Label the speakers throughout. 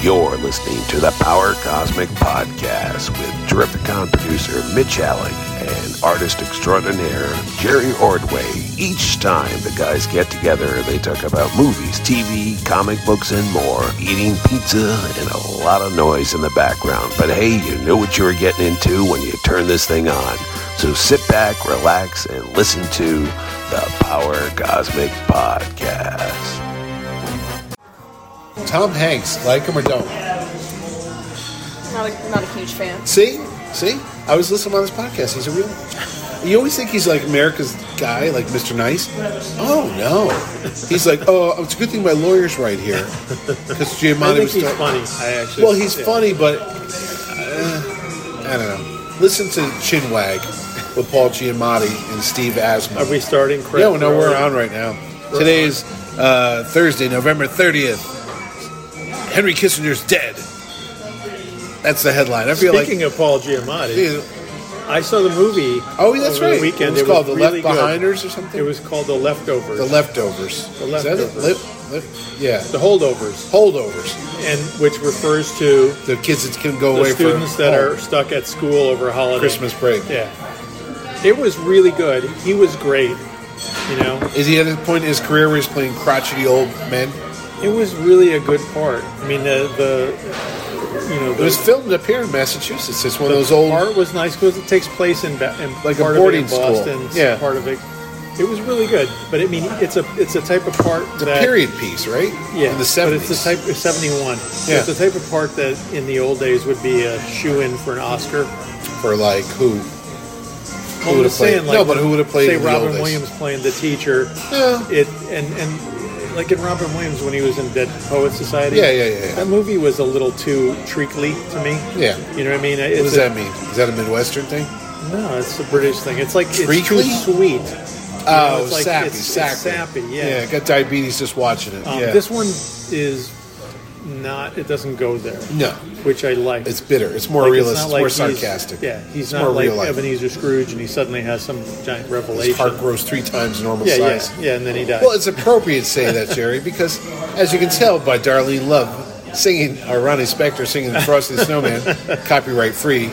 Speaker 1: You're listening to the Power Cosmic Podcast with Terrificon producer Mitch Alec and artist extraordinaire Jerry Ordway. Each time the guys get together, they talk about movies, TV, comic books, and more, eating pizza, and a lot of noise in the background. But hey, you knew what you were getting into when you turned this thing on. So sit back, relax, and listen to the Power Cosmic Podcast.
Speaker 2: Tom Hanks, like him or don't.
Speaker 3: Not a, not a huge fan.
Speaker 2: See? See? I was listening on this podcast. He's a real. You always think he's like America's guy, like Mr. Nice. Oh, no. He's like, oh, it's a good thing my lawyer's right here. Because Giamatti
Speaker 4: I think
Speaker 2: was
Speaker 4: he's
Speaker 2: talk-
Speaker 4: funny. I actually.
Speaker 2: Well, he's
Speaker 4: yeah.
Speaker 2: funny, but uh, I don't know. Listen to Chinwag with Paul Giamatti and Steve Asma.
Speaker 4: Are we starting? Correct
Speaker 2: Yeah, well, no, we're on right now. Today's uh, Thursday, November 30th. Henry Kissinger's dead. That's the headline. I feel
Speaker 4: Speaking
Speaker 2: like.
Speaker 4: of Paul Giamatti,
Speaker 2: Yeah.
Speaker 4: I saw the movie.
Speaker 2: oh, that's
Speaker 4: over
Speaker 2: right.
Speaker 4: The weekend.
Speaker 2: It was
Speaker 4: It
Speaker 2: called The
Speaker 4: really
Speaker 2: Left
Speaker 4: good.
Speaker 2: Behinders or something?
Speaker 4: It was called The Leftovers.
Speaker 2: The Leftovers.
Speaker 4: The
Speaker 2: Is that it?
Speaker 4: Leftovers.
Speaker 2: Lip- lip- yeah.
Speaker 4: The holdovers,
Speaker 2: Holdovers.
Speaker 4: and which refers to
Speaker 2: The kids that can go
Speaker 4: the
Speaker 2: away
Speaker 4: students
Speaker 2: for
Speaker 4: that
Speaker 2: oh,
Speaker 4: are stuck at school over holiday
Speaker 2: Christmas break.
Speaker 4: Yeah, it was really good. He was great. You know,
Speaker 2: Is he at a point in his career where he's playing crotchety old men?
Speaker 4: it was really a good part. I mean, the the you know
Speaker 2: It
Speaker 4: the,
Speaker 2: was filmed up here in Massachusetts. It's one of those
Speaker 4: The
Speaker 2: old.
Speaker 4: part was nice because it takes place in, Ba- in
Speaker 2: Like a
Speaker 4: part
Speaker 2: boarding
Speaker 4: of it
Speaker 2: school.
Speaker 4: in Boston.
Speaker 2: Yeah.
Speaker 4: part of it. It was really good, but I mean, it's a it's a type of part
Speaker 2: It's a
Speaker 4: that
Speaker 2: period piece, right?
Speaker 4: Yeah,
Speaker 2: In the
Speaker 4: but
Speaker 2: seventies.
Speaker 4: it's the type seventy one. So
Speaker 2: Yeah.
Speaker 4: it's the type of part that in the old days would be a shoe in for an Oscar.
Speaker 2: for like who?
Speaker 4: Well, I'm
Speaker 2: would've
Speaker 4: just saying,
Speaker 2: played-
Speaker 4: like,
Speaker 2: no, but who would've played
Speaker 4: Say
Speaker 2: in the old
Speaker 4: Robin
Speaker 2: days?
Speaker 4: Williams playing the teacher.
Speaker 2: Yeah.
Speaker 4: It and and like in Robin Williams when he was in Dead Poet Society.
Speaker 2: Yeah, yeah, yeah, yeah.
Speaker 4: That movie was a little too treacly to me.
Speaker 2: Yeah.
Speaker 4: You know what I mean?
Speaker 2: What does that mean? Is that a Midwestern thing?
Speaker 4: No, it's the British thing. It's like it's too
Speaker 2: Treacly?
Speaker 4: sweet.
Speaker 2: Oh,
Speaker 4: it's like-
Speaker 2: sappy,
Speaker 4: it's- it's
Speaker 2: sappy.
Speaker 4: sappy, yeah.
Speaker 2: Yeah, got diabetes just watching it.
Speaker 4: Um,
Speaker 2: yeah.
Speaker 4: This one is not. It doesn't go there,
Speaker 2: no,
Speaker 4: which I like.
Speaker 2: it's bitter. It's more
Speaker 4: Like, it's
Speaker 2: realistic.
Speaker 4: not
Speaker 2: It's,
Speaker 4: like
Speaker 2: more
Speaker 4: he's-
Speaker 2: sarcastic.
Speaker 4: Yeah, he's
Speaker 2: It's
Speaker 4: not
Speaker 2: more
Speaker 4: like
Speaker 2: real life.
Speaker 4: Ebenezer Scrooge, and he suddenly has some giant
Speaker 2: His
Speaker 4: revelation.
Speaker 2: heart grows three times normal
Speaker 4: Yeah, yeah,
Speaker 2: size.
Speaker 4: yeah, and then he dies.
Speaker 2: Well, it's appropriate to say that, Jerry, because as you can tell by Darlene Love singing, or Ronnie Spector singing Frosty the Snowman, copyright free.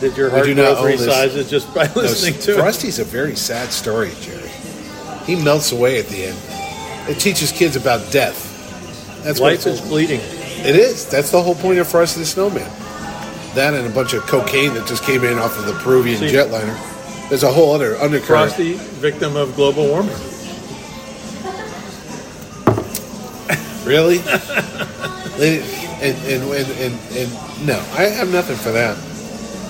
Speaker 4: Did your
Speaker 2: we
Speaker 4: heart
Speaker 2: do
Speaker 4: grow
Speaker 2: not own
Speaker 4: three
Speaker 2: this.
Speaker 4: sizes just by listening to it?
Speaker 2: Frosty's a very sad story, Jerry. He melts away at the end. It teaches kids about death. That's what
Speaker 4: Life
Speaker 2: it's all
Speaker 4: is bleeding.
Speaker 2: It is. That's the whole point of Frosty the Snowman. That and a bunch of cocaine that just came in off of the Peruvian
Speaker 4: See-
Speaker 2: jetliner. There's a whole other undercurrent.
Speaker 4: Frosty, victim of global warming.
Speaker 2: Really? They- and, and, and, and, and no, I have nothing for that.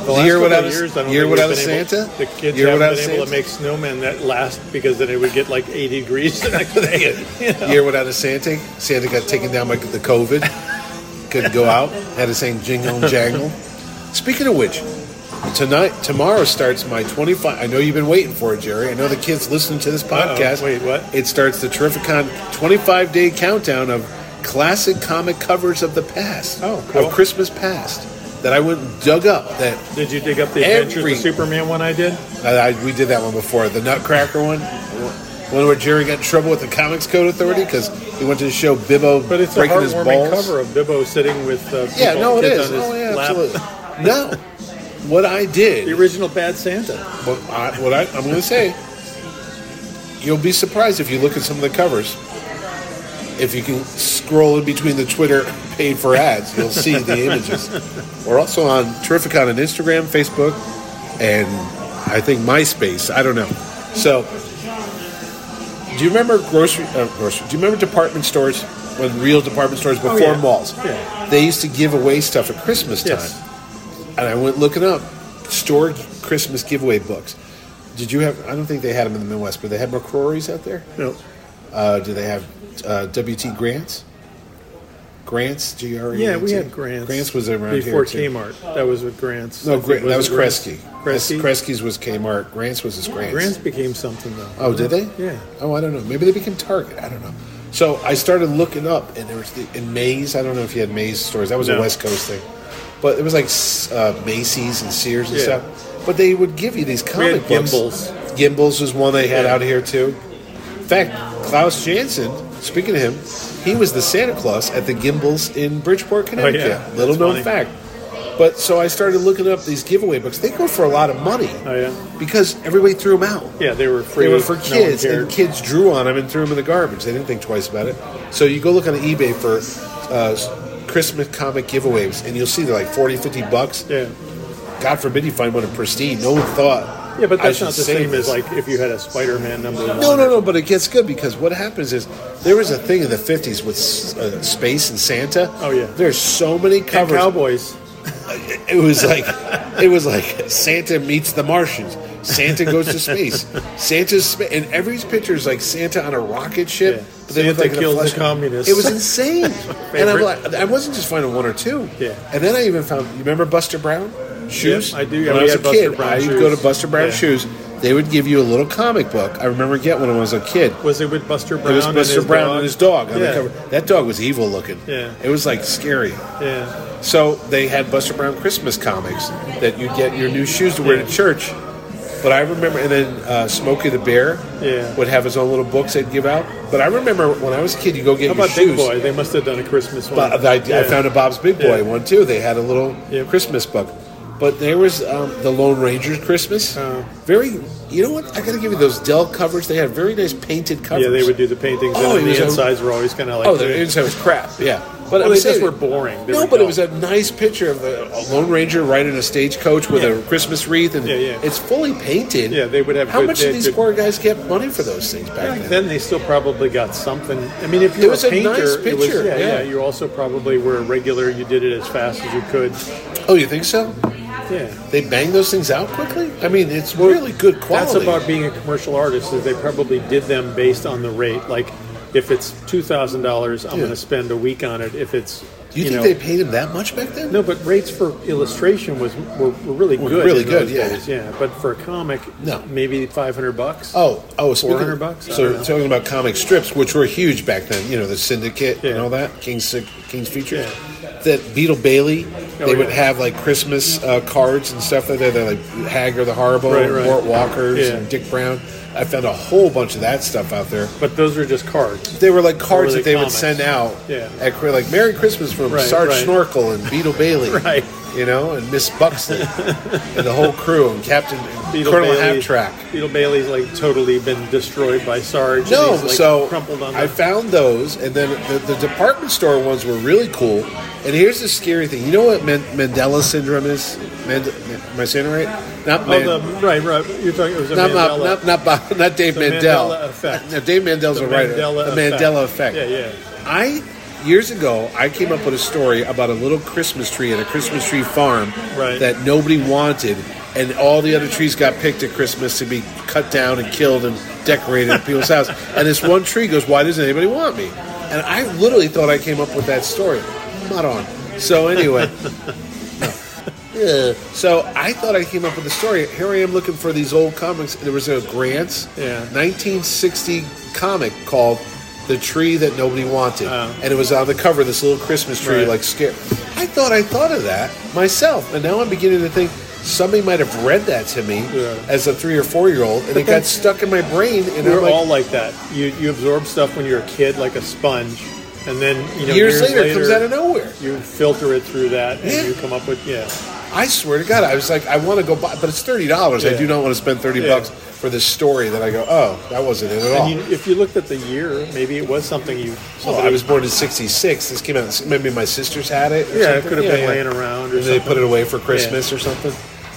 Speaker 4: The last
Speaker 2: Year
Speaker 4: couple
Speaker 2: without
Speaker 4: of
Speaker 2: a-
Speaker 4: years, I don't
Speaker 2: year
Speaker 4: think
Speaker 2: without
Speaker 4: we've
Speaker 2: a
Speaker 4: been able-
Speaker 2: Santa?
Speaker 4: The kids
Speaker 2: Year
Speaker 4: haven't
Speaker 2: without
Speaker 4: been
Speaker 2: a
Speaker 4: able
Speaker 2: Santa?
Speaker 4: to make snowmen that last because then it would get like 80 degrees the next day. You know?
Speaker 2: Year without a Santa. Santa got taken down by the COVID. Couldn't go out. Had to sing jingle and jangle. Speaking of which, tonight, tomorrow starts my 25. I know you've been waiting for it, Jerry. I know the kids listening to this podcast.
Speaker 4: wait, what?
Speaker 2: It starts the Terrificon 25 day countdown of classic comic covers of the past.
Speaker 4: Oh, cool.
Speaker 2: Of Christmas past. That I went and dug up. That
Speaker 4: Did you dig up the Adventures
Speaker 2: Every-
Speaker 4: of Superman one I did?
Speaker 2: I, I, we did that one before. The Nutcracker one. One where Jerry got in trouble with the Comics Code Authority because he went to the show Bibbo
Speaker 4: But it's
Speaker 2: breaking
Speaker 4: a
Speaker 2: his
Speaker 4: heartwarming
Speaker 2: balls.
Speaker 4: cover of Bibbo sitting with uh, people,
Speaker 2: Yeah, no, it
Speaker 4: kids
Speaker 2: is.
Speaker 4: on his
Speaker 2: Oh, yeah,
Speaker 4: lap.
Speaker 2: absolutely. no, what I
Speaker 4: The
Speaker 2: did,
Speaker 4: original Bad Santa.
Speaker 2: what, I, what I, I'm going to say, you'll be surprised if you look at some of the covers. If you can scroll in between the Twitter paid for ads, you'll see the images. We're also on Terrificon on Instagram, Facebook, and I think MySpace. I don't know. So, do you remember grocery? Uh, grocery? Do you remember department stores when real department stores before
Speaker 4: Oh, yeah.
Speaker 2: malls?
Speaker 4: Yeah.
Speaker 2: They used to give away stuff at Christmas time,
Speaker 4: Yes.
Speaker 2: and I went looking up store Christmas giveaway books. Did you have? I don't think they had them in the Midwest, but they had McCrory's out there.
Speaker 4: No.
Speaker 2: Uh, do they have uh, WT Grants? Grants, G R E.
Speaker 4: Yeah,
Speaker 2: N T?
Speaker 4: we had Grants.
Speaker 2: Grants was around
Speaker 4: before
Speaker 2: here too.
Speaker 4: Kmart. That was with Grants. I
Speaker 2: No,
Speaker 4: think.
Speaker 2: Grant, that was
Speaker 4: it Grants?
Speaker 2: Kresge.
Speaker 4: Kresge?
Speaker 2: Kresge's was Kmart. Grants was his Grants.
Speaker 4: Grants became something though.
Speaker 2: Oh, did they?
Speaker 4: Yeah.
Speaker 2: Oh, I don't know. Maybe they became Target. I don't know. So I started looking up, and there was the, in Mays. I don't know if you had Mays stores. That was a
Speaker 4: No.
Speaker 2: West Coast thing, but it was like s- uh, Macy's and Sears and
Speaker 4: Yeah.
Speaker 2: stuff. But they would give you these
Speaker 4: had
Speaker 2: comic books.
Speaker 4: Gimbals.
Speaker 2: Gimbals was one they had
Speaker 4: Yeah.
Speaker 2: out here too. In fact, Klaus Janson. Speaking of him, He was the Santa Claus at the Gimbals in Bridgeport, Connecticut.
Speaker 4: Oh, yeah.
Speaker 2: Little
Speaker 4: That's
Speaker 2: known
Speaker 4: funny.
Speaker 2: fact. But so I started looking up these giveaway books. They go for a lot of money
Speaker 4: Oh yeah,
Speaker 2: because everybody threw them out.
Speaker 4: yeah. They were free.
Speaker 2: They were for
Speaker 4: No one
Speaker 2: kids,
Speaker 4: cared.
Speaker 2: and kids drew on them and threw them in the garbage. They didn't think twice about it. So you go look on eBay for uh, Christmas comic giveaways, and you'll see they're like 40, 50 bucks.
Speaker 4: yeah,
Speaker 2: God forbid you find one in pristine. No one thought.
Speaker 4: yeah. But
Speaker 2: I
Speaker 4: that's
Speaker 2: should
Speaker 4: not the
Speaker 2: save
Speaker 4: same
Speaker 2: this.
Speaker 4: as like if you had a Spider-Man number one.
Speaker 2: No, no, no. But it gets good because what happens is there was a thing in the fifties with s- uh, space and Santa.
Speaker 4: Oh, yeah.
Speaker 2: There's so many
Speaker 4: And
Speaker 2: covers.
Speaker 4: Cowboys.
Speaker 2: it was like it was like Santa meets the Martians. Santa goes to space. Santa's spa- and every picture is like Santa on a rocket ship.
Speaker 4: Yeah.
Speaker 2: But they look
Speaker 4: Santa
Speaker 2: like in a
Speaker 4: kills the
Speaker 2: flesh-
Speaker 4: communists.
Speaker 2: It was insane. and I'm
Speaker 4: favorite.
Speaker 2: like, I wasn't just finding one or two.
Speaker 4: Yeah.
Speaker 2: And then I even found. You remember Buster Brown shoes?
Speaker 4: Yeah, I do. Yeah,
Speaker 2: When I
Speaker 4: we
Speaker 2: was a
Speaker 4: had Buster
Speaker 2: kid,
Speaker 4: Brown
Speaker 2: I would
Speaker 4: shoes.
Speaker 2: go to Buster Brown
Speaker 4: Yeah.
Speaker 2: shoes. They would give you a little comic book. I remember getting when I was a kid.
Speaker 4: Was it with Buster Brown?
Speaker 2: It was
Speaker 4: and
Speaker 2: Buster
Speaker 4: his
Speaker 2: Brown
Speaker 4: dog?
Speaker 2: and his dog on
Speaker 4: yeah.
Speaker 2: the cover. That dog was evil looking.
Speaker 4: Yeah.
Speaker 2: It was like scary.
Speaker 4: Yeah,
Speaker 2: So they had Buster Brown Christmas comics that you get your new shoes to wear to church. But I remember, and then uh, Smokey the Bear
Speaker 4: Yeah.
Speaker 2: would have his own little books they'd give out. But I remember when I was a kid, you go get
Speaker 4: How
Speaker 2: your
Speaker 4: about
Speaker 2: shoes.
Speaker 4: Big Boy? They must have done a Christmas one.
Speaker 2: But I, I
Speaker 4: Yeah.
Speaker 2: found a Bob's Big Boy
Speaker 4: Yeah.
Speaker 2: one too. They had a little
Speaker 4: Yeah.
Speaker 2: Christmas book. But there was um, the Lone Ranger's Christmas.
Speaker 4: Oh.
Speaker 2: Very, you know what? I got to give you those Dell covers. They had very nice painted covers.
Speaker 4: Yeah, they would do the paintings,
Speaker 2: Oh, it
Speaker 4: and then
Speaker 2: was
Speaker 4: the
Speaker 2: a-
Speaker 4: insides were always kind of like.
Speaker 2: Oh, the inside was crap. Yeah, but
Speaker 4: Well,
Speaker 2: I was
Speaker 4: they just
Speaker 2: saying-
Speaker 4: were boring. They
Speaker 2: no,
Speaker 4: were
Speaker 2: but it
Speaker 4: dull.
Speaker 2: was a nice picture of the a Lone Ranger riding a stagecoach with a
Speaker 4: Yeah.
Speaker 2: Christmas wreath, and
Speaker 4: Yeah, yeah.
Speaker 2: it's fully painted.
Speaker 4: Yeah, they would have
Speaker 2: How
Speaker 4: good-
Speaker 2: much
Speaker 4: they
Speaker 2: did
Speaker 4: had
Speaker 2: these
Speaker 4: good-
Speaker 2: poor guys get money for those things back
Speaker 4: Back
Speaker 2: then?
Speaker 4: then they still probably got something. I mean, if you
Speaker 2: It
Speaker 4: were
Speaker 2: was
Speaker 4: a
Speaker 2: a
Speaker 4: painter,
Speaker 2: nice
Speaker 4: it was,
Speaker 2: picture,
Speaker 4: yeah, yeah,
Speaker 2: yeah.
Speaker 4: You also probably were a regular. You did it as fast as you could.
Speaker 2: Oh, you think so?
Speaker 4: Yeah,
Speaker 2: They bang those things out quickly. I mean, it's really good
Speaker 4: that's
Speaker 2: quality.
Speaker 4: about being a commercial artist. Is they probably did them based on the rate. Like, if it's two thousand dollars, I'm
Speaker 2: Yeah.
Speaker 4: going to spend a week on it. If it's
Speaker 2: Do you, think
Speaker 4: know,
Speaker 2: they paid him that much back then?
Speaker 4: no, but rates for illustration was were, were really
Speaker 2: Were
Speaker 4: good.
Speaker 2: really
Speaker 4: in those
Speaker 2: good, yeah.
Speaker 4: days, yeah. But for a comic,
Speaker 2: No.
Speaker 4: maybe five hundred bucks.
Speaker 2: Oh, oh, speaking-
Speaker 4: 400 bucks? I
Speaker 2: So
Speaker 4: don't
Speaker 2: we're
Speaker 4: know.
Speaker 2: talking about comic strips, which were huge back then. You know, the Syndicate and
Speaker 4: Yeah.
Speaker 2: all that, King's King's features.
Speaker 4: Yeah.
Speaker 2: That Beetle Bailey,
Speaker 4: Oh,
Speaker 2: they would
Speaker 4: yeah.
Speaker 2: have like Christmas uh, cards and stuff like that. They're like Hagger the Horrible,
Speaker 4: Right, right.
Speaker 2: Mort Walkers,
Speaker 4: Yeah.
Speaker 2: and Dick Brown. I found a whole bunch of that stuff out there.
Speaker 4: But those are just cards.
Speaker 2: They were like cards
Speaker 4: were
Speaker 2: that
Speaker 4: the
Speaker 2: they
Speaker 4: comics.
Speaker 2: would send out
Speaker 4: Yeah.
Speaker 2: at Cri- like Merry Christmas from
Speaker 4: Right,
Speaker 2: Sarge
Speaker 4: right.
Speaker 2: Snorkel and Beetle Bailey,
Speaker 4: Right.
Speaker 2: You know, and Miss Buxley and the whole crew and Captain
Speaker 4: Beetle
Speaker 2: Colonel
Speaker 4: Bailey-
Speaker 2: Halftrack.
Speaker 4: Beetle Bailey's like totally been destroyed by Sarge. and
Speaker 2: No,
Speaker 4: he's, like,
Speaker 2: so
Speaker 4: crumpled on. The,
Speaker 2: I found those, and then the, the department store ones were really cool. And here's the scary thing: you know what Man- Mandela syndrome is? Mand- am I saying it right? Not
Speaker 4: oh,
Speaker 2: Man-
Speaker 4: the, right, right. You're talking. It was a
Speaker 2: not,
Speaker 4: Mandela.
Speaker 2: not, not, not, Bob- not Dave
Speaker 4: The
Speaker 2: Mandel.
Speaker 4: Mandela effect.
Speaker 2: No, Dave Mandel's
Speaker 4: the
Speaker 2: a writer.
Speaker 4: Mandela
Speaker 2: the Mandela effect.
Speaker 4: Yeah, yeah.
Speaker 2: I years ago I came up with a story about a little Christmas tree at a Christmas tree farm
Speaker 4: Right.
Speaker 2: that nobody wanted, and all the other trees got picked at Christmas to be cut down and killed and decorated at people's house. And this one tree goes, "Why doesn't anybody want me?" And I literally thought I came up with that story. Not on. So anyway. Yeah. So I thought I came up with a story. Here I am looking for these old comics. There was a Grant's
Speaker 4: Yeah.
Speaker 2: 1960 comic called "The Tree That Nobody Wanted,"
Speaker 4: Oh.
Speaker 2: and it was on the cover. This little Christmas tree,
Speaker 4: Right.
Speaker 2: like scare. I thought I thought of that myself, and now I'm beginning to think somebody might have read that to me
Speaker 4: Yeah.
Speaker 2: as a three or four year old, and it got
Speaker 4: that's-
Speaker 2: stuck in my brain. And
Speaker 4: We're
Speaker 2: I'm like,
Speaker 4: all like that. You you absorb stuff when you're a kid, like a sponge, and then you know
Speaker 2: years, later, it comes out of nowhere.
Speaker 4: You filter it through that, and
Speaker 2: Yeah.
Speaker 4: you come up with yeah.
Speaker 2: I swear to God, I was like, I want to go buy, but it's thirty dollars. I
Speaker 4: Yeah.
Speaker 2: do not want to spend thirty
Speaker 4: Yeah.
Speaker 2: bucks for this story. That I go, oh, that wasn't it at all.
Speaker 4: And you, if you looked at the year, maybe it was something you.
Speaker 2: Well,
Speaker 4: somebody-
Speaker 2: I was born in '66. This came out. Maybe my sisters had it. or
Speaker 4: Yeah, it
Speaker 2: something.
Speaker 4: could have been laying around or
Speaker 2: Maybe they
Speaker 4: something.
Speaker 2: put it away for Christmas or something.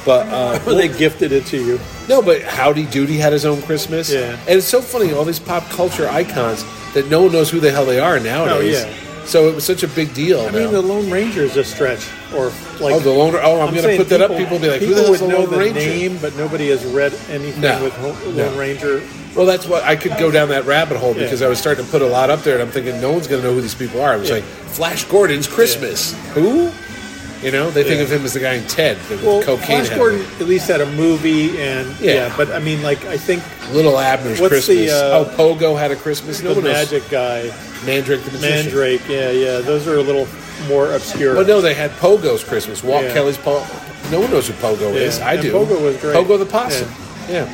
Speaker 2: But uh,
Speaker 4: Well, they gifted it to you.
Speaker 2: no, but Howdy Doody had his own Christmas.
Speaker 4: Yeah.
Speaker 2: and it's so funny all these pop culture icons that no one knows who the hell they are nowadays.
Speaker 4: Oh, yeah.
Speaker 2: So it was such a big deal.
Speaker 4: I mean, the Lone Ranger is a stretch, or like
Speaker 2: oh, the Lone. Oh, I'm, going to
Speaker 4: saying
Speaker 2: put that up. People will be like, "Who the
Speaker 4: people
Speaker 2: hell's the
Speaker 4: would know
Speaker 2: Lone
Speaker 4: the
Speaker 2: Ranger?"
Speaker 4: name, but nobody has read anything
Speaker 2: No,
Speaker 4: with Ho- Lone
Speaker 2: no.
Speaker 4: Ranger.
Speaker 2: Well, that's what I could go down that rabbit hole
Speaker 4: Yeah.
Speaker 2: because I was starting to put a lot up there, and I'm thinking no one's going to know who these people are. I was
Speaker 4: Yeah.
Speaker 2: like, Flash Gordon's Christmas. Who? You know, they think
Speaker 4: Yeah.
Speaker 2: of him as the guy in Ted the with
Speaker 4: Well,
Speaker 2: cocaine.
Speaker 4: Flash Gordon at least had a movie, and
Speaker 2: Yeah.
Speaker 4: yeah. but I mean, like I think
Speaker 2: head. Little Abner's
Speaker 4: What's the,
Speaker 2: Christmas.
Speaker 4: uh,
Speaker 2: oh, Pogo had a Christmas. No
Speaker 4: the
Speaker 2: one knows.
Speaker 4: Magic Guy,
Speaker 2: Mandrake the Magician.
Speaker 4: Mandrake, yeah, yeah, those are a little more obscure.
Speaker 2: But no, they had Pogo's Christmas. Walt
Speaker 4: Yeah.
Speaker 2: Kelly's Pogo. No one knows who Pogo
Speaker 4: Yeah.
Speaker 2: is. I
Speaker 4: And
Speaker 2: do.
Speaker 4: Pogo was great.
Speaker 2: Pogo the Possum. Yeah.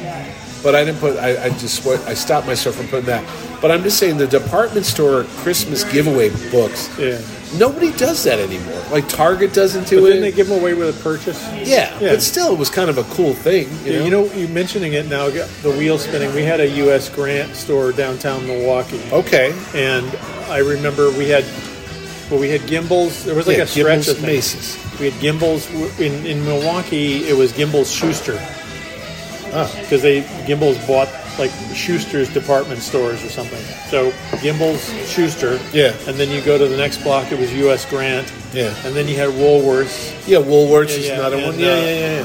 Speaker 2: But I didn't put. I, I just wa- I stopped myself from putting that. But I'm just saying the department store Christmas giveaway books.
Speaker 4: Yeah.
Speaker 2: Nobody does that anymore. Like Target doesn't do
Speaker 4: But
Speaker 2: it.
Speaker 4: then they give them away with a purchase.
Speaker 2: yeah,
Speaker 4: Yeah.
Speaker 2: but still, it was kind of a cool thing. You
Speaker 4: Yeah,
Speaker 2: know.
Speaker 4: you know, you mentioning it now, got the wheel spinning. We had a U.S. Grant store downtown Milwaukee,
Speaker 2: okay.
Speaker 4: and I remember we had, well, we had gimbals. There was like
Speaker 2: Yeah,
Speaker 4: a stretch
Speaker 2: Gimbel's
Speaker 4: of things.
Speaker 2: Macy's.
Speaker 4: We had gimbals w- in in Milwaukee. It was Gimbals Schuster,
Speaker 2: Oh.
Speaker 4: because they Gimbals bought like Schuster's department stores or something. So Gimbals Schuster,
Speaker 2: Yeah.
Speaker 4: and then you go to the next block. It was U.S. Grant,
Speaker 2: Yeah.
Speaker 4: and then you had Woolworths.
Speaker 2: Yeah, Woolworths is
Speaker 4: Yeah,
Speaker 2: another
Speaker 4: and,
Speaker 2: one.
Speaker 4: uh,
Speaker 2: Yeah, yeah, yeah. yeah.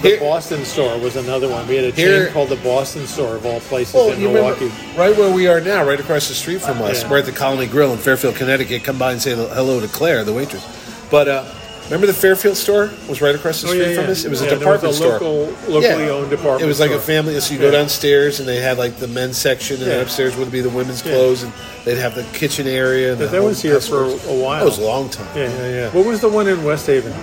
Speaker 4: The
Speaker 2: Here-
Speaker 4: Boston store was another one. We had a chain
Speaker 2: Here-
Speaker 4: called the Boston store of all places
Speaker 2: Well,
Speaker 4: in
Speaker 2: Oh, you
Speaker 4: Milwaukee.
Speaker 2: remember right where we are now, right across the street from us.
Speaker 4: Yeah.
Speaker 2: We're at the Colony Grill in Fairfield, Connecticut. Come by and say hello to Claire, the waitress. But uh, remember the Fairfield store was right across the
Speaker 4: Oh,
Speaker 2: street
Speaker 4: yeah,
Speaker 2: from
Speaker 4: yeah.
Speaker 2: us. It was a
Speaker 4: Yeah, there was
Speaker 2: department
Speaker 4: a
Speaker 2: store,
Speaker 4: local- locally owned department
Speaker 2: It was like a
Speaker 4: store.
Speaker 2: family. So you go
Speaker 4: Yeah.
Speaker 2: downstairs and they had like the men's section, and
Speaker 4: Yeah.
Speaker 2: upstairs would be the women's
Speaker 4: Yeah.
Speaker 2: clothes, and they'd have the kitchen area. And
Speaker 4: But
Speaker 2: the
Speaker 4: that
Speaker 2: whole
Speaker 4: was here for
Speaker 2: customers.
Speaker 4: a while.
Speaker 2: That was a long time.
Speaker 4: Yeah,
Speaker 2: yeah, yeah.
Speaker 4: What was the one in West Haven?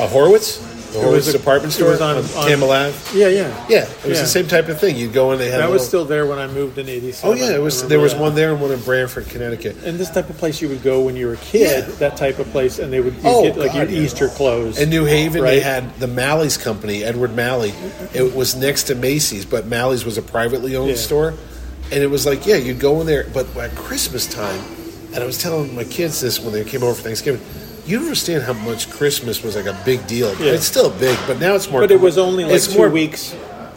Speaker 2: A Horowitz, the
Speaker 4: It was
Speaker 2: Horowitz
Speaker 4: a-
Speaker 2: department
Speaker 4: it
Speaker 2: store
Speaker 4: was on-
Speaker 2: on
Speaker 4: on-
Speaker 2: Campbell Ave.
Speaker 4: Yeah, yeah.
Speaker 2: Yeah, it was
Speaker 4: Yeah.
Speaker 2: the same type of thing. You'd go in, they had
Speaker 4: That
Speaker 2: a
Speaker 4: was
Speaker 2: little-
Speaker 4: still there when I moved in
Speaker 2: Oh
Speaker 4: '87.
Speaker 2: yeah, it was. There was one there and one in Branford, Connecticut.
Speaker 4: And this type of place you would go when you were a kid.
Speaker 2: Yeah.
Speaker 4: That type of place, and they would you
Speaker 2: Oh,
Speaker 4: get like your
Speaker 2: God, yeah.
Speaker 4: Easter clothes.
Speaker 2: In New Haven, they
Speaker 4: Right.
Speaker 2: had the Malley's company, Edward Malley. It was next to Macy's, but Malley's was a privately owned
Speaker 4: Yeah.
Speaker 2: store, and it was like, yeah, you'd go in there, but at Christmas time, and I was telling my kids this when they came over for Thanksgiving. You don't understand how much Christmas was like a big deal.
Speaker 4: Yeah.
Speaker 2: It's still big, but now it's more.
Speaker 4: but it was only like
Speaker 2: it's
Speaker 4: two weeks.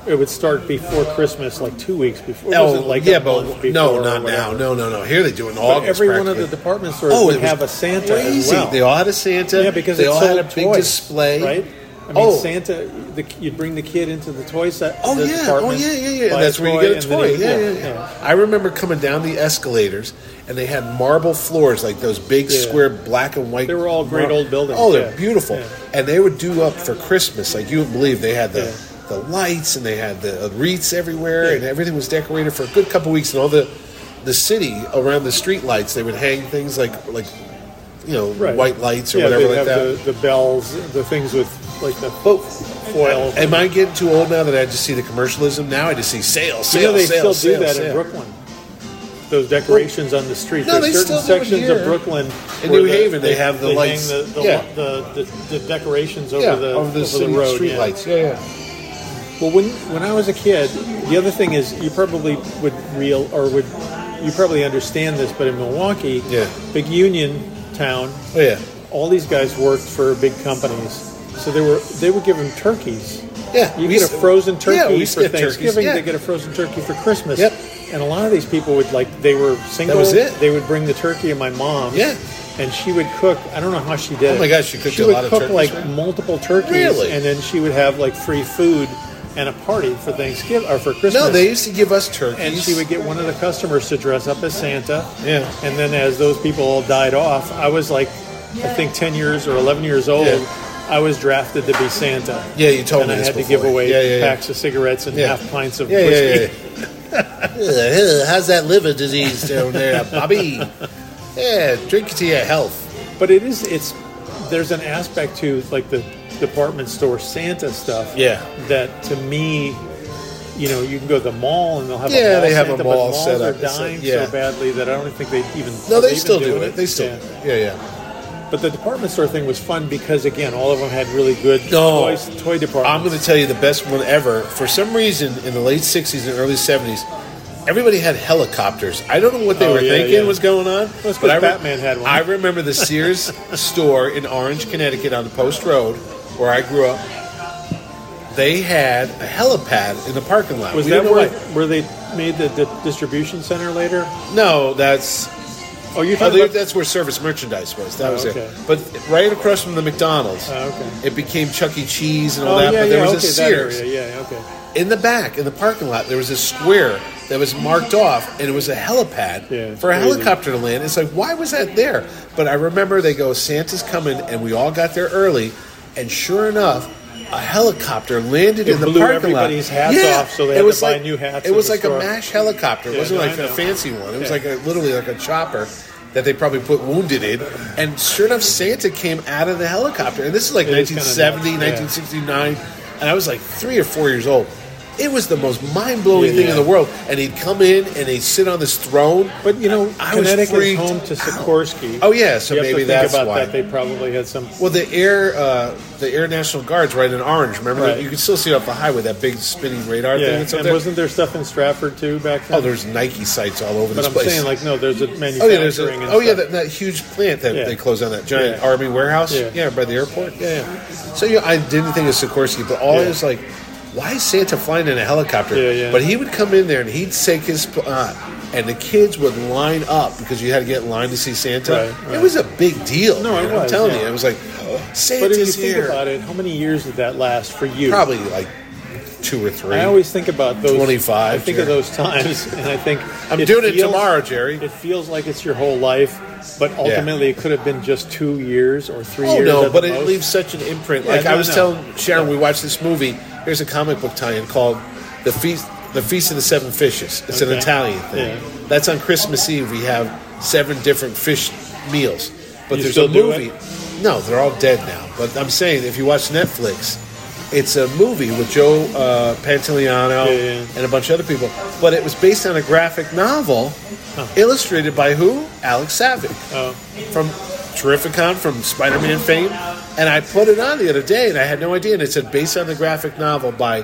Speaker 4: It would start before Christmas, like two weeks before. It
Speaker 2: Oh,
Speaker 4: wasn't like
Speaker 2: yeah,
Speaker 4: a
Speaker 2: but
Speaker 4: month before
Speaker 2: no,
Speaker 4: or
Speaker 2: not now.
Speaker 4: whatever.
Speaker 2: No, no, no. Here they do it in
Speaker 4: But
Speaker 2: August.
Speaker 4: every one of the
Speaker 2: practically. Oh,
Speaker 4: department stores
Speaker 2: it
Speaker 4: would
Speaker 2: was
Speaker 4: have a Santa as
Speaker 2: crazy.
Speaker 4: well.
Speaker 2: They all had a Santa.
Speaker 4: Yeah, because
Speaker 2: they
Speaker 4: it
Speaker 2: all
Speaker 4: sold
Speaker 2: had a big
Speaker 4: toys,
Speaker 2: display,
Speaker 4: right? I mean,
Speaker 2: oh,
Speaker 4: Santa, the, you'd bring the kid into the toy set.
Speaker 2: Oh
Speaker 4: the
Speaker 2: yeah, oh
Speaker 4: department,
Speaker 2: yeah, yeah, yeah.
Speaker 4: buy
Speaker 2: And that's where you get a
Speaker 4: and
Speaker 2: toy.
Speaker 4: then
Speaker 2: Yeah,
Speaker 4: he-
Speaker 2: yeah, yeah, I remember coming down the escalators, and they had marble floors, like those big
Speaker 4: Yeah.
Speaker 2: square black and white.
Speaker 4: They were all great
Speaker 2: marble-
Speaker 4: old buildings,
Speaker 2: Oh, they're
Speaker 4: yeah,
Speaker 2: beautiful,
Speaker 4: yeah.
Speaker 2: and they would do up for Christmas. Like you would believe, they had the.
Speaker 4: Yeah.
Speaker 2: The lights and they had the uh, wreaths everywhere,
Speaker 4: Yeah.
Speaker 2: and everything was decorated for a good couple weeks. And all the the city around the street lights, they would hang things like like you know
Speaker 4: Right.
Speaker 2: white lights or
Speaker 4: Yeah,
Speaker 2: whatever
Speaker 4: they'd
Speaker 2: like
Speaker 4: have
Speaker 2: that. Oh.
Speaker 4: The, the bells, the things with like the boat foil.
Speaker 2: Am I getting too old now that I just see the commercialism? Now I just see sales,
Speaker 4: you
Speaker 2: sales,
Speaker 4: know they still
Speaker 2: sales,
Speaker 4: do
Speaker 2: sales,
Speaker 4: that
Speaker 2: sales.
Speaker 4: in Brooklyn. Those decorations on the street.
Speaker 2: No,
Speaker 4: There's
Speaker 2: they
Speaker 4: certain
Speaker 2: still do it
Speaker 4: sections of
Speaker 2: here.
Speaker 4: Brooklyn.
Speaker 2: In
Speaker 4: where
Speaker 2: New
Speaker 4: the-
Speaker 2: Haven, they have the
Speaker 4: hang
Speaker 2: lights.
Speaker 4: the, the,
Speaker 2: Yeah.
Speaker 4: the, the, the decorations over
Speaker 2: yeah,
Speaker 4: the
Speaker 2: over the, city
Speaker 4: road.
Speaker 2: street
Speaker 4: yeah.
Speaker 2: lights. Yeah, yeah.
Speaker 4: Well, when when I was a kid, the other thing is you probably would real or would you probably understand this, but in Milwaukee,
Speaker 2: Yeah.
Speaker 4: big union town,
Speaker 2: Oh yeah,
Speaker 4: all these guys worked for big companies, so they were they would give them turkeys.
Speaker 2: yeah.
Speaker 4: You
Speaker 2: we
Speaker 4: get a
Speaker 2: used to-
Speaker 4: frozen turkey
Speaker 2: yeah, we used to
Speaker 4: for
Speaker 2: get turkeys,
Speaker 4: Thanksgiving.
Speaker 2: yeah.
Speaker 4: They get a frozen turkey for Christmas.
Speaker 2: Yep.
Speaker 4: And a lot of these people would like they were single.
Speaker 2: was it.
Speaker 4: They would bring the turkey and my mom.
Speaker 2: Yeah.
Speaker 4: And she would cook. I don't know how she did.
Speaker 2: Oh my
Speaker 4: it.
Speaker 2: gosh, she cooked a
Speaker 4: would
Speaker 2: lot of
Speaker 4: cook
Speaker 2: turkeys,
Speaker 4: like
Speaker 2: right?
Speaker 4: multiple turkeys.
Speaker 2: Really?
Speaker 4: And then she would have like free food and a party for Thanksgiving or for Christmas.
Speaker 2: No, they used to give us turkeys.
Speaker 4: And she would get one of the customers to dress up as Santa.
Speaker 2: Yeah.
Speaker 4: And then as those people all died off, I was like, I think 10 years or 11 years old,
Speaker 2: Yeah.
Speaker 4: I was drafted to be Santa.
Speaker 2: Yeah, you told
Speaker 4: and
Speaker 2: me
Speaker 4: I
Speaker 2: this
Speaker 4: had to
Speaker 2: before.
Speaker 4: give away
Speaker 2: Yeah, yeah, yeah.
Speaker 4: packs of cigarettes and
Speaker 2: Yeah.
Speaker 4: half pints of
Speaker 2: Yeah, yeah,
Speaker 4: whiskey.
Speaker 2: yeah. Ugh, ugh, How's that liver disease down there, Bobby? Yeah, drink to your health.
Speaker 4: But it is, it's, there's an aspect to like the department store Santa stuff.
Speaker 2: Yeah.
Speaker 4: That to me, you know, you can go to the mall and they'll have
Speaker 2: Yeah,
Speaker 4: a mall
Speaker 2: they have a
Speaker 4: Santa,
Speaker 2: mall
Speaker 4: but malls
Speaker 2: set up.
Speaker 4: are
Speaker 2: It's
Speaker 4: dying
Speaker 2: like- yeah.
Speaker 4: so badly that I don't think they even
Speaker 2: No,
Speaker 4: believe
Speaker 2: they
Speaker 4: in
Speaker 2: still do
Speaker 4: doing
Speaker 2: it. They still,
Speaker 4: Yeah.
Speaker 2: do it. yeah, yeah.
Speaker 4: But the department store thing was fun because again, all of them had really good
Speaker 2: No.
Speaker 4: toys, toy departments.
Speaker 2: I'm going to tell you the best one ever. For some reason, in the late '60s and early '70s, everybody had helicopters. I don't know what they
Speaker 4: Oh,
Speaker 2: were
Speaker 4: yeah,
Speaker 2: thinking
Speaker 4: yeah.
Speaker 2: was going on,
Speaker 4: Well, it's 'cause
Speaker 2: I
Speaker 4: Batman had one.
Speaker 2: I remember the Sears store in Orange, Connecticut, on the Post Road, where I grew up. They had a helipad in the parking lot.
Speaker 4: was
Speaker 2: We
Speaker 4: that
Speaker 2: didn't know
Speaker 4: where,
Speaker 2: why.
Speaker 4: where they made the di- distribution center later?
Speaker 2: No, that's
Speaker 4: Oh, you're
Speaker 2: oh,
Speaker 4: talking
Speaker 2: they-
Speaker 4: about
Speaker 2: that's where service merchandise was. That
Speaker 4: Oh,
Speaker 2: was
Speaker 4: okay.
Speaker 2: it. But right across from the McDonald's,
Speaker 4: Oh, okay.
Speaker 2: it became Chuck E. Cheese and all
Speaker 4: Oh,
Speaker 2: that.
Speaker 4: yeah,
Speaker 2: but there
Speaker 4: yeah,
Speaker 2: was
Speaker 4: okay,
Speaker 2: a
Speaker 4: that
Speaker 2: Sears.
Speaker 4: area. Yeah, okay.
Speaker 2: in the back in the parking lot there was a square that was marked off and it was a helipad
Speaker 4: Yeah,
Speaker 2: for a
Speaker 4: crazy.
Speaker 2: helicopter to land it's like why was that there but i remember they go santa's coming and we all got there early and sure enough a helicopter landed
Speaker 4: It
Speaker 2: in the
Speaker 4: blew
Speaker 2: parking lot.
Speaker 4: everybody's hats
Speaker 2: yeah,
Speaker 4: off, so they
Speaker 2: it
Speaker 4: had to
Speaker 2: was
Speaker 4: buy
Speaker 2: like-
Speaker 4: new hats
Speaker 2: It
Speaker 4: at
Speaker 2: was
Speaker 4: the
Speaker 2: like
Speaker 4: store.
Speaker 2: a mash helicopter. It
Speaker 4: Yeah,
Speaker 2: wasn't
Speaker 4: no,
Speaker 2: like
Speaker 4: I
Speaker 2: a
Speaker 4: know.
Speaker 2: fancy one. It was
Speaker 4: Yeah.
Speaker 2: like a, literally like a chopper that they probably put wounded in. And sure enough, Santa came out of the helicopter. And this is like
Speaker 4: It is kinda nuts,
Speaker 2: 1970,
Speaker 4: yeah.
Speaker 2: 1969, and I was like three or four years old. It was the most mind blowing
Speaker 4: Yeah,
Speaker 2: thing
Speaker 4: yeah.
Speaker 2: in the world. And he'd come in and he'd sit on this throne.
Speaker 4: But you know,
Speaker 2: I was
Speaker 4: Connecticut is
Speaker 2: freaked
Speaker 4: home to Sikorsky.
Speaker 2: Oh, yeah, so
Speaker 4: You have
Speaker 2: maybe
Speaker 4: to think
Speaker 2: that's
Speaker 4: about
Speaker 2: why.
Speaker 4: that. They probably had some.
Speaker 2: Well, the air, uh, the air national guards, right in orange. Remember,
Speaker 4: Right.
Speaker 2: you can still see it off the highway that big spinning radar thing.
Speaker 4: Yeah,
Speaker 2: That's up
Speaker 4: and
Speaker 2: there.
Speaker 4: wasn't there stuff in Stratford too back then?
Speaker 2: oh, there's Nike sites all over
Speaker 4: but
Speaker 2: this
Speaker 4: I'm
Speaker 2: place.
Speaker 4: saying like no, there's a manufacturing.
Speaker 2: oh yeah, there's a,
Speaker 4: and
Speaker 2: oh yeah,
Speaker 4: stuff.
Speaker 2: that, that huge plant that
Speaker 4: Yeah.
Speaker 2: they closed down, that giant
Speaker 4: Yeah.
Speaker 2: army warehouse.
Speaker 4: Yeah.
Speaker 2: Yeah. by the airport.
Speaker 4: yeah, yeah.
Speaker 2: So yeah, I didn't think of Sikorsky, but all
Speaker 4: Yeah.
Speaker 2: I was like, why is Santa flying in a helicopter?
Speaker 4: Yeah, yeah.
Speaker 2: But he would come in there and he'd take his spot, and the kids would line up because you had to get in line to see Santa.
Speaker 4: Right, right.
Speaker 2: It was a big deal.
Speaker 4: No, it
Speaker 2: man. I'm
Speaker 4: was,
Speaker 2: telling
Speaker 4: yeah.
Speaker 2: you, it was like
Speaker 4: But if you
Speaker 2: Santa's
Speaker 4: think
Speaker 2: here.
Speaker 4: about it, how many years did that last for you?
Speaker 2: Probably like two or three.
Speaker 4: I always think about those.
Speaker 2: 25,
Speaker 4: I think of
Speaker 2: Jerry.
Speaker 4: those times, and I think
Speaker 2: I'm doing it tomorrow, Jerry.
Speaker 4: It feels like it's your whole life, but ultimately it could have been just two years or three
Speaker 2: Oh
Speaker 4: years.
Speaker 2: no,
Speaker 4: at
Speaker 2: but
Speaker 4: the
Speaker 2: it
Speaker 4: most.
Speaker 2: leaves such an imprint.
Speaker 4: Yeah,
Speaker 2: like I
Speaker 4: no,
Speaker 2: was
Speaker 4: no.
Speaker 2: telling Sharon, we watched this movie. There's a comic book tie-in called "The Feast." The Feast of the Seven Fishes. It's an
Speaker 4: Okay.
Speaker 2: Italian thing.
Speaker 4: Yeah.
Speaker 2: That's on Christmas Eve. We have seven different fish meals. But
Speaker 4: You
Speaker 2: there's
Speaker 4: still
Speaker 2: a
Speaker 4: do it?
Speaker 2: movie. No, they're all dead now. But I'm saying, if you watch Netflix, it's a movie with Joe uh, Pantoliano
Speaker 4: Yeah, yeah.
Speaker 2: and a bunch of other people. But it was based on a graphic novel illustrated by who? Alex Savick
Speaker 4: Oh,
Speaker 2: from Terrificon from Spider Man fame. And I put it on the other day and I had no idea. And it said based on the graphic novel by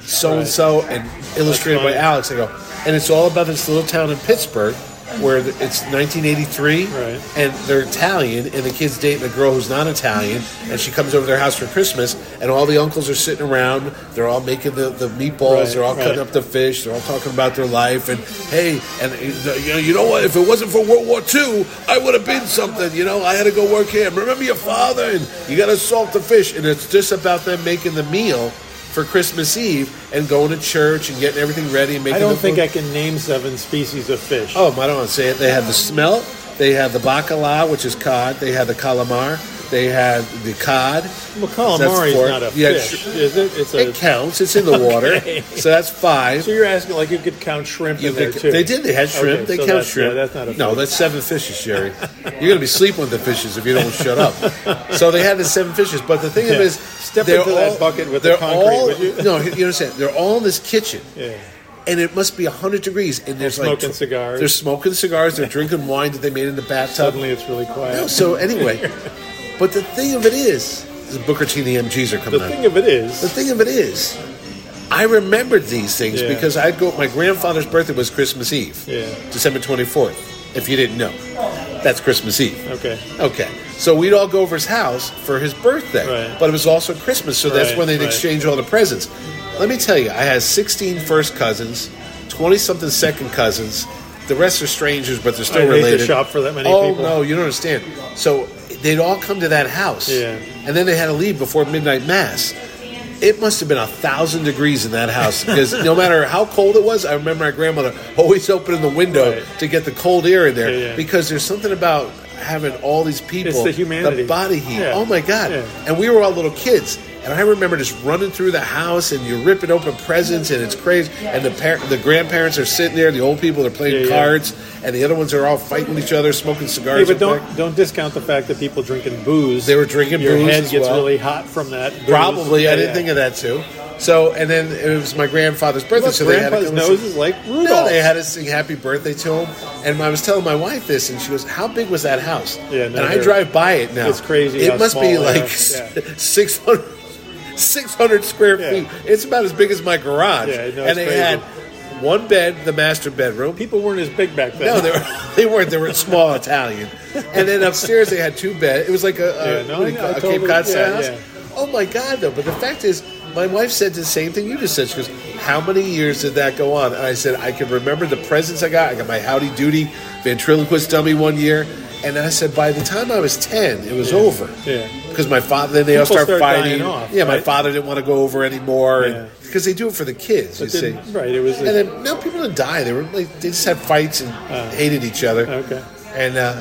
Speaker 2: so and so and illustrated by
Speaker 4: funny.
Speaker 2: Alex. I go, and it's all about this little town in Pittsburgh where the- it's 1983
Speaker 4: Right.
Speaker 2: and they're Italian and the kid's dating a girl who's not Italian and she comes over to their house for Christmas and all the uncles are sitting around. They're all making the, the meatballs,
Speaker 4: Right,
Speaker 2: they're all
Speaker 4: right.
Speaker 2: cutting up the fish, they're all talking about their life and hey, and uh, you know, you know what? If it wasn't for World War II, I would have been something. You know, I had to go work here. Remember your father and you got to salt the fish. And it's just about them making the meal for Christmas Eve and going to church and getting everything ready and making.
Speaker 4: I
Speaker 2: the
Speaker 4: don't think
Speaker 2: food.
Speaker 4: I can name seven species of fish.
Speaker 2: Oh, I don't want to say it. They had the smelt. They had the bacala, which is cod. They had the calamar. They had the cod.
Speaker 4: well, calamari
Speaker 2: that's
Speaker 4: is
Speaker 2: four.
Speaker 4: not a
Speaker 2: Yeah,
Speaker 4: fish,
Speaker 2: sh-
Speaker 4: is it? It's a.
Speaker 2: It counts. It's in the
Speaker 4: Okay.
Speaker 2: water. So that's five.
Speaker 4: so you're asking like you could count shrimp
Speaker 2: You
Speaker 4: in there
Speaker 2: could-
Speaker 4: too?
Speaker 2: They did. They had shrimp.
Speaker 4: Okay,
Speaker 2: they
Speaker 4: so
Speaker 2: count
Speaker 4: that's-
Speaker 2: shrimp.
Speaker 4: yeah, that's not a
Speaker 2: no,
Speaker 4: fish.
Speaker 2: that's seven fishes, Jerry. You're gonna be sleeping with the fishes if you don't shut up. So they had the seven fishes. But the thing of it
Speaker 4: Yeah.
Speaker 2: is,
Speaker 4: Step
Speaker 2: they're
Speaker 4: into that
Speaker 2: all-
Speaker 4: bucket with the
Speaker 2: they're
Speaker 4: concrete,
Speaker 2: all-
Speaker 4: would you?
Speaker 2: No, you understand. They're all in this kitchen
Speaker 4: Yeah.
Speaker 2: and it must be 100 degrees and there's like
Speaker 4: smoking cigars.
Speaker 2: they're smoking cigars they're drinking wine that they made in the bathtub
Speaker 4: Suddenly it's really quiet.
Speaker 2: so anyway but the thing of it is the booker t and the mgs are coming
Speaker 4: the
Speaker 2: on
Speaker 4: thing of it is,
Speaker 2: the thing of it is i remembered these things
Speaker 4: Yeah.
Speaker 2: because i'd go my grandfather's birthday was christmas eve
Speaker 4: Yeah.
Speaker 2: december 24th if you didn't know that's christmas eve
Speaker 4: okay.
Speaker 2: Okay. So we'd all go over his house for his birthday.
Speaker 4: Right.
Speaker 2: But it was also Christmas, so that's
Speaker 4: Right,
Speaker 2: when they'd
Speaker 4: right.
Speaker 2: exchange all the presents. Let me tell you, I had 16 first cousins, 20 something second cousins. The rest are strangers, but they're still
Speaker 4: I hate to
Speaker 2: related.
Speaker 4: shop for that many
Speaker 2: oh,
Speaker 4: people.
Speaker 2: no, you don't understand. So they'd all come to that house.
Speaker 4: Yeah.
Speaker 2: And then they had to leave before midnight mass. It must have been a thousand degrees in that house because no matter how cold it was, I remember my grandmother always opening the window
Speaker 4: Right.
Speaker 2: to get the cold air in there
Speaker 4: Yeah, yeah.
Speaker 2: because there's something about having all these people
Speaker 4: It's the humanity.
Speaker 2: the body heat.
Speaker 4: Yeah.
Speaker 2: Oh my god!
Speaker 4: Yeah.
Speaker 2: And we were all little kids, and I remember just running through the house, and you're ripping open presents, and it's crazy. And the par- the grandparents are sitting there, the old people are
Speaker 4: Yeah,
Speaker 2: playing
Speaker 4: yeah.
Speaker 2: cards, and the other ones are all fighting with each other, smoking
Speaker 4: Hey,
Speaker 2: cigars.
Speaker 4: but
Speaker 2: and
Speaker 4: don't
Speaker 2: back-
Speaker 4: don't discount the fact that people drinking booze.
Speaker 2: They were drinking
Speaker 4: Your
Speaker 2: booze
Speaker 4: head
Speaker 2: as
Speaker 4: gets
Speaker 2: well.
Speaker 4: really hot from that. booze.
Speaker 2: Probably,
Speaker 4: Yeah,
Speaker 2: I didn't
Speaker 4: yeah.
Speaker 2: think of that too. So, and then it was my grandfather's birthday,
Speaker 4: Look,
Speaker 2: so they had to
Speaker 4: grandpa's
Speaker 2: come and
Speaker 4: nose
Speaker 2: see-
Speaker 4: is like Rudolph.
Speaker 2: No, they had us sing happy birthday to him. And I was telling my wife this, and she goes, How big was that house?
Speaker 4: Yeah, no,
Speaker 2: and I
Speaker 4: they're-
Speaker 2: drive by it now.
Speaker 4: it's crazy how
Speaker 2: It must be
Speaker 4: small they
Speaker 2: like
Speaker 4: are. Yeah.
Speaker 2: 600, 600 square
Speaker 4: Yeah.
Speaker 2: feet. It's about as big as my garage.
Speaker 4: Yeah, no, it's
Speaker 2: and they
Speaker 4: crazy.
Speaker 2: had one bed, the master bedroom.
Speaker 4: people weren't as big back then.
Speaker 2: No, they, were, they weren't. They were small Italian. And then upstairs they had two beds. It was like a, a,
Speaker 4: Yeah, no,
Speaker 2: what do you
Speaker 4: I know,
Speaker 2: call-
Speaker 4: I
Speaker 2: a
Speaker 4: totally-
Speaker 2: Cape Cod style
Speaker 4: yeah,
Speaker 2: house. Oh my God, though. But the fact is, my wife said the same thing you just said. She goes, How many years did that go on? And I said, I can remember the presents I got. I got my Howdy Doody ventriloquist dummy one year. And I said, By the time I was 10, it was over.
Speaker 4: Yeah.
Speaker 2: Because my father, then they all
Speaker 4: People
Speaker 2: start,
Speaker 4: start dying
Speaker 2: fighting.
Speaker 4: off,
Speaker 2: yeah, my
Speaker 4: right?
Speaker 2: father didn't want to go over anymore.
Speaker 4: Yeah.
Speaker 2: Because they do it for the kids,
Speaker 4: But
Speaker 2: you
Speaker 4: then-
Speaker 2: see.
Speaker 4: right, it was a-
Speaker 2: And then, no, people didn't die. They were like, they just had fights and hated each other.
Speaker 4: Oh. Okay.
Speaker 2: And uh,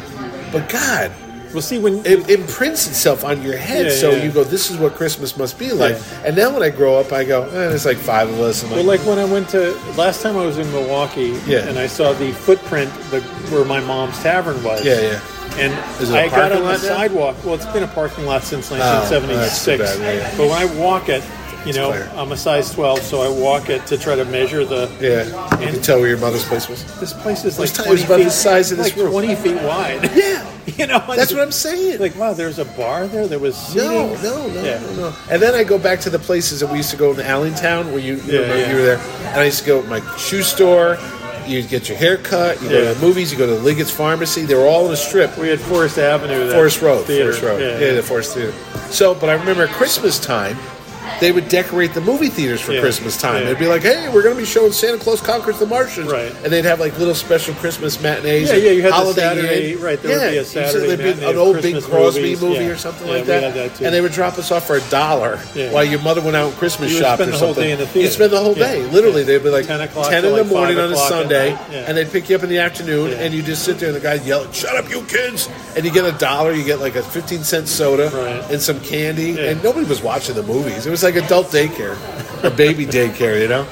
Speaker 2: but God,
Speaker 4: Well, see when
Speaker 2: it imprints itself on your head.
Speaker 4: Yeah,
Speaker 2: so
Speaker 4: yeah.
Speaker 2: you go, this is what Christmas must be like.
Speaker 4: Yeah.
Speaker 2: And now when I grow up, I go, eh, there's like five of us. I'm
Speaker 4: well,
Speaker 2: like,
Speaker 4: like when I went to last time I was in Milwaukee,
Speaker 2: Yeah.
Speaker 4: and I saw the footprint the, where my mom's tavern was.
Speaker 2: yeah, yeah.
Speaker 4: And
Speaker 2: Is it a
Speaker 4: I got
Speaker 2: parking
Speaker 4: on the
Speaker 2: lot now?
Speaker 4: sidewalk. Well, it's been a parking lot since 1976.
Speaker 2: that's too bad, yeah, yeah.
Speaker 4: But when I walk it, you know,
Speaker 2: fire.
Speaker 4: I'm a size 12, so I walk it to try to measure the.
Speaker 2: Yeah, you
Speaker 4: And-
Speaker 2: can tell where your mother's place was.
Speaker 4: This place is like
Speaker 2: This tile
Speaker 4: 20
Speaker 2: is about
Speaker 4: feet,
Speaker 2: the size of this
Speaker 4: like
Speaker 2: room.
Speaker 4: 20 feet wide.
Speaker 2: Yeah,
Speaker 4: you know,
Speaker 2: that's what I'm saying.
Speaker 4: Like, wow, there's a bar there. There was seating.
Speaker 2: No, no, no,
Speaker 4: Yeah.
Speaker 2: no, no. And then I go back to the places that we used to go in Allentown where you you,
Speaker 4: Yeah,
Speaker 2: remember
Speaker 4: yeah.
Speaker 2: you were there. And I used to go to my shoe store. You get your hair cut. You go
Speaker 4: Yeah.
Speaker 2: to the movies. You go to Liggett's Pharmacy. They were all in a strip.
Speaker 4: We had Forest Avenue. That
Speaker 2: Forest Road.
Speaker 4: Theater.
Speaker 2: Forest Road.
Speaker 4: Yeah.
Speaker 2: Yeah, the Forest Theater. So, but I remember at Christmas time, they would decorate the movie theaters for
Speaker 4: Yeah.
Speaker 2: Christmas time.
Speaker 4: Yeah.
Speaker 2: They'd be like, "Hey, we're going to be showing Santa Claus Conquers the Martians,"
Speaker 4: Right.
Speaker 2: and they'd have like little special Christmas matinees.
Speaker 4: Yeah,
Speaker 2: and
Speaker 4: yeah, you had the
Speaker 2: Holiday
Speaker 4: Saturday-
Speaker 2: Inn.
Speaker 4: right, there would
Speaker 2: yeah,
Speaker 4: be a
Speaker 2: you said
Speaker 4: Saturday
Speaker 2: there'd be
Speaker 4: matinee
Speaker 2: an
Speaker 4: of
Speaker 2: old
Speaker 4: Christmas
Speaker 2: Big Crosby
Speaker 4: movies.
Speaker 2: movie
Speaker 4: Yeah.
Speaker 2: or something
Speaker 4: Yeah,
Speaker 2: like
Speaker 4: we
Speaker 2: that,
Speaker 4: had that too.
Speaker 2: and they would drop us off for a dollar
Speaker 4: Yeah.
Speaker 2: while your mother went out and Christmas
Speaker 4: You would
Speaker 2: shopped
Speaker 4: spend
Speaker 2: or
Speaker 4: the whole
Speaker 2: something.
Speaker 4: day in the theater.
Speaker 2: You'd spend the whole
Speaker 4: Yeah.
Speaker 2: day. Literally, they'd be like
Speaker 4: 10
Speaker 2: ten,
Speaker 4: o'clock to
Speaker 2: in the
Speaker 4: like
Speaker 2: morning
Speaker 4: 5
Speaker 2: on a
Speaker 4: o'clock at
Speaker 2: Sunday,
Speaker 4: night. Yeah.
Speaker 2: and they pick you up in the afternoon,
Speaker 4: Yeah.
Speaker 2: and you just sit there, and the guy yelling, "Shut up, you kids!" And you get a dollar, you get like a fifteen cent soda
Speaker 4: Right.
Speaker 2: and some candy,
Speaker 4: Yeah.
Speaker 2: and nobody was watching the movies. It was like adult daycare, or baby daycare, you know.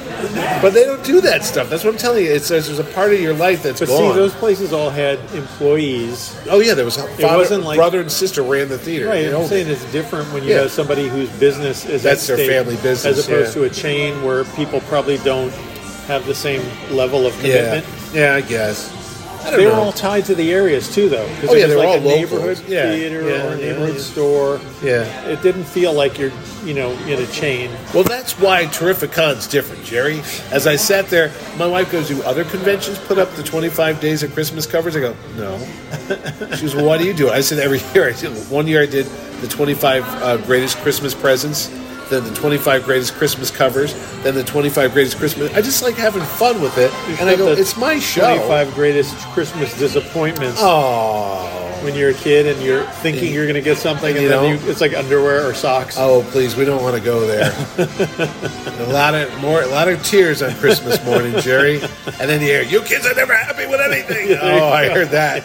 Speaker 2: But they don't do that stuff. That's what I'm telling you. It's there's, there's a part of your life that's
Speaker 4: But
Speaker 2: gone.
Speaker 4: see, those places all had employees.
Speaker 2: oh yeah, there was father,
Speaker 4: wasn't like-
Speaker 2: brother and sister ran the theater.
Speaker 4: Right,
Speaker 2: They
Speaker 4: I'm
Speaker 2: owned
Speaker 4: saying
Speaker 2: it.
Speaker 4: it's different when you
Speaker 2: Yeah.
Speaker 4: have somebody whose business is
Speaker 2: That's
Speaker 4: at
Speaker 2: their
Speaker 4: stake,
Speaker 2: family business,
Speaker 4: as opposed
Speaker 2: yeah.
Speaker 4: to a chain where people probably don't have the same level of
Speaker 2: yeah,
Speaker 4: commitment.
Speaker 2: yeah, I guess. I don't
Speaker 4: They were
Speaker 2: know.
Speaker 4: all tied to the areas too, though. 'cause
Speaker 2: Oh,
Speaker 4: it
Speaker 2: yeah,
Speaker 4: was
Speaker 2: they were
Speaker 4: like
Speaker 2: all
Speaker 4: a
Speaker 2: local.
Speaker 4: neighborhood
Speaker 2: Yeah,
Speaker 4: theater
Speaker 2: yeah,
Speaker 4: or a
Speaker 2: yeah,
Speaker 4: neighborhood
Speaker 2: yeah.
Speaker 4: store.
Speaker 2: yeah.
Speaker 4: It didn't feel like you're, you know, in a chain.
Speaker 2: Well, that's why Terrificon's different, Jerry. As I sat there, my wife goes, "Do other conventions put up the 25 days of Christmas covers?" I go, "No." She goes, "Well, why do you do it?" I said, "Every year I do. it." One year I did the 25 uh, greatest Christmas presents, then the 25 greatest Christmas covers, then the 25 greatest Christmas." I just like having fun with it, and I go,
Speaker 4: Except the
Speaker 2: "It's my show."
Speaker 4: Twenty-five greatest Christmas disappointments
Speaker 2: Oh,
Speaker 4: when you're a kid and you're thinking you're going to get something, and
Speaker 2: You
Speaker 4: then
Speaker 2: know?
Speaker 4: you, it's like underwear or socks.
Speaker 2: oh, please, we don't want to go there. a lot of more, a lot of tears on Christmas morning, Jerry. And then you hear, "You kids are never happy with anything." oh, I heard that.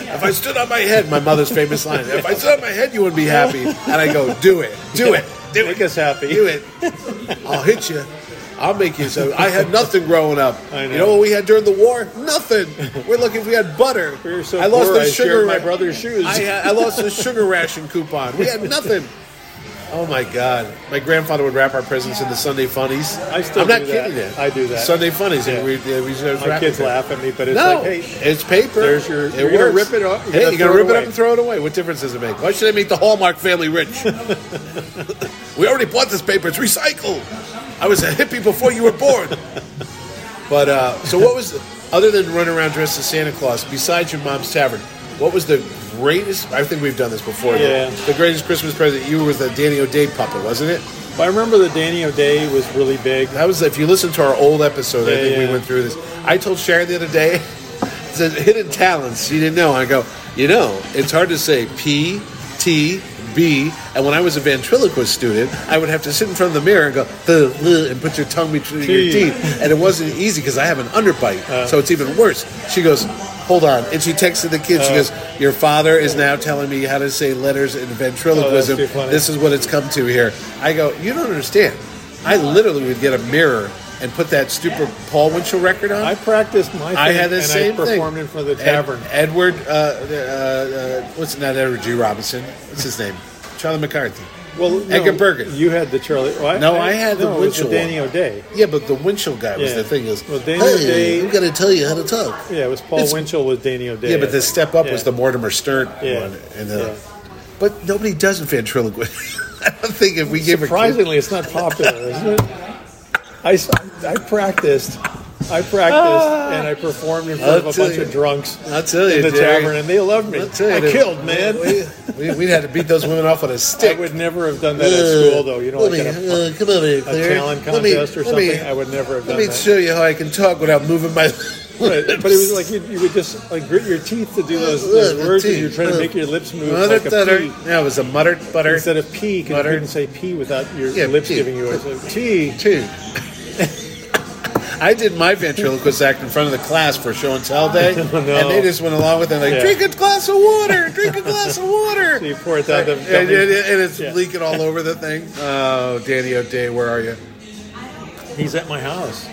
Speaker 2: If I stood on my head, my mother's famous line. If I stood on my head, you wouldn't be happy. And I go, "Do it, do it, do
Speaker 4: Make
Speaker 2: it,
Speaker 4: us happy.
Speaker 2: do it. I'll hit you. I'll make you so." I had nothing growing up.
Speaker 4: I know.
Speaker 2: You know what we had during the war? Nothing. We're lucky if we had butter.
Speaker 4: We were so
Speaker 2: I lost
Speaker 4: poor,
Speaker 2: the
Speaker 4: I
Speaker 2: sugar.
Speaker 4: shared my brother's shoes.
Speaker 2: I, had- I lost the sugar ration coupon. We had nothing. Oh my God! My grandfather would wrap our presents in the Sunday funnies.
Speaker 4: I still
Speaker 2: I'm not
Speaker 4: do that.
Speaker 2: kidding you.
Speaker 4: I do that.
Speaker 2: Sunday funnies.
Speaker 4: Yeah.
Speaker 2: And we, uh, we just
Speaker 4: My
Speaker 2: wrap
Speaker 4: kids
Speaker 2: it.
Speaker 4: laugh at me, but it's
Speaker 2: No,
Speaker 4: like, hey,
Speaker 2: it's paper.
Speaker 4: there's your-
Speaker 2: It
Speaker 4: you're gonna
Speaker 2: works.
Speaker 4: rip it up, you're
Speaker 2: Hey,
Speaker 4: gonna
Speaker 2: you gotta
Speaker 4: throw it
Speaker 2: rip it
Speaker 4: away.
Speaker 2: up and throw it away. What difference does it make? Why should I make the Hallmark family rich? we already bought this paper. It's recycled. I was a hippie before you were born. but uh, so, what was other than running around dressed as Santa Claus? Besides your mom's tavern, what was the greatest? I think we've done this before. but
Speaker 4: Yeah.
Speaker 2: The greatest Christmas present you were was the Danny O'Day puppet, wasn't it?
Speaker 4: I remember the Danny O'Day was really big.
Speaker 2: That was if you listen to our old episode. I
Speaker 4: Yeah,
Speaker 2: think
Speaker 4: yeah.
Speaker 2: we went through this. I told Sharon the other day the hidden talents she didn't know. I go, you know, it's hard to say P T B. And when I was a ventriloquist student, I would have to sit in front of the mirror and go "Th, th," and put your tongue between
Speaker 4: Gee.
Speaker 2: your teeth, and it wasn't easy because I have an underbite,
Speaker 4: Uh.
Speaker 2: so it's even worse. She goes. Hold on, and she texted the
Speaker 4: Uh.
Speaker 2: kids. She goes, "Your father is now telling me how to say letters in ventriloquism.
Speaker 4: Oh, too funny.
Speaker 2: this is what it's come to here." I go, "You don't understand. I literally would get a mirror and put that stupid Paul Winchell record on.
Speaker 4: I practiced my thing,
Speaker 2: I had the
Speaker 4: and
Speaker 2: same
Speaker 4: I
Speaker 2: thing.
Speaker 4: performed in front of the
Speaker 2: Ed-
Speaker 4: tavern.
Speaker 2: Edward, uh, uh, uh, what's not Edward G. Robinson? What's his name? Charlie McCarthy.
Speaker 4: well, no,
Speaker 2: Edgar Bergen.
Speaker 4: You had the Charlie. well,
Speaker 2: No, I had the
Speaker 4: no, it was
Speaker 2: Winchell
Speaker 4: the Danny
Speaker 2: one.
Speaker 4: O'Day.
Speaker 2: Yeah, but the Winchell guy was
Speaker 4: Yeah.
Speaker 2: the thing. Is
Speaker 4: Well, Daniel
Speaker 2: hey,
Speaker 4: Day-
Speaker 2: I'm gonna tell you how to talk.
Speaker 4: Yeah, it was Paul
Speaker 2: It's-
Speaker 4: Winchell was Danny O'Day.
Speaker 2: Yeah, but the step up was
Speaker 4: Yeah.
Speaker 2: the Mortimer Stern
Speaker 4: Yeah.
Speaker 2: one, and the,
Speaker 4: Yeah.
Speaker 2: but nobody does ventriloquist. I don't think if we give a kid,
Speaker 4: Surprisingly, it's not popular, isn't it? I, s- I practiced. I practiced and I performed in front
Speaker 2: Ah. I'll
Speaker 4: of a
Speaker 2: tell
Speaker 4: bunch
Speaker 2: you.
Speaker 4: of drunks
Speaker 2: I'll tell you,
Speaker 4: in the
Speaker 2: Jerry.
Speaker 4: tavern, and they loved me.
Speaker 2: I'll tell you,
Speaker 4: I
Speaker 2: they-
Speaker 4: killed, man.
Speaker 2: We, we, we'd have to beat those women off with a
Speaker 4: I
Speaker 2: stick.
Speaker 4: would never have done that at school, though. You know,
Speaker 2: Uh, let
Speaker 4: like
Speaker 2: me,
Speaker 4: at a,
Speaker 2: uh, come over here,
Speaker 4: a
Speaker 2: Claire.
Speaker 4: talent
Speaker 2: Let me-
Speaker 4: contest or
Speaker 2: let
Speaker 4: something.
Speaker 2: me-
Speaker 4: I would never have
Speaker 2: Let
Speaker 4: done
Speaker 2: me
Speaker 4: that.
Speaker 2: show you how I can talk without moving my.
Speaker 4: Right, but it was like you, you would just like grit your teeth to do those, those words, and you're trying to make your lips move
Speaker 2: Mutter
Speaker 4: like a
Speaker 2: butter.
Speaker 4: P.
Speaker 2: Yeah, it was a muttered butter.
Speaker 4: Instead of P, because
Speaker 2: Mutter.
Speaker 4: you couldn't say P without your
Speaker 2: Yeah,
Speaker 4: lips
Speaker 2: P.
Speaker 4: giving you a so T.
Speaker 2: two. I did my ventriloquist act in front of the class for show and tell day, and they just went along with it. Like,
Speaker 4: Yeah.
Speaker 2: drink a glass of water, drink a glass of water.
Speaker 4: So you pour it down the
Speaker 2: and, and-
Speaker 4: gully.
Speaker 2: and it's
Speaker 4: Yeah.
Speaker 2: leaking all over the thing. Oh, Danny O'Day, where are you?
Speaker 4: He's at my house.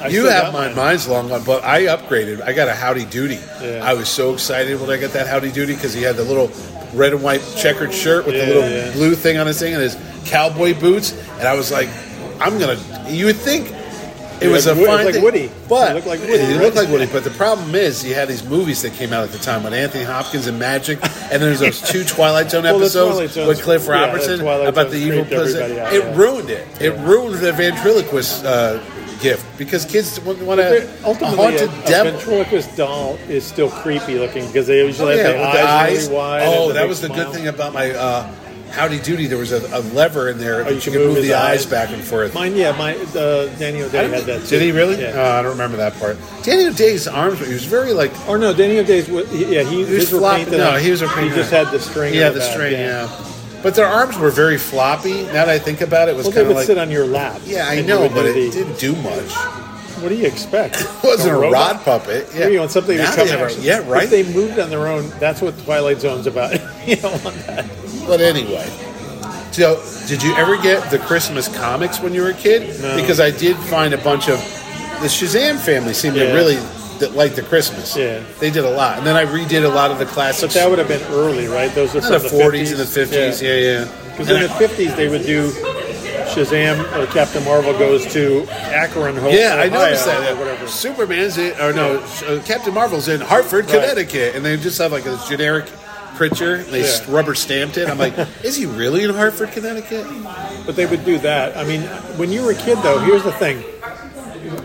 Speaker 4: I
Speaker 2: you
Speaker 4: still
Speaker 2: have
Speaker 4: got
Speaker 2: my
Speaker 4: mine.
Speaker 2: mind's long gone, but I upgraded. I got a Howdy Doody.
Speaker 4: Yeah.
Speaker 2: I was so excited when I got that Howdy Doody because he had the little red and white checkered shirt with
Speaker 4: Yeah,
Speaker 2: the little
Speaker 4: yeah.
Speaker 2: blue thing on his thing, and his cowboy boots, and I was like, I'm gonna. You would think it
Speaker 4: Yeah,
Speaker 2: was
Speaker 4: like
Speaker 2: a
Speaker 4: Wo- it
Speaker 2: fine
Speaker 4: was like
Speaker 2: thing,
Speaker 4: Woody.
Speaker 2: but
Speaker 4: It looked like Woody,
Speaker 2: It
Speaker 4: right?
Speaker 2: looked like Woody. But the problem is, you had these movies that came out at the time with Anthony Hopkins and Magic, and there's those two Twilight Zone
Speaker 4: Well, the
Speaker 2: episodes
Speaker 4: Twilight Zone's-
Speaker 2: with Cliff
Speaker 4: yeah, the
Speaker 2: Robertson
Speaker 4: Twilight
Speaker 2: about the
Speaker 4: Zone's
Speaker 2: evil
Speaker 4: creeped
Speaker 2: president.
Speaker 4: everybody out,
Speaker 2: it
Speaker 4: yeah.
Speaker 2: ruined it. It ruined the ventriloquist uh, gift because kids wouldn't want
Speaker 4: They're-
Speaker 2: to a
Speaker 4: Ultimately, a,
Speaker 2: haunted
Speaker 4: a
Speaker 2: devil.
Speaker 4: ventriloquist doll is still creepy looking because they usually
Speaker 2: Oh, yeah,
Speaker 4: have
Speaker 2: with
Speaker 4: their
Speaker 2: the
Speaker 4: eyes,
Speaker 2: eyes.
Speaker 4: really wide. and
Speaker 2: Oh,
Speaker 4: the
Speaker 2: that
Speaker 4: big
Speaker 2: was the
Speaker 4: smile.
Speaker 2: good thing about my uh, Howdy Doody. There was a, a lever in there that
Speaker 4: Oh, you
Speaker 2: you
Speaker 4: can
Speaker 2: could
Speaker 4: move
Speaker 2: move
Speaker 4: his
Speaker 2: the eyes
Speaker 4: eyes.
Speaker 2: back and forth.
Speaker 4: Mine, yeah, my uh, Danny O'Day had that.
Speaker 2: Did
Speaker 4: too.
Speaker 2: he really?
Speaker 4: Yeah.
Speaker 2: Oh, I don't remember that part. Daniel Day's arms, he was very like,
Speaker 4: or no, Danny O'Day's. wa- he- Yeah, he,
Speaker 2: was
Speaker 4: his were
Speaker 2: flopping-
Speaker 4: painted
Speaker 2: no,
Speaker 4: on-
Speaker 2: he was a
Speaker 4: He
Speaker 2: painted
Speaker 4: just
Speaker 2: on.
Speaker 4: had the string.
Speaker 2: he
Speaker 4: on
Speaker 2: had the
Speaker 4: back,
Speaker 2: string, yeah. But their arms were very floppy. Now that I think about it, it was
Speaker 4: Well, they
Speaker 2: kind
Speaker 4: would
Speaker 2: of like,
Speaker 4: sit on your lap.
Speaker 2: yeah, I
Speaker 4: and you
Speaker 2: know,
Speaker 4: would
Speaker 2: but
Speaker 4: the-
Speaker 2: it didn't do much.
Speaker 4: What do you expect?
Speaker 2: It wasn't a,
Speaker 4: robot?
Speaker 2: rod puppet. Yeah,
Speaker 4: You know, and something
Speaker 2: now
Speaker 4: would come
Speaker 2: they have a-
Speaker 4: out.
Speaker 2: Yeah, right.
Speaker 4: If they moved on their own, that's what Twilight Zone's about. you don't want that.
Speaker 2: But anyway, so did you ever get the Christmas comics when you were a kid?
Speaker 4: No.
Speaker 2: Because I did find a bunch of the Shazam family seemed to
Speaker 4: Yeah.
Speaker 2: really that like the Christmas.
Speaker 4: Yeah.
Speaker 2: they did a lot, and then I redid a lot of the
Speaker 4: But
Speaker 2: classics.
Speaker 4: that would have been early, right? Those are
Speaker 2: in the
Speaker 4: from
Speaker 2: forties and the fifties. Yeah, yeah.
Speaker 4: Because
Speaker 2: And
Speaker 4: in the
Speaker 2: I-
Speaker 4: fifties they would do Shazam or Captain Marvel goes to Akron, Ho-
Speaker 2: yeah, I
Speaker 4: Ohio,
Speaker 2: noticed that.
Speaker 4: or whatever.
Speaker 2: Superman's in, or no, uh, Captain Marvel's in Hartford,
Speaker 4: Right.
Speaker 2: Connecticut, and they just have like a generic picture. And they
Speaker 4: Yeah.
Speaker 2: s rubber stamped it. I'm like, is he really in Hartford, Connecticut?
Speaker 4: But they would do that. I mean, when you were a kid, though, here's the thing.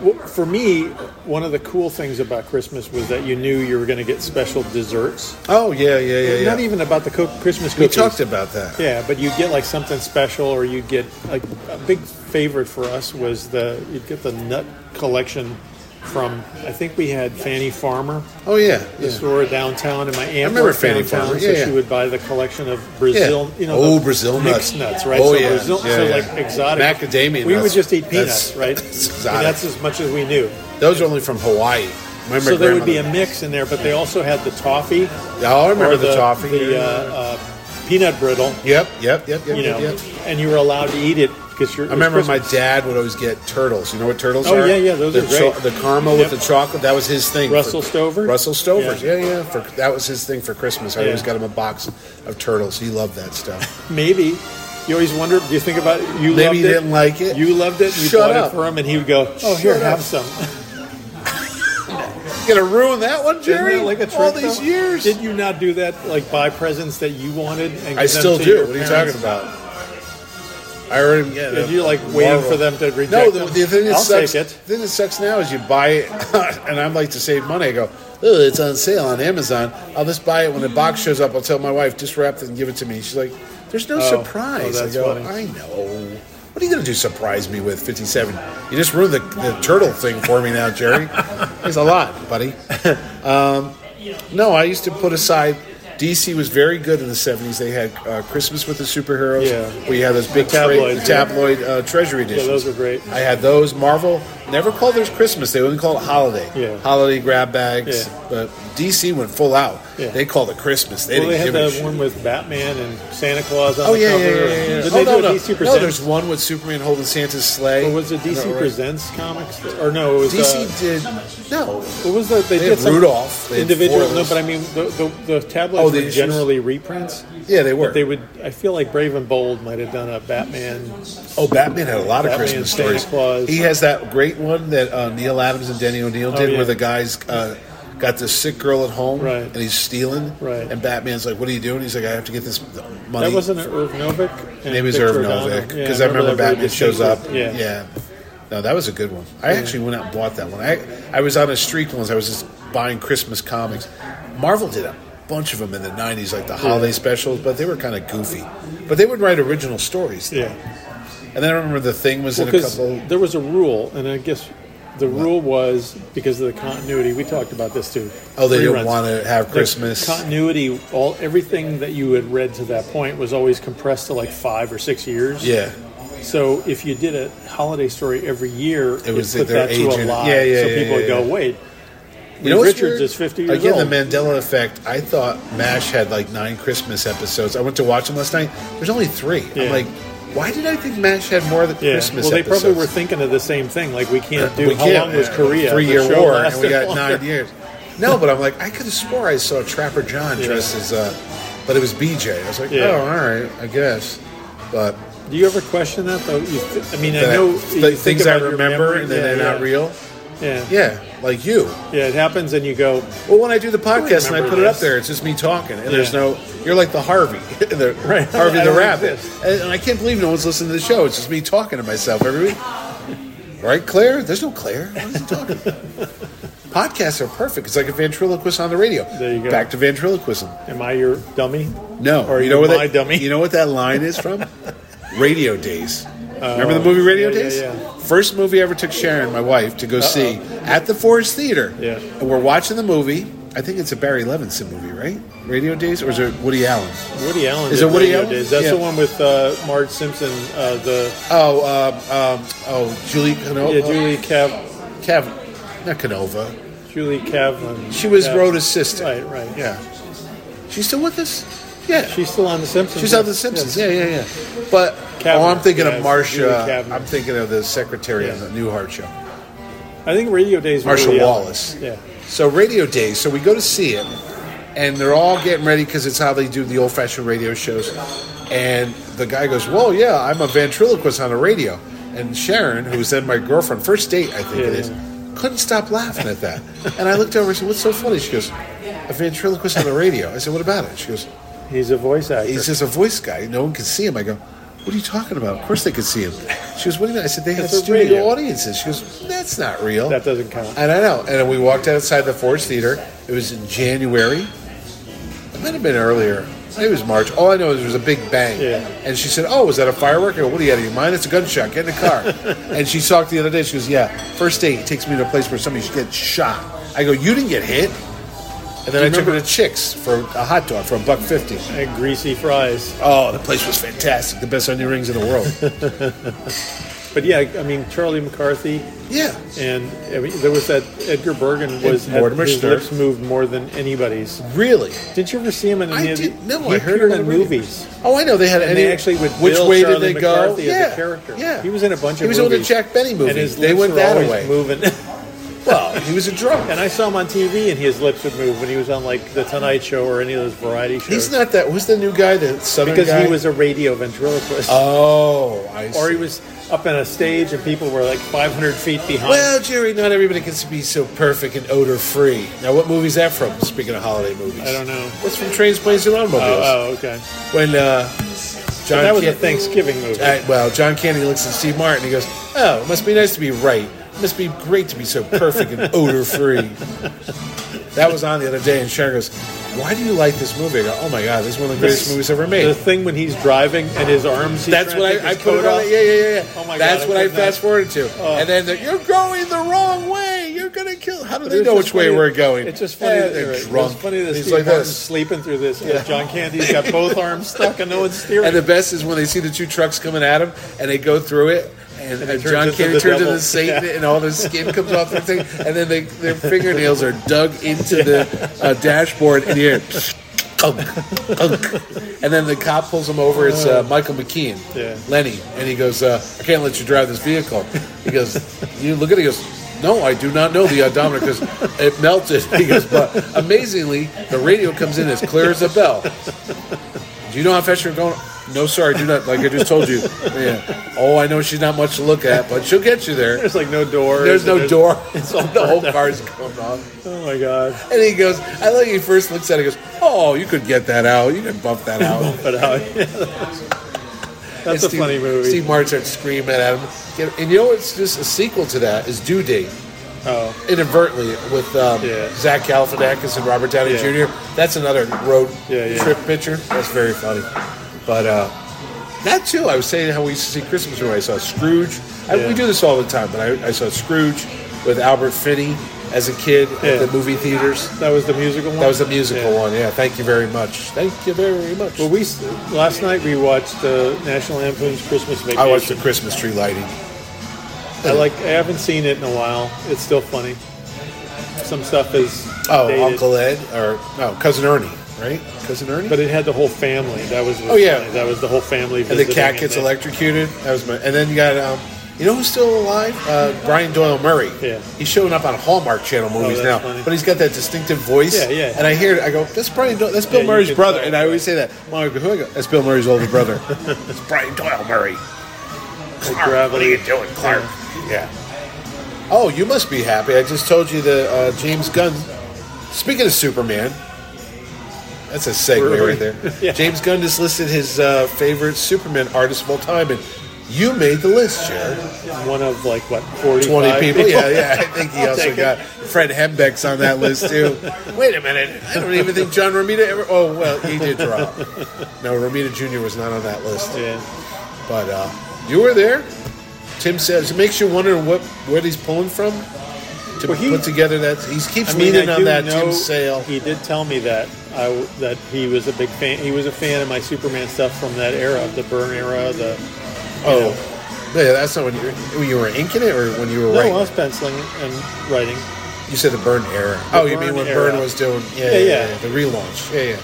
Speaker 4: W- For me, one of the cool things about Christmas was that you knew you were going to get special desserts.
Speaker 2: Oh yeah, yeah, yeah, yeah.
Speaker 4: Not even about the cook Christmas
Speaker 2: we
Speaker 4: cookies.
Speaker 2: talked about that.
Speaker 4: Yeah, but you get like something special, or you get like a big favorite for us was the you'd get the nut collection from I think we had Fanny Farmer,
Speaker 2: Oh yeah,
Speaker 4: the
Speaker 2: yeah.
Speaker 4: store downtown, and my aunt.
Speaker 2: remember
Speaker 4: worked
Speaker 2: Fanny
Speaker 4: downtown,
Speaker 2: Farmer,
Speaker 4: so
Speaker 2: yeah, yeah.
Speaker 4: she would buy the collection of Brazil,
Speaker 2: Yeah.
Speaker 4: you know,
Speaker 2: Oh,
Speaker 4: the
Speaker 2: Brazil
Speaker 4: mixed
Speaker 2: nuts.
Speaker 4: nuts, right?
Speaker 2: Oh,
Speaker 4: so
Speaker 2: yeah.
Speaker 4: Brazil,
Speaker 2: Yeah,
Speaker 4: so
Speaker 2: yeah.
Speaker 4: like exotic
Speaker 2: Macadamia
Speaker 4: We would
Speaker 2: nuts.
Speaker 4: just eat peanuts,
Speaker 2: That's-
Speaker 4: right?
Speaker 2: that's
Speaker 4: And
Speaker 2: exotic.
Speaker 4: that's as much as we knew.
Speaker 2: Those are only from Hawaii. My
Speaker 4: so there would be a
Speaker 2: grandmother-
Speaker 4: mix in there, but they also had the toffee.
Speaker 2: Yeah, I remember
Speaker 4: or
Speaker 2: the, toffee.
Speaker 4: the uh, uh, peanut brittle
Speaker 2: yep, yep, yep, yep,
Speaker 4: you know,
Speaker 2: yep, yep.
Speaker 4: and you were allowed to eat it because you're.
Speaker 2: I remember my dad would always get turtles. You know what turtles
Speaker 4: Oh,
Speaker 2: are?
Speaker 4: yeah, yeah, those
Speaker 2: the
Speaker 4: are great.
Speaker 2: The caramel
Speaker 4: Yep.
Speaker 2: with the chocolate. That was his thing.
Speaker 4: Russell Stover?
Speaker 2: Russell Stover's. Yeah,
Speaker 4: Yeah.
Speaker 2: yeah. for, that was his thing for Christmas. I
Speaker 4: Yeah.
Speaker 2: always got him a box of turtles. He loved that stuff.
Speaker 4: maybe. You always wonder. Do you think about it? you?
Speaker 2: Maybe
Speaker 4: loved
Speaker 2: he
Speaker 4: it,
Speaker 2: didn't like it.
Speaker 4: You loved it. You
Speaker 2: Shut
Speaker 4: bought
Speaker 2: up.
Speaker 4: it for him, and he would go, "Oh, here,
Speaker 2: Shut
Speaker 4: have
Speaker 2: up.
Speaker 4: some."
Speaker 2: Gonna ruin that one,
Speaker 4: Isn't that
Speaker 2: Jerry?
Speaker 4: like a trick,
Speaker 2: All these
Speaker 4: though?
Speaker 2: years.
Speaker 4: Did you not do that? Like buy presents that you wanted. And
Speaker 2: I
Speaker 4: give them
Speaker 2: still
Speaker 4: to
Speaker 2: do.
Speaker 4: your
Speaker 2: What are you
Speaker 4: parents?
Speaker 2: talking about? I already yeah.
Speaker 4: Did
Speaker 2: the-
Speaker 4: you like waiting
Speaker 2: Marvel.
Speaker 4: for them to reject?
Speaker 2: No, the,
Speaker 4: them?
Speaker 2: the thing that
Speaker 4: I'll
Speaker 2: sucks.
Speaker 4: take it.
Speaker 2: The thing that sucks now is you buy it, and I'm like to save money. I go, oh, it's on sale on Amazon. I'll just buy it when the box shows up. I'll tell my wife just wrap it and give it to me. She's like, there's no
Speaker 4: Oh.
Speaker 2: surprise.
Speaker 4: Oh,
Speaker 2: I
Speaker 4: that's
Speaker 2: go,
Speaker 4: funny.
Speaker 2: I know. What are you gonna do? Surprise me with 57? You just ruined the, the turtle thing for me now, Jerry. There's a lot, buddy. Um, No, I used to put aside. DC was very good in the '70s. They had uh, Christmas with the superheroes.
Speaker 4: Yeah.
Speaker 2: We had those big
Speaker 4: The
Speaker 2: tabloid,
Speaker 4: tabloids,
Speaker 2: the tabloid uh, Treasury editions.
Speaker 4: those were great.
Speaker 2: I had those. Marvel never called theirs Christmas. They only called it holiday.
Speaker 4: Yeah.
Speaker 2: Holiday grab bags.
Speaker 4: Yeah.
Speaker 2: But DC went full out.
Speaker 4: Yeah.
Speaker 2: They called it Christmas. They
Speaker 4: well, they
Speaker 2: didn't
Speaker 4: had
Speaker 2: give a
Speaker 4: that
Speaker 2: shit.
Speaker 4: one with Batman and Santa Claus on
Speaker 2: Oh
Speaker 4: the
Speaker 2: yeah, yeah,
Speaker 4: cover.
Speaker 2: yeah, yeah, yeah.
Speaker 4: Did
Speaker 2: oh,
Speaker 4: they
Speaker 2: no,
Speaker 4: do a
Speaker 2: no.
Speaker 4: DC
Speaker 2: no,
Speaker 4: Presents?
Speaker 2: there's one with Superman holding Santa's sleigh.
Speaker 4: Or was it
Speaker 2: I know,
Speaker 4: DC
Speaker 2: right?
Speaker 4: Presents comics? Or no, it was
Speaker 2: DC
Speaker 4: uh,
Speaker 2: did no.
Speaker 4: What was the they,
Speaker 2: They
Speaker 4: did
Speaker 2: had
Speaker 4: some
Speaker 2: Rudolph, they had
Speaker 4: individual
Speaker 2: Forrest.
Speaker 4: no, but I mean the the, the
Speaker 2: Oh,
Speaker 4: tabloids
Speaker 2: the
Speaker 4: were
Speaker 2: issues?
Speaker 4: generally reprints.
Speaker 2: Yeah, they were.
Speaker 4: They would I feel like Brave and Bold might have done a Batman.
Speaker 2: Oh, Batman had a lot of
Speaker 4: Batman,
Speaker 2: Christmas
Speaker 4: Santa
Speaker 2: stories.
Speaker 4: Claus. Oh,
Speaker 2: He has that great one that uh, Neil Adams and Danny O'Neill did,
Speaker 4: yeah.
Speaker 2: where the guys uh, got this sick girl at home,
Speaker 4: Right.
Speaker 2: and he's stealing,
Speaker 4: Right.
Speaker 2: and Batman's like, "What are you doing?" He's like, "I have to get this money."
Speaker 4: That wasn't an Irv Novick. and
Speaker 2: Name is
Speaker 4: Victor
Speaker 2: Irv
Speaker 4: O'Donnell.
Speaker 2: Novick
Speaker 4: Yeah,
Speaker 2: because I remember,
Speaker 4: that very
Speaker 2: Batman shows up.
Speaker 4: distinctly.
Speaker 2: Yeah.
Speaker 4: Yeah.
Speaker 2: No, that was a good one. I actually went out and bought that one. I I was on a streak once. I was just buying Christmas comics. Marvel did a bunch of them in the '90s, like the holiday specials, but they were kind of goofy. But they would write original stories.
Speaker 4: Yeah.
Speaker 2: And then I remember the thing was in a
Speaker 4: Because
Speaker 2: couple.
Speaker 4: there was a rule and I guess the rule was because of the continuity. We talked about this too.
Speaker 2: Oh, they didn't
Speaker 4: Reruns.
Speaker 2: want to have
Speaker 4: The
Speaker 2: Christmas.
Speaker 4: continuity. All everything that you had read to that point was always compressed to like five or six years.
Speaker 2: yeah,
Speaker 4: So if you did a holiday story every year, it
Speaker 2: was
Speaker 4: was put
Speaker 2: their
Speaker 4: that to a
Speaker 2: agent-
Speaker 4: lie.
Speaker 2: yeah, yeah,
Speaker 4: so
Speaker 2: yeah,
Speaker 4: people
Speaker 2: yeah,
Speaker 4: would
Speaker 2: yeah.
Speaker 4: go, wait, Reed
Speaker 2: what's
Speaker 4: Richards
Speaker 2: weird?
Speaker 4: is 50 years
Speaker 2: Again,
Speaker 4: old.
Speaker 2: the Mandela effect. I thought Mash had like nine Christmas episodes. I went to watch them last night. There's only three. I'm
Speaker 4: Yeah.
Speaker 2: like, why did I think Mash had more than
Speaker 4: yeah.
Speaker 2: Christmas?
Speaker 4: well, they
Speaker 2: episodes?
Speaker 4: probably were thinking of the same thing. Like we can't do.
Speaker 2: We
Speaker 4: how
Speaker 2: can't,
Speaker 4: long was
Speaker 2: uh,
Speaker 4: Korea? The
Speaker 2: Three-year
Speaker 4: show
Speaker 2: war, and
Speaker 4: lasted
Speaker 2: we got
Speaker 4: longer.
Speaker 2: nine years. No, but I'm like, I could have swore I saw Trapper John dressed as, uh, but it was BJ. I was like,
Speaker 4: Yeah.
Speaker 2: oh, all right, I guess. But
Speaker 4: Do you ever question that though? You th- I mean,
Speaker 2: That-
Speaker 4: I know
Speaker 2: that
Speaker 4: you think
Speaker 2: things I
Speaker 4: about your
Speaker 2: remember
Speaker 4: memory-
Speaker 2: and then
Speaker 4: yeah,
Speaker 2: they're
Speaker 4: yeah,
Speaker 2: not real.
Speaker 4: Yeah. yeah,
Speaker 2: Yeah, like you.
Speaker 4: It happens, and you go,
Speaker 2: Well, when I do the podcast and I
Speaker 4: remember
Speaker 2: put it up
Speaker 4: this.
Speaker 2: there, it's just me talking, and there's
Speaker 4: Yeah.
Speaker 2: no. You're like the Harvey, the
Speaker 4: Right.
Speaker 2: Harvey
Speaker 4: I
Speaker 2: the
Speaker 4: don't
Speaker 2: Rabbit,
Speaker 4: exist.
Speaker 2: and, and I can't believe no one's listening to the show. It's just me talking to myself every week. Right, Claire? There's no Claire. What is he talking? about? Podcasts are perfect. It's like a ventriloquist on the radio.
Speaker 4: There you go.
Speaker 2: Back to ventriloquism.
Speaker 4: "Am I your dummy?"
Speaker 2: No,
Speaker 4: Or
Speaker 2: you
Speaker 4: you
Speaker 2: know where
Speaker 4: my
Speaker 2: that,
Speaker 4: dummy?
Speaker 2: You know what that line is from? Radio Days. Remember the movie Radio
Speaker 4: Oh, yeah, yeah,
Speaker 2: Days?
Speaker 4: yeah.
Speaker 2: First movie I ever took Sharon, my wife, to go see at the Forest Theater.
Speaker 4: Yeah.
Speaker 2: And we're watching the movie. I think it's a Barry Levinson movie, right? Radio Days, or is it Woody Allen?
Speaker 4: Woody Allen
Speaker 2: Is
Speaker 4: did
Speaker 2: it Woody
Speaker 4: Radio
Speaker 2: Allen?
Speaker 4: Days. That's
Speaker 2: Yeah.
Speaker 4: the one with uh, Marge Simpson, uh, the
Speaker 2: Oh, um, um, oh, Julie Canova.
Speaker 4: yeah, Julie Cav,
Speaker 2: Cav- not Canova.
Speaker 4: Julie Cav.
Speaker 2: She was
Speaker 4: Cav-
Speaker 2: Rhoda's sister.
Speaker 4: Right, right.
Speaker 2: Yeah. She's still with us? Yeah.
Speaker 4: She's still on The Simpsons.
Speaker 2: She's on The Simpsons. Yeah, yeah, yeah. But
Speaker 4: Kavner,
Speaker 2: oh, I'm thinking
Speaker 4: yeah,
Speaker 2: of
Speaker 4: Julie
Speaker 2: Marsha.
Speaker 4: Kavner.
Speaker 2: I'm thinking of the secretary of
Speaker 4: Yeah.
Speaker 2: the Newhart show,
Speaker 4: I think Radio Days.
Speaker 2: Marsha
Speaker 4: Woody Allen.
Speaker 2: Wallace.
Speaker 4: Yeah.
Speaker 2: So radio days. So we go to see it, and they're all getting ready because it's how they do the old-fashioned radio shows. And the guy goes, "Well, yeah, I'm a ventriloquist on the radio." And Sharon, who was then my girlfriend, first date, I think it
Speaker 4: Yeah.
Speaker 2: is, couldn't stop laughing at that. And I looked over and said, "What's so funny?" She goes, "A ventriloquist on the radio." I said, "What about it?" She goes,
Speaker 4: He's a voice actor.
Speaker 2: He's just a voice guy. No one can see him. I go, what are you talking about? Of course they could see him. She goes, what do you mean? I said, they had
Speaker 4: It's a
Speaker 2: studio
Speaker 4: radio.
Speaker 2: audiences. She goes, that's not real.
Speaker 4: that doesn't count.
Speaker 2: and I know. And then we walked outside the Forest Theater. It was in January. It might have been earlier. Maybe it was March. All I know is there was a big bang.
Speaker 4: Yeah.
Speaker 2: And she said, oh, was that a firework? I go, what are you out of your mind? It's a gunshot. Get in the car. and she talked the other day. She goes, yeah, first date takes me to a place where somebody should get shot. I go, you didn't get hit. And then I took her to Chicks for a hot dog for a buck fifty.
Speaker 4: And greasy fries.
Speaker 2: Oh, the place was fantastic. The best onion rings in the world.
Speaker 4: But yeah, I mean Charlie McCarthy
Speaker 2: yeah.
Speaker 4: and I mean, there was that Edgar Bergen was had,
Speaker 2: Mortimer
Speaker 4: his
Speaker 2: Sturm.
Speaker 4: lips moved more than anybody's.
Speaker 2: Really?
Speaker 4: Did you ever see him in any
Speaker 2: I
Speaker 4: of
Speaker 2: did
Speaker 4: the,
Speaker 2: no,
Speaker 4: he
Speaker 2: I heard
Speaker 4: appeared
Speaker 2: it
Speaker 4: in
Speaker 2: radio.
Speaker 4: movies.
Speaker 2: Oh, I know they had.
Speaker 4: And
Speaker 2: any,
Speaker 4: they actually would
Speaker 2: Which
Speaker 4: bill
Speaker 2: way
Speaker 4: Charlie
Speaker 2: did they go?
Speaker 4: McCarthy
Speaker 2: yeah,
Speaker 4: as a character.
Speaker 2: Yeah,
Speaker 4: He was in a bunch
Speaker 2: He
Speaker 4: of
Speaker 2: was on
Speaker 4: movies.
Speaker 2: the Jack Benny movie.
Speaker 4: And his
Speaker 2: they
Speaker 4: lips
Speaker 2: went
Speaker 4: were
Speaker 2: that
Speaker 4: always
Speaker 2: way.
Speaker 4: moving.
Speaker 2: Well, he was a drunk.
Speaker 4: and I saw him on TV, and his lips would move when he was on like the Tonight Show or any of those variety shows.
Speaker 2: He's not that. Who's the new guy? The southern
Speaker 4: because
Speaker 2: guy?
Speaker 4: he was a radio ventriloquist,
Speaker 2: Oh, I. See.
Speaker 4: or he was up on a stage and people were like 500 feet behind.
Speaker 2: Well, Jerry, not everybody can be so perfect and odor free. Now, what movie's that from? Speaking of holiday movies,
Speaker 4: I don't know.
Speaker 2: That's from Trains, Planes, and Automobiles.
Speaker 4: Oh, oh, okay.
Speaker 2: When uh, John
Speaker 4: that was a
Speaker 2: Candy-
Speaker 4: Thanksgiving movie.
Speaker 2: Uh, well, John Candy looks at Steve Martin. He goes, "Oh, it must be nice to be right. It must be great to be so perfect and odor free." that was on the other day, and Sharon goes, "Why do you like this movie?" I go, "Oh my god, this is one of the greatest
Speaker 4: This-
Speaker 2: movies ever
Speaker 4: The
Speaker 2: made."
Speaker 4: thing when he's driving and his arms. he's
Speaker 2: That's
Speaker 4: trying
Speaker 2: what
Speaker 4: to take
Speaker 2: I, I
Speaker 4: his
Speaker 2: put it
Speaker 4: coat
Speaker 2: on.
Speaker 4: off.
Speaker 2: Yeah, yeah, yeah, yeah.
Speaker 4: Oh my God,
Speaker 2: That's
Speaker 4: I
Speaker 2: what I
Speaker 4: could not- Oh.
Speaker 2: fast forwarded to. and then the, you're going the wrong way. You're gonna kill. How do they
Speaker 4: It's
Speaker 2: know
Speaker 4: just
Speaker 2: which way
Speaker 4: funny-
Speaker 2: we're going?
Speaker 4: It's just funny.
Speaker 2: Eh,
Speaker 4: that
Speaker 2: they're
Speaker 4: right,
Speaker 2: drunk.
Speaker 4: It's funny that
Speaker 2: He's
Speaker 4: Steve
Speaker 2: like
Speaker 4: Martin's
Speaker 2: this.
Speaker 4: sleeping through this. and John Candy's got both arms stuck and no one's steering.
Speaker 2: And the best is when they see the two trucks coming at him, and they go through it, and, uh,
Speaker 4: turns
Speaker 2: John
Speaker 4: into
Speaker 2: Candy
Speaker 4: the
Speaker 2: turns
Speaker 4: devil.
Speaker 2: into Satan, and all their skin comes off their thing, and then they, their fingernails are dug into the uh, dashboard, and you hear, "Unk, unk." and then the cop pulls him over. It's uh, Michael McKean,
Speaker 4: Yeah.
Speaker 2: Lenny, and he goes, uh, "I can't let you drive this vehicle." He goes, "You look at it." He goes. No, I do not know the odometer because it melted. He goes, but amazingly, the radio comes in as clear as a bell. Do you know how fast you're going? No, sorry, do not. Like I just told you. Yeah. Oh, I know she's not much to look at, but she'll get you there.
Speaker 4: there's like no door.
Speaker 2: There's no door.
Speaker 4: It's all
Speaker 2: the whole
Speaker 4: burnt out.
Speaker 2: car's going on.
Speaker 4: Oh my god.
Speaker 2: And he goes, I like he first looks at it and goes, Oh, you could get that out. You can bump that out.
Speaker 4: But uh,
Speaker 2: And
Speaker 4: that's a
Speaker 2: Steve-
Speaker 4: funny movie.
Speaker 2: Steve Martin starts screaming at him. Get- And you know what's just a sequel to that is Due Date.
Speaker 4: oh,
Speaker 2: Inadvertently with um,
Speaker 4: Yeah.
Speaker 2: Zach Galifianakis and Robert Downey
Speaker 4: Yeah.
Speaker 2: Jr. That's another road
Speaker 4: Yeah, yeah.
Speaker 2: trip picture. That's very funny. But uh, that too, I was saying how we used to see Christmas movie. I saw Scrooge. I,
Speaker 4: Yeah.
Speaker 2: We do this all the time, but I, I saw Scrooge with Albert Finney as a kid
Speaker 4: Yeah.
Speaker 2: at the movie theaters.
Speaker 4: that was the musical one.
Speaker 2: That was a musical
Speaker 4: Yeah.
Speaker 2: one. Yeah, thank you very much. Thank you very much.
Speaker 4: Well, we s- last night we watched uh, National Lampoon's Christmas Vacation.
Speaker 2: I watched the Christmas tree lighting.
Speaker 4: I like. I haven't seen it in a while. It's still funny. Some stuff is
Speaker 2: Oh,
Speaker 4: dated,
Speaker 2: Uncle Ed or no, cousin Ernie, right? Cousin Ernie.
Speaker 4: but it had the whole family. That was
Speaker 2: Oh, yeah.
Speaker 4: that was the whole family.
Speaker 2: and the
Speaker 4: visiting
Speaker 2: cat gets
Speaker 4: then-
Speaker 2: electrocuted. That was my. And then you got um, You know who's still alive? Uh, Brian Doyle Murray.
Speaker 4: Yeah. Oh,
Speaker 2: He's showing up on Hallmark Channel movies
Speaker 4: that's
Speaker 2: now,
Speaker 4: funny.
Speaker 2: but he's got that distinctive voice.
Speaker 4: Yeah, yeah.
Speaker 2: And I hear it. I go, "That's Brian. Doyle, that's Bill
Speaker 4: Yeah, you
Speaker 2: Murray's
Speaker 4: can
Speaker 2: brother."
Speaker 4: tell.
Speaker 2: And I always say that. Well, I go, "Who?" I go, that's Bill Murray's older brother. it's Brian Doyle Murray. Clark, what are
Speaker 4: gravity.
Speaker 2: you doing, Clark? Yeah. Oh, you must be happy. I just told you that uh, James Gunn. Speaking of Superman, that's a segue
Speaker 4: Really?
Speaker 2: right there.
Speaker 4: Yeah.
Speaker 2: James Gunn just listed his uh, favorite Superman artist of all time, and you made the list, Jared.
Speaker 4: One of like what forty
Speaker 2: 20 people. Yeah, yeah. I think he
Speaker 4: I'll
Speaker 2: also
Speaker 4: take it.
Speaker 2: got Fred Hembeck's on that list, too. Wait a minute. I don't even think John Romita ever. Oh, well, he did drop. No, Romita Jr. was not on that list.
Speaker 4: Yeah.
Speaker 2: But uh, you were there. Tim says it makes you wonder what where he's pulling from to
Speaker 4: Well, he-
Speaker 2: put together that. He keeps
Speaker 4: I mean,
Speaker 2: leaning
Speaker 4: I
Speaker 2: on
Speaker 4: do
Speaker 2: that
Speaker 4: know
Speaker 2: Tim Sale.
Speaker 4: he did tell me that I w that he was a big fan. He was a fan of my Superman stuff from that era, the Burn era, the
Speaker 2: oh, yeah, that's not when you were, when you were inking it or when you were
Speaker 4: no,
Speaker 2: writing.
Speaker 4: I was penciling and writing.
Speaker 2: You said the Burn era. oh, you
Speaker 4: Byrne
Speaker 2: mean when
Speaker 4: era.
Speaker 2: Burn was doing? Yeah,
Speaker 4: Yeah,
Speaker 2: yeah, yeah,
Speaker 4: yeah.
Speaker 2: yeah, the relaunch. Yeah, yeah.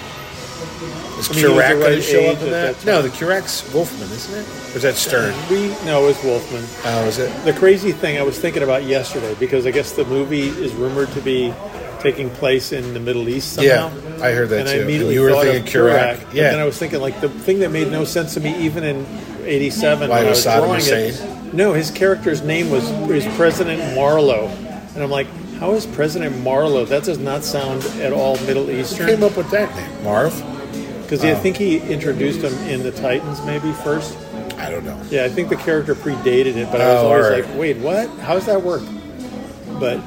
Speaker 2: Is
Speaker 4: I mean, he was the
Speaker 2: Kurak going to
Speaker 4: right
Speaker 2: show
Speaker 4: age
Speaker 2: up in
Speaker 4: at
Speaker 2: that?
Speaker 4: that
Speaker 2: no,
Speaker 4: time.
Speaker 2: the Kurak's Wolfman, isn't it? Or is that Stern?
Speaker 4: We no, it was Wolfman.
Speaker 2: Oh, is it?
Speaker 4: The crazy thing I was thinking about yesterday because I guess the movie is rumored to be taking place in the Middle East somehow.
Speaker 2: Yeah, I heard that
Speaker 4: and I
Speaker 2: too.
Speaker 4: immediately
Speaker 2: You were
Speaker 4: thought
Speaker 2: thinking
Speaker 4: of
Speaker 2: Kurak.
Speaker 4: Kurak.
Speaker 2: Yeah.
Speaker 4: And then I was thinking like the thing that made no sense to me even in '87
Speaker 2: Why
Speaker 4: when I
Speaker 2: was
Speaker 4: was
Speaker 2: Saddam
Speaker 4: drawing
Speaker 2: Hussein?
Speaker 4: it. No, his character's name was was President Marlowe, and I'm like, how is President Marlowe? That does not sound at all Middle
Speaker 2: Who came
Speaker 4: Eastern.
Speaker 2: up Oh. with that name? Marv?
Speaker 4: Because I think he introduced him in the Titans maybe first.
Speaker 2: I don't know.
Speaker 4: Yeah, I think the character predated it, but I was
Speaker 2: Oh,
Speaker 4: always
Speaker 2: alright.
Speaker 4: like, wait, what? How does that work? But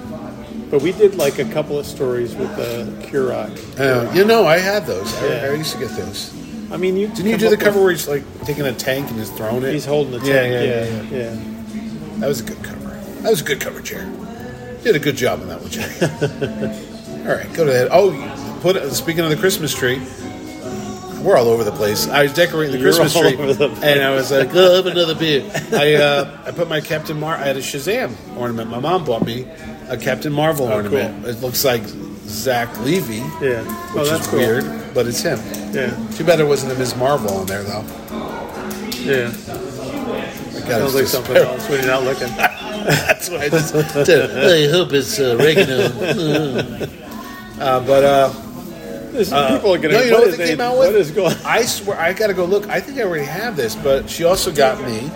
Speaker 4: but we did like a couple of stories with the Kurok.
Speaker 2: Uh, you know, I had those. I,
Speaker 4: Yeah.
Speaker 2: I used to get those.
Speaker 4: I mean, you
Speaker 2: Didn't you
Speaker 4: come
Speaker 2: do the
Speaker 4: up
Speaker 2: cover
Speaker 4: with-
Speaker 2: where he's like taking a tank and he's throwing it?
Speaker 4: he's holding the tank?
Speaker 2: Yeah, yeah, yeah, yeah.
Speaker 4: yeah, yeah.
Speaker 2: That was a good cover. That was a good cover, Jerry. Did a good job on that one, Jerry. all right, go to that. Oh, you put speaking of the Christmas tree, we're all over the place. I was decorating the
Speaker 4: You're
Speaker 2: Christmas
Speaker 4: all
Speaker 2: tree,
Speaker 4: over the
Speaker 2: and I was like, "Oh, have another beer." I uh, I put my Captain Mar. I had a Shazam ornament. My mom bought me a Captain Marvel ornament. It looks like Zach Levy,
Speaker 4: Yeah.
Speaker 2: which
Speaker 4: Oh, oh, that's
Speaker 2: is
Speaker 4: cool.
Speaker 2: weird, but it's him.
Speaker 4: Yeah,
Speaker 2: Too bad it wasn't a Ms. Marvel on there though.
Speaker 4: yeah.
Speaker 2: I got
Speaker 4: Sounds like something else when you're not looking.
Speaker 2: That's what I just did. I hope it's uh, oregano. uh, but uh,
Speaker 4: This- people are gonna.
Speaker 2: no, you know
Speaker 4: what
Speaker 2: what
Speaker 4: is
Speaker 2: they
Speaker 4: they-
Speaker 2: came out with?
Speaker 4: What is going?
Speaker 2: I swear, I gotta go look. I think I already have this, but she also got me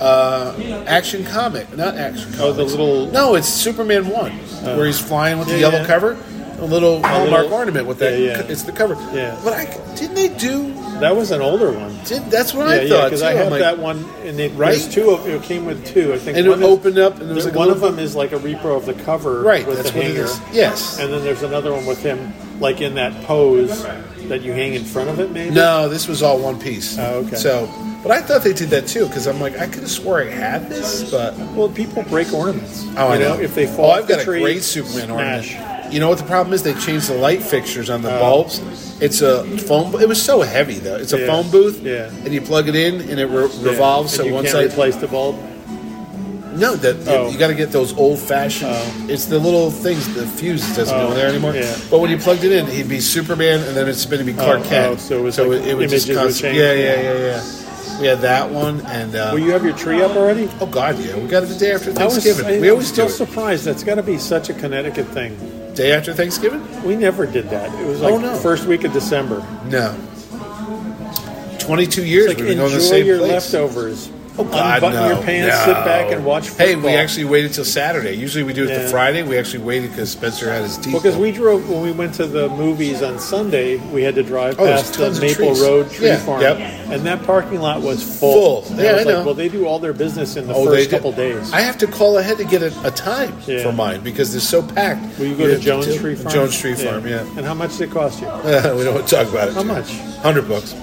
Speaker 2: uh, Action Comic, not Action. Comic.
Speaker 4: Oh, the little. Oh.
Speaker 2: No, it's Superman One, where he's flying with the
Speaker 4: Yeah,
Speaker 2: yellow
Speaker 4: yeah.
Speaker 2: cover, a little Hallmark
Speaker 4: little-
Speaker 2: ornament with that.
Speaker 4: Yeah, yeah.
Speaker 2: It's the cover.
Speaker 4: Yeah.
Speaker 2: But I didn't they do?
Speaker 4: That was an older one.
Speaker 2: Did that's what
Speaker 4: Yeah,
Speaker 2: I
Speaker 4: yeah,
Speaker 2: thought
Speaker 4: because
Speaker 2: too.
Speaker 4: I
Speaker 2: I'm
Speaker 4: had
Speaker 2: like,
Speaker 4: that one, and it,
Speaker 2: Right?
Speaker 4: there's two. Of, it came with two, I think.
Speaker 2: And
Speaker 4: one
Speaker 2: it
Speaker 4: is-
Speaker 2: opened up, and there was like a
Speaker 4: one of
Speaker 2: little-
Speaker 4: them is like a repro of the cover,
Speaker 2: Right,
Speaker 4: With
Speaker 2: that's
Speaker 4: the
Speaker 2: what it
Speaker 4: hanger,
Speaker 2: is. Yes.
Speaker 4: and then there's another one with him, like in that pose that you hang in front of it, maybe.
Speaker 2: No, this was all one piece.
Speaker 4: Oh, okay.
Speaker 2: So, but I thought they did that too because I'm like, I could have swore I had this, but
Speaker 4: Well, people break ornaments.
Speaker 2: oh,
Speaker 4: you
Speaker 2: I know.
Speaker 4: if they
Speaker 2: oh,
Speaker 4: fall. off
Speaker 2: I've got
Speaker 4: the tree,
Speaker 2: a great Superman
Speaker 4: smash. Oh.
Speaker 2: ornament. You know what the problem is? They changed the light fixtures on the bulbs. It's a foam. It was so heavy though. It's a
Speaker 4: Yeah.
Speaker 2: phone booth.
Speaker 4: Yeah.
Speaker 2: And you plug it in, and it re-
Speaker 4: Yeah.
Speaker 2: revolves.
Speaker 4: And
Speaker 2: So
Speaker 4: you
Speaker 2: one
Speaker 4: can't
Speaker 2: side.
Speaker 4: replace the bulb.
Speaker 2: no, that
Speaker 4: Oh.
Speaker 2: you got to get those old fashioned.
Speaker 4: Oh.
Speaker 2: It's the little things. The fuse that doesn't
Speaker 4: Oh,
Speaker 2: go there anymore.
Speaker 4: yeah.
Speaker 2: But when you plugged it in, he'd be Superman, and then it's going to be Clark
Speaker 4: Oh,
Speaker 2: Kent.
Speaker 4: oh, so it was like images would
Speaker 2: constant-
Speaker 4: change.
Speaker 2: Yeah, yeah, yeah, yeah. We had that one, and uh,
Speaker 4: Well, you have your tree up already.
Speaker 2: Oh God, yeah, we got it the day after
Speaker 4: I was-
Speaker 2: Thanksgiving.
Speaker 4: I-
Speaker 2: we
Speaker 4: I
Speaker 2: always
Speaker 4: was still
Speaker 2: do it.
Speaker 4: surprised. That's got to be such a Connecticut thing.
Speaker 2: day after Thanksgiving.
Speaker 4: We never did that. It was
Speaker 2: Oh,
Speaker 4: like
Speaker 2: no.
Speaker 4: first week of December.
Speaker 2: No, twenty-two years
Speaker 4: It's
Speaker 2: we've
Speaker 4: like
Speaker 2: been going to
Speaker 4: enjoy
Speaker 2: the same
Speaker 4: your
Speaker 2: place.
Speaker 4: leftovers.
Speaker 2: Oh God,
Speaker 4: Unbutton
Speaker 2: no,
Speaker 4: your pants,
Speaker 2: no.
Speaker 4: sit back, and watch football.
Speaker 2: Hey, we actually waited till Saturday. Usually we do it the
Speaker 4: Yeah.
Speaker 2: Friday. We actually waited because Spencer had his teeth.
Speaker 4: because
Speaker 2: done.
Speaker 4: we drove when we went to the movies on Sunday. We had to drive
Speaker 2: Oh, there's
Speaker 4: past the
Speaker 2: tons of
Speaker 4: Maple
Speaker 2: trees.
Speaker 4: Road tree
Speaker 2: Yeah,
Speaker 4: farm,
Speaker 2: yep.
Speaker 4: and that parking lot was full.
Speaker 2: Full.
Speaker 4: And
Speaker 2: Yeah,
Speaker 4: I was
Speaker 2: I
Speaker 4: like,
Speaker 2: know.
Speaker 4: well, they do all their business in the
Speaker 2: Oh, they
Speaker 4: first
Speaker 2: did.
Speaker 4: couple days.
Speaker 2: I have to call ahead to get a, a time
Speaker 4: Yeah.
Speaker 2: for mine because they're so packed.
Speaker 4: Will you go
Speaker 2: We
Speaker 4: to
Speaker 2: have
Speaker 4: Jones
Speaker 2: do-
Speaker 4: Tree Farm?
Speaker 2: Jones Tree Farm, yeah.
Speaker 4: And how much did it cost you?
Speaker 2: we don't want to talk about it.
Speaker 4: How much?
Speaker 2: Hundred bucks.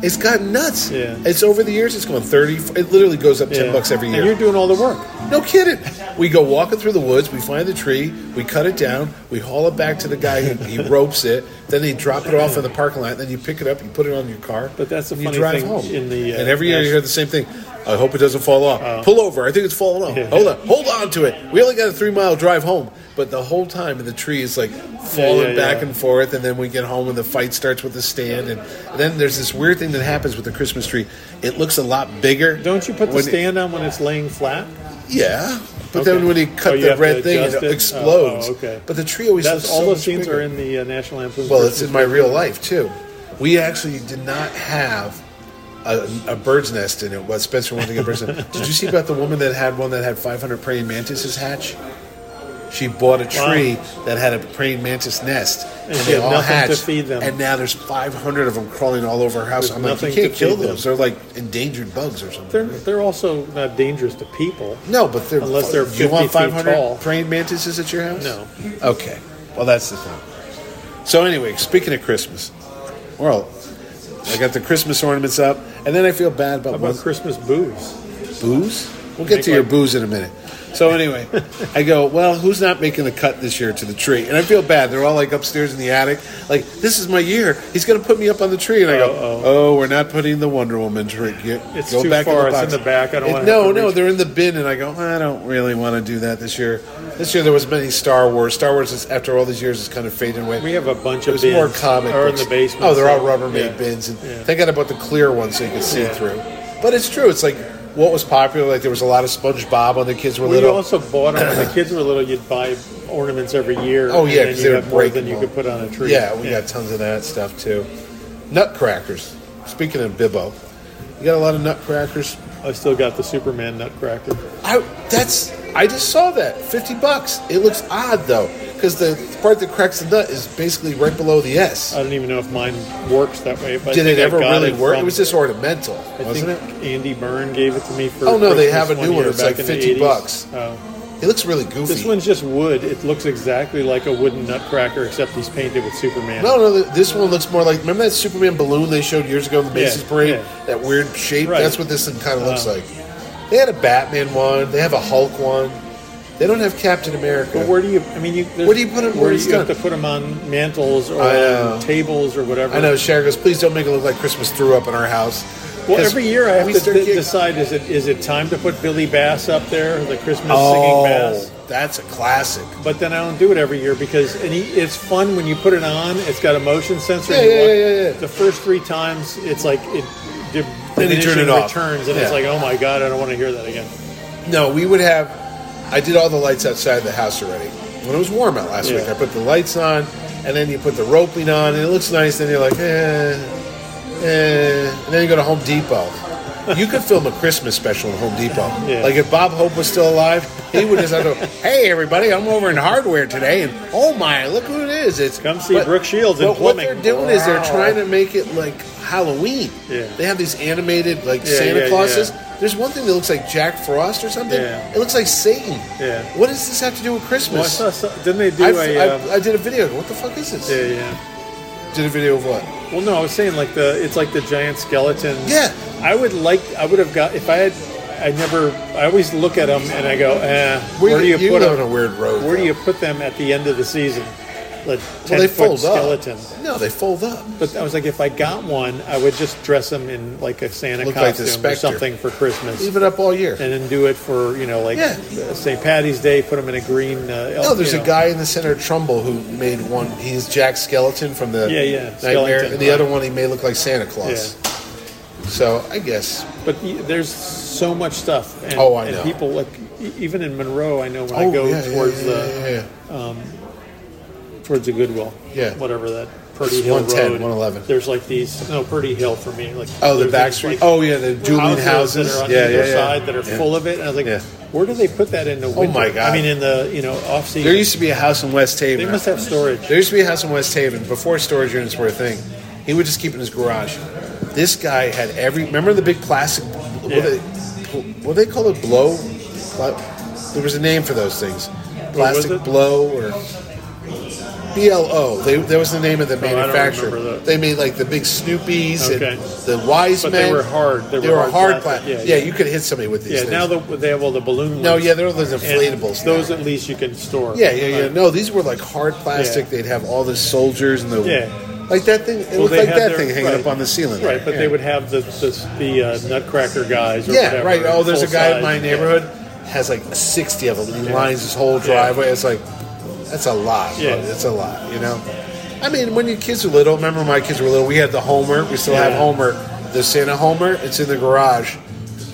Speaker 2: It's gotten nuts.
Speaker 4: Yeah.
Speaker 2: It's over the years. It's going thirty. It literally goes up ten
Speaker 4: Yeah.
Speaker 2: bucks every
Speaker 4: And
Speaker 2: year.
Speaker 4: you're doing all the work.
Speaker 2: No kidding. We go walking through the woods. We find the tree. We cut it down. We haul it back to the guy who he ropes it. Then they drop it off in the parking lot. Then you pick it up. You put it on your car.
Speaker 4: But that's the
Speaker 2: and
Speaker 4: funny
Speaker 2: you drive
Speaker 4: thing
Speaker 2: home.
Speaker 4: in the, uh,
Speaker 2: and every year you
Speaker 4: national-
Speaker 2: hear the same thing. I hope it doesn't fall off. Pull over. I think it's falling off.
Speaker 4: Yeah.
Speaker 2: Hold on. Hold on to it. We only got a three mile drive home. But the whole time, the tree is like falling
Speaker 4: yeah,
Speaker 2: back
Speaker 4: yeah.
Speaker 2: and forth, and then we get home and the fight starts with the stand, and then there's this weird thing that happens with the Christmas tree. It looks a lot bigger.
Speaker 4: Don't you put the
Speaker 2: when it-
Speaker 4: stand on when it's laying flat?
Speaker 2: Yeah, but
Speaker 4: Okay.
Speaker 2: then when you cut
Speaker 4: Oh, you
Speaker 2: the
Speaker 4: have to
Speaker 2: red thing, it,
Speaker 4: adjust it?
Speaker 2: explodes.
Speaker 4: Oh, oh, okay.
Speaker 2: But the tree always
Speaker 4: That's
Speaker 2: looks
Speaker 4: all
Speaker 2: so
Speaker 4: those
Speaker 2: much
Speaker 4: scenes
Speaker 2: bigger.
Speaker 4: are in the uh, National Lampoon's.
Speaker 2: Well, it's in my
Speaker 4: Christmas
Speaker 2: real life too. We actually did not have a, a bird's nest in it. What Spencer wanted to get a bird's nest. Did you see about the woman that had one that had 500 praying mantises hatch? She bought a
Speaker 4: Wow.
Speaker 2: tree that had a praying mantis nest, and,
Speaker 4: she
Speaker 2: they
Speaker 4: had
Speaker 2: all
Speaker 4: nothing to
Speaker 2: hatched.
Speaker 4: feed them.
Speaker 2: And now there's 500 of them crawling all over her house.
Speaker 4: There's
Speaker 2: I'm like, you
Speaker 4: nothing
Speaker 2: can't
Speaker 4: to
Speaker 2: kill
Speaker 4: feed them.
Speaker 2: those. They're like endangered bugs or something.
Speaker 4: They're they're also not dangerous to people.
Speaker 2: No, but they're
Speaker 4: Unless they're
Speaker 2: you want
Speaker 4: 50 feet
Speaker 2: 500
Speaker 4: tall.
Speaker 2: praying mantises at your house?
Speaker 4: No.
Speaker 2: Okay. Well, that's the thing. So anyway, speaking of Christmas, well, I got the Christmas ornaments up, and then I feel bad about,
Speaker 4: How about
Speaker 2: one-
Speaker 4: Christmas booze?
Speaker 2: booze. We'll get
Speaker 4: Make
Speaker 2: to your
Speaker 4: like-
Speaker 2: booze in a minute. So anyway, I go, well, who's not making the cut this year to the tree? And I feel bad. They're all like upstairs in the attic. Like, this is my year. He's going to put me up on the tree. And I go, oh,
Speaker 4: Uh-oh.
Speaker 2: we're not putting the Wonder Woman tree. Get,
Speaker 4: It's
Speaker 2: go
Speaker 4: too
Speaker 2: back
Speaker 4: far.
Speaker 2: In the
Speaker 4: It's
Speaker 2: box.
Speaker 4: in the back. I don't
Speaker 2: It-
Speaker 4: wanna
Speaker 2: No,
Speaker 4: have to
Speaker 2: no,
Speaker 4: reach-
Speaker 2: they're in the bin. And I go, I don't really want to do that this year. This year there was many Star Wars. Star Wars, is, after all these years, is kind of fading away.
Speaker 4: We have a bunch
Speaker 2: It
Speaker 4: of
Speaker 2: was
Speaker 4: bins.
Speaker 2: more comic
Speaker 4: Or in
Speaker 2: books.
Speaker 4: the basement.
Speaker 2: Oh, they're all
Speaker 4: so-
Speaker 2: Rubbermaid
Speaker 4: yeah.
Speaker 2: bins, and
Speaker 4: Yeah.
Speaker 2: thank God I bought the clear one so you could see
Speaker 4: Yeah.
Speaker 2: through. But it's true. It's like what was popular. Like there was a lot of SpongeBob when the kids were
Speaker 4: Well, you
Speaker 2: little.
Speaker 4: also bought them when the kids were little. You'd buy ornaments every year.
Speaker 2: Oh, yeah,
Speaker 4: and then
Speaker 2: 'cause
Speaker 4: you
Speaker 2: they
Speaker 4: had
Speaker 2: would
Speaker 4: more
Speaker 2: break
Speaker 4: than
Speaker 2: them all.
Speaker 4: you could put on a tree.
Speaker 2: yeah, we got tons of that stuff too. Nutcrackers. Speaking of Bibbo, you got a lot of nutcrackers.
Speaker 4: I still got the Superman Nutcracker.
Speaker 2: I that's I just saw that fifty bucks. It looks odd though because the part that cracks the nut is basically right below the S.
Speaker 4: I don't even know if mine works that way. But I
Speaker 2: Did
Speaker 4: think
Speaker 2: it
Speaker 4: I
Speaker 2: ever
Speaker 4: got
Speaker 2: really work?
Speaker 4: from-
Speaker 2: It was just ornamental,
Speaker 4: I
Speaker 2: wasn't it?
Speaker 4: think Andy Byrne gave it to me for.
Speaker 2: Oh, no, they
Speaker 4: Christmas
Speaker 2: have a new one.
Speaker 4: year
Speaker 2: It's
Speaker 4: back
Speaker 2: like
Speaker 4: in the
Speaker 2: 50
Speaker 4: 80s.
Speaker 2: bucks.
Speaker 4: Oh.
Speaker 2: It looks really goofy.
Speaker 4: This one's just wood. It looks exactly like a wooden Nutcracker, except he's painted with Superman.
Speaker 2: No, no, th- this one looks more like. Remember that Superman balloon they showed years ago in the
Speaker 4: Yeah,
Speaker 2: Macy's Parade?
Speaker 4: yeah.
Speaker 2: That weird shape?
Speaker 4: Right.
Speaker 2: That's what this thing kind of looks
Speaker 4: Uh.
Speaker 2: like. They had a Batman one, they have a Hulk one. They don't have Captain America.
Speaker 4: But where do you? I mean, you. there's-
Speaker 2: Where do you put 'em?
Speaker 4: Where
Speaker 2: Where
Speaker 4: do
Speaker 2: it's
Speaker 4: you have to
Speaker 2: done?
Speaker 4: put them on mantles or
Speaker 2: I know.
Speaker 4: on tables or whatever?
Speaker 2: I know, Sharon goes, please don't make it look like Christmas threw up in our house.
Speaker 4: Well,
Speaker 2: 'Cause
Speaker 4: every year I have
Speaker 2: we
Speaker 4: to
Speaker 2: start
Speaker 4: d-
Speaker 2: getting-
Speaker 4: decide: is it is it time to put Billy Bass up there, the Christmas
Speaker 2: Oh,
Speaker 4: singing Bass?
Speaker 2: that's a classic.
Speaker 4: But then I don't do it every year because and he, it's fun when you put it on. It's got a motion sensor.
Speaker 2: Yeah,
Speaker 4: You
Speaker 2: yeah,
Speaker 4: walk-
Speaker 2: yeah, yeah, yeah.
Speaker 4: The first three times, it's like it di-
Speaker 2: Then they turn
Speaker 4: diminishing
Speaker 2: it off.
Speaker 4: returns, and it's
Speaker 2: Yeah.
Speaker 4: like, oh my god, I don't want to hear that again.
Speaker 2: No, we would have. I did all the lights outside the house already. When it was warm out last
Speaker 4: Yeah.
Speaker 2: week, I put the lights on, and then you put the roping on, and it looks nice. Then you're like, eh, eh. And then you go to Home Depot. You could film a Christmas special at Home Depot.
Speaker 4: Yeah.
Speaker 2: Like if Bob Hope was still alive, he would just have to, hey everybody, I'm over in hardware today, and oh my, look who it is! It's
Speaker 4: Come see Brooke Shields in
Speaker 2: But what they're
Speaker 4: plumbing.
Speaker 2: doing is they're
Speaker 4: Wow.
Speaker 2: trying to make it like Halloween.
Speaker 4: Yeah.
Speaker 2: They have these animated like
Speaker 4: Yeah,
Speaker 2: Santa
Speaker 4: yeah, yeah.
Speaker 2: Clauses. There's one thing that looks like Jack Frost or something.
Speaker 4: Yeah.
Speaker 2: It looks like Satan.
Speaker 4: Yeah.
Speaker 2: What does this have to do with
Speaker 4: Well, I
Speaker 2: Christmas?
Speaker 4: saw, some- didn't they do
Speaker 2: I,
Speaker 4: a?
Speaker 2: I-
Speaker 4: um,
Speaker 2: I did a video. What the fuck is this?
Speaker 4: yeah, yeah.
Speaker 2: Did a video of what?
Speaker 4: Well, no, I was saying like the it's like the giant skeleton.
Speaker 2: Yeah.
Speaker 4: I would like. I would have got if I had. I never. I always look at them and I go, eh, where, do you, put
Speaker 2: live on a
Speaker 4: them?
Speaker 2: weird road?
Speaker 4: Where do
Speaker 2: though.
Speaker 4: you put them at the end of the season? Like ten
Speaker 2: Well, they
Speaker 4: foot
Speaker 2: fold
Speaker 4: skeleton.
Speaker 2: up. No, they fold up.
Speaker 4: But I was like, if I got one, I would just dress him in like a Santa
Speaker 2: Look like the
Speaker 4: costume or
Speaker 2: Spectre.
Speaker 4: something for Christmas,
Speaker 2: Leave it up all year.
Speaker 4: and then do it for you know like
Speaker 2: Yeah.
Speaker 4: uh, St. Patty's Day. Put him in a green. Uh, elf,
Speaker 2: No, there's
Speaker 4: you
Speaker 2: a
Speaker 4: know.
Speaker 2: guy in the center of Trumbull who made one. He's Jack Skeleton from the
Speaker 4: Yeah, yeah,
Speaker 2: Nightmare,
Speaker 4: Skeleton,
Speaker 2: and the
Speaker 4: right.
Speaker 2: other one he made look like Santa Claus.
Speaker 4: Yeah.
Speaker 2: So I guess
Speaker 4: But y- there's so much stuff. And,
Speaker 2: Oh, I
Speaker 4: and
Speaker 2: know.
Speaker 4: people like e- even in Monroe, I know when I
Speaker 2: Oh,
Speaker 4: go
Speaker 2: yeah, yeah,
Speaker 4: towards
Speaker 2: yeah,
Speaker 4: the
Speaker 2: yeah, yeah.
Speaker 4: towards the Goodwill.
Speaker 2: Yeah.
Speaker 4: Whatever that
Speaker 2: It's
Speaker 4: Purdy Hill
Speaker 2: 110,
Speaker 4: Road.
Speaker 2: 111.
Speaker 4: There's like these no Purdy Hill for me. Like
Speaker 2: Oh, the
Speaker 4: there's
Speaker 2: back
Speaker 4: these,
Speaker 2: street.
Speaker 4: like,
Speaker 2: oh, yeah, the Julian houses.
Speaker 4: that are on
Speaker 2: yeah,
Speaker 4: either
Speaker 2: yeah, yeah.
Speaker 4: side that are
Speaker 2: Yeah.
Speaker 4: full of it. And I was like,
Speaker 2: Yeah. Oh,
Speaker 4: where do they put that in the winter?
Speaker 2: my God.
Speaker 4: I mean, in the you know off
Speaker 2: There
Speaker 4: season.
Speaker 2: used to be a house in West Haven.
Speaker 4: they must have storage.
Speaker 2: There used to be a house in West Haven before storage units were a thing. He would just keep it in his garage. This guy had every. Remember the big plastic.
Speaker 4: Yeah.
Speaker 2: What, they, what do they call it? Blow? Pla- There was a name for those things.
Speaker 4: was
Speaker 2: Plastic
Speaker 4: it?
Speaker 2: blow or. BLO. They, that was the name of the
Speaker 4: Oh, don't
Speaker 2: manufacturer.
Speaker 4: remember that.
Speaker 2: They made like the big Snoopies
Speaker 4: Okay.
Speaker 2: and the Wise
Speaker 4: But
Speaker 2: Men.
Speaker 4: they were hard. They
Speaker 2: They,
Speaker 4: were
Speaker 2: were,
Speaker 4: hard
Speaker 2: hard
Speaker 4: plastic.
Speaker 2: plastic. Yeah,
Speaker 4: Yeah, yeah.
Speaker 2: you could hit somebody with these.
Speaker 4: Yeah,
Speaker 2: things.
Speaker 4: now the, they have all the balloon.
Speaker 2: no,
Speaker 4: ones.
Speaker 2: yeah, they're those
Speaker 4: And
Speaker 2: inflatables. now.
Speaker 4: Those at least you can store.
Speaker 2: Yeah, yeah, yeah.
Speaker 4: Right.
Speaker 2: No, these were like hard plastic.
Speaker 4: Yeah.
Speaker 2: They'd have all the soldiers and the
Speaker 4: Yeah.
Speaker 2: like that thing. It
Speaker 4: Well,
Speaker 2: looked
Speaker 4: they
Speaker 2: like
Speaker 4: had
Speaker 2: that
Speaker 4: their-
Speaker 2: thing hanging
Speaker 4: right.
Speaker 2: up on the ceiling.
Speaker 4: Right, but
Speaker 2: Yeah.
Speaker 4: they would have the the, the uh, Nutcracker guys. Or
Speaker 2: Yeah,
Speaker 4: whatever,
Speaker 2: right. Oh, there's a
Speaker 4: full
Speaker 2: guy in
Speaker 4: size.
Speaker 2: my
Speaker 4: Yeah.
Speaker 2: neighborhood has like sixty of them. He lines his whole driveway. It's like that's a lot.
Speaker 4: Yeah.
Speaker 2: Yeah, that's a lot. You know, I mean, when your kids were little, remember my kids were little. We had the Homer. We still have
Speaker 4: Yeah.
Speaker 2: Homer, the Santa Homer. It's in the garage.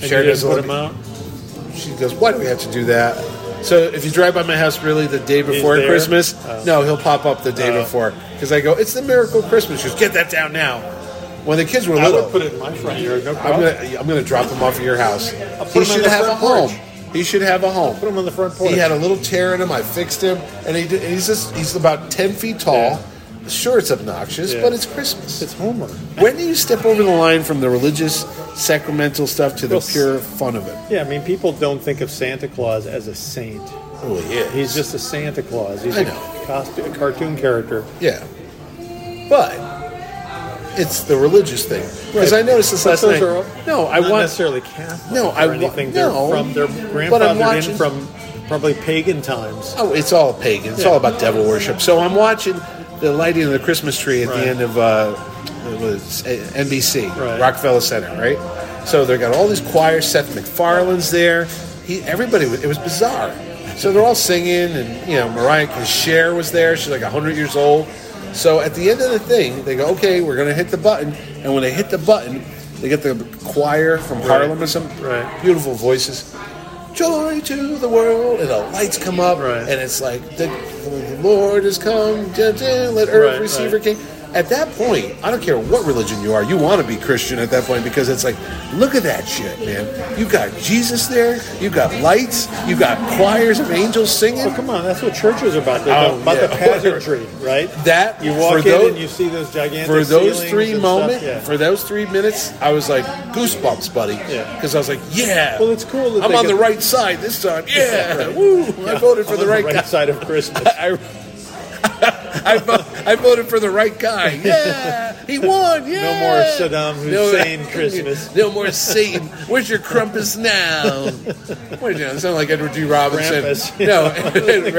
Speaker 4: And
Speaker 2: Sharon
Speaker 4: you
Speaker 2: doesn't
Speaker 4: didn't put
Speaker 2: let
Speaker 4: them
Speaker 2: me-
Speaker 4: out.
Speaker 2: She goes, "Why do we have to do that?" So if you drive by my house really the day before
Speaker 4: there?
Speaker 2: Christmas,
Speaker 4: Oh.
Speaker 2: no, he'll pop up the day
Speaker 4: Oh.
Speaker 2: before because I go, "It's the miracle Christmas." She goes, "Get that down now." When the kids were
Speaker 4: I
Speaker 2: little,
Speaker 4: would put it in my front yard. No
Speaker 2: I'm
Speaker 4: problem.
Speaker 2: gonna I'm gonna drop him off at your house.
Speaker 4: I'll put
Speaker 2: He
Speaker 4: him on
Speaker 2: should
Speaker 4: the
Speaker 2: have a
Speaker 4: front
Speaker 2: home.
Speaker 4: porch.
Speaker 2: He should have a home.
Speaker 4: Put them on the front porch.
Speaker 2: He had a little tear in him. I fixed him, and he did, and he's just he's about ten feet tall. Sure, it's obnoxious,
Speaker 4: Yeah.
Speaker 2: but it's Christmas.
Speaker 4: it's Homer.
Speaker 2: When do you step over the line from the religious, sacramental stuff to the
Speaker 4: Well, s-
Speaker 2: pure fun of it?
Speaker 4: Yeah, I mean, people don't think of Santa Claus as a saint.
Speaker 2: Oh yeah,
Speaker 4: He's just a Santa Claus. He's
Speaker 2: I
Speaker 4: a,
Speaker 2: know.
Speaker 4: cost- a cartoon character.
Speaker 2: yeah. But it's the religious thing because I noticed this
Speaker 4: But
Speaker 2: last
Speaker 4: those
Speaker 2: night.
Speaker 4: are all-
Speaker 2: no, I
Speaker 4: not
Speaker 2: want
Speaker 4: necessarily Catholic.
Speaker 2: No,
Speaker 4: or
Speaker 2: I wa- no,
Speaker 4: anything. They're from their
Speaker 2: but I'm
Speaker 4: grandfathered
Speaker 2: watching-
Speaker 4: in from probably pagan times.
Speaker 2: Oh, it's all pagan. It's
Speaker 4: Yeah.
Speaker 2: all about devil worship. So I'm watching the lighting of the Christmas tree at
Speaker 4: Right.
Speaker 2: the end of uh, it was uh, NBC
Speaker 4: Right.
Speaker 2: Rockefeller Center, right? So they got all these choirs. Seth MacFarlane's there. He, everybody. was- It was bizarre. So they're all singing, and you know, Mariah Carey- Cher was there. She's like 100 years old. So at the end of the thing, they go, "Okay, we're gonna hit the button," and when they hit the button, they get the choir from Harlem or something.
Speaker 4: Right.
Speaker 2: Beautiful voices joy to the world, and the lights come up,
Speaker 4: Right.
Speaker 2: and it's like the, the Lord has come, da, da, let earth
Speaker 4: Right,
Speaker 2: receive
Speaker 4: right.
Speaker 2: her King. At that point, I don't care what religion you are, you want to be Christian at that point because it's like, look at that shit, man. You got Jesus there, you got lights, you got choirs of angels singing.
Speaker 4: Well, Oh, come on, that's what church is about. They're
Speaker 2: Oh,
Speaker 4: about
Speaker 2: yeah.
Speaker 4: the pageantry, right?
Speaker 2: That-
Speaker 4: you walk
Speaker 2: for
Speaker 4: in
Speaker 2: those-
Speaker 4: and you see those gigantic.
Speaker 2: for those
Speaker 4: ceilings
Speaker 2: three
Speaker 4: and
Speaker 2: moments,
Speaker 4: stuff, yeah.
Speaker 2: for those three minutes, I was like goosebumps, buddy,
Speaker 4: Yeah.
Speaker 2: because I was like, yeah.
Speaker 4: Well, it's cool that
Speaker 2: I'm
Speaker 4: they
Speaker 2: on
Speaker 4: get-
Speaker 2: the right side this time. Yeah,
Speaker 4: Right.
Speaker 2: woo! I voted for
Speaker 4: I'm
Speaker 2: the
Speaker 4: on
Speaker 2: right, guy.
Speaker 4: side of Christmas.
Speaker 2: I, I, vo- I voted for the right guy. Yeah, he won. Yeah.
Speaker 4: No more Saddam Hussein Christmas.
Speaker 2: No more Satan. Where's your crumpus now? Where's your? It sounded like Edward G. Robinson.
Speaker 4: Krampus.
Speaker 2: No,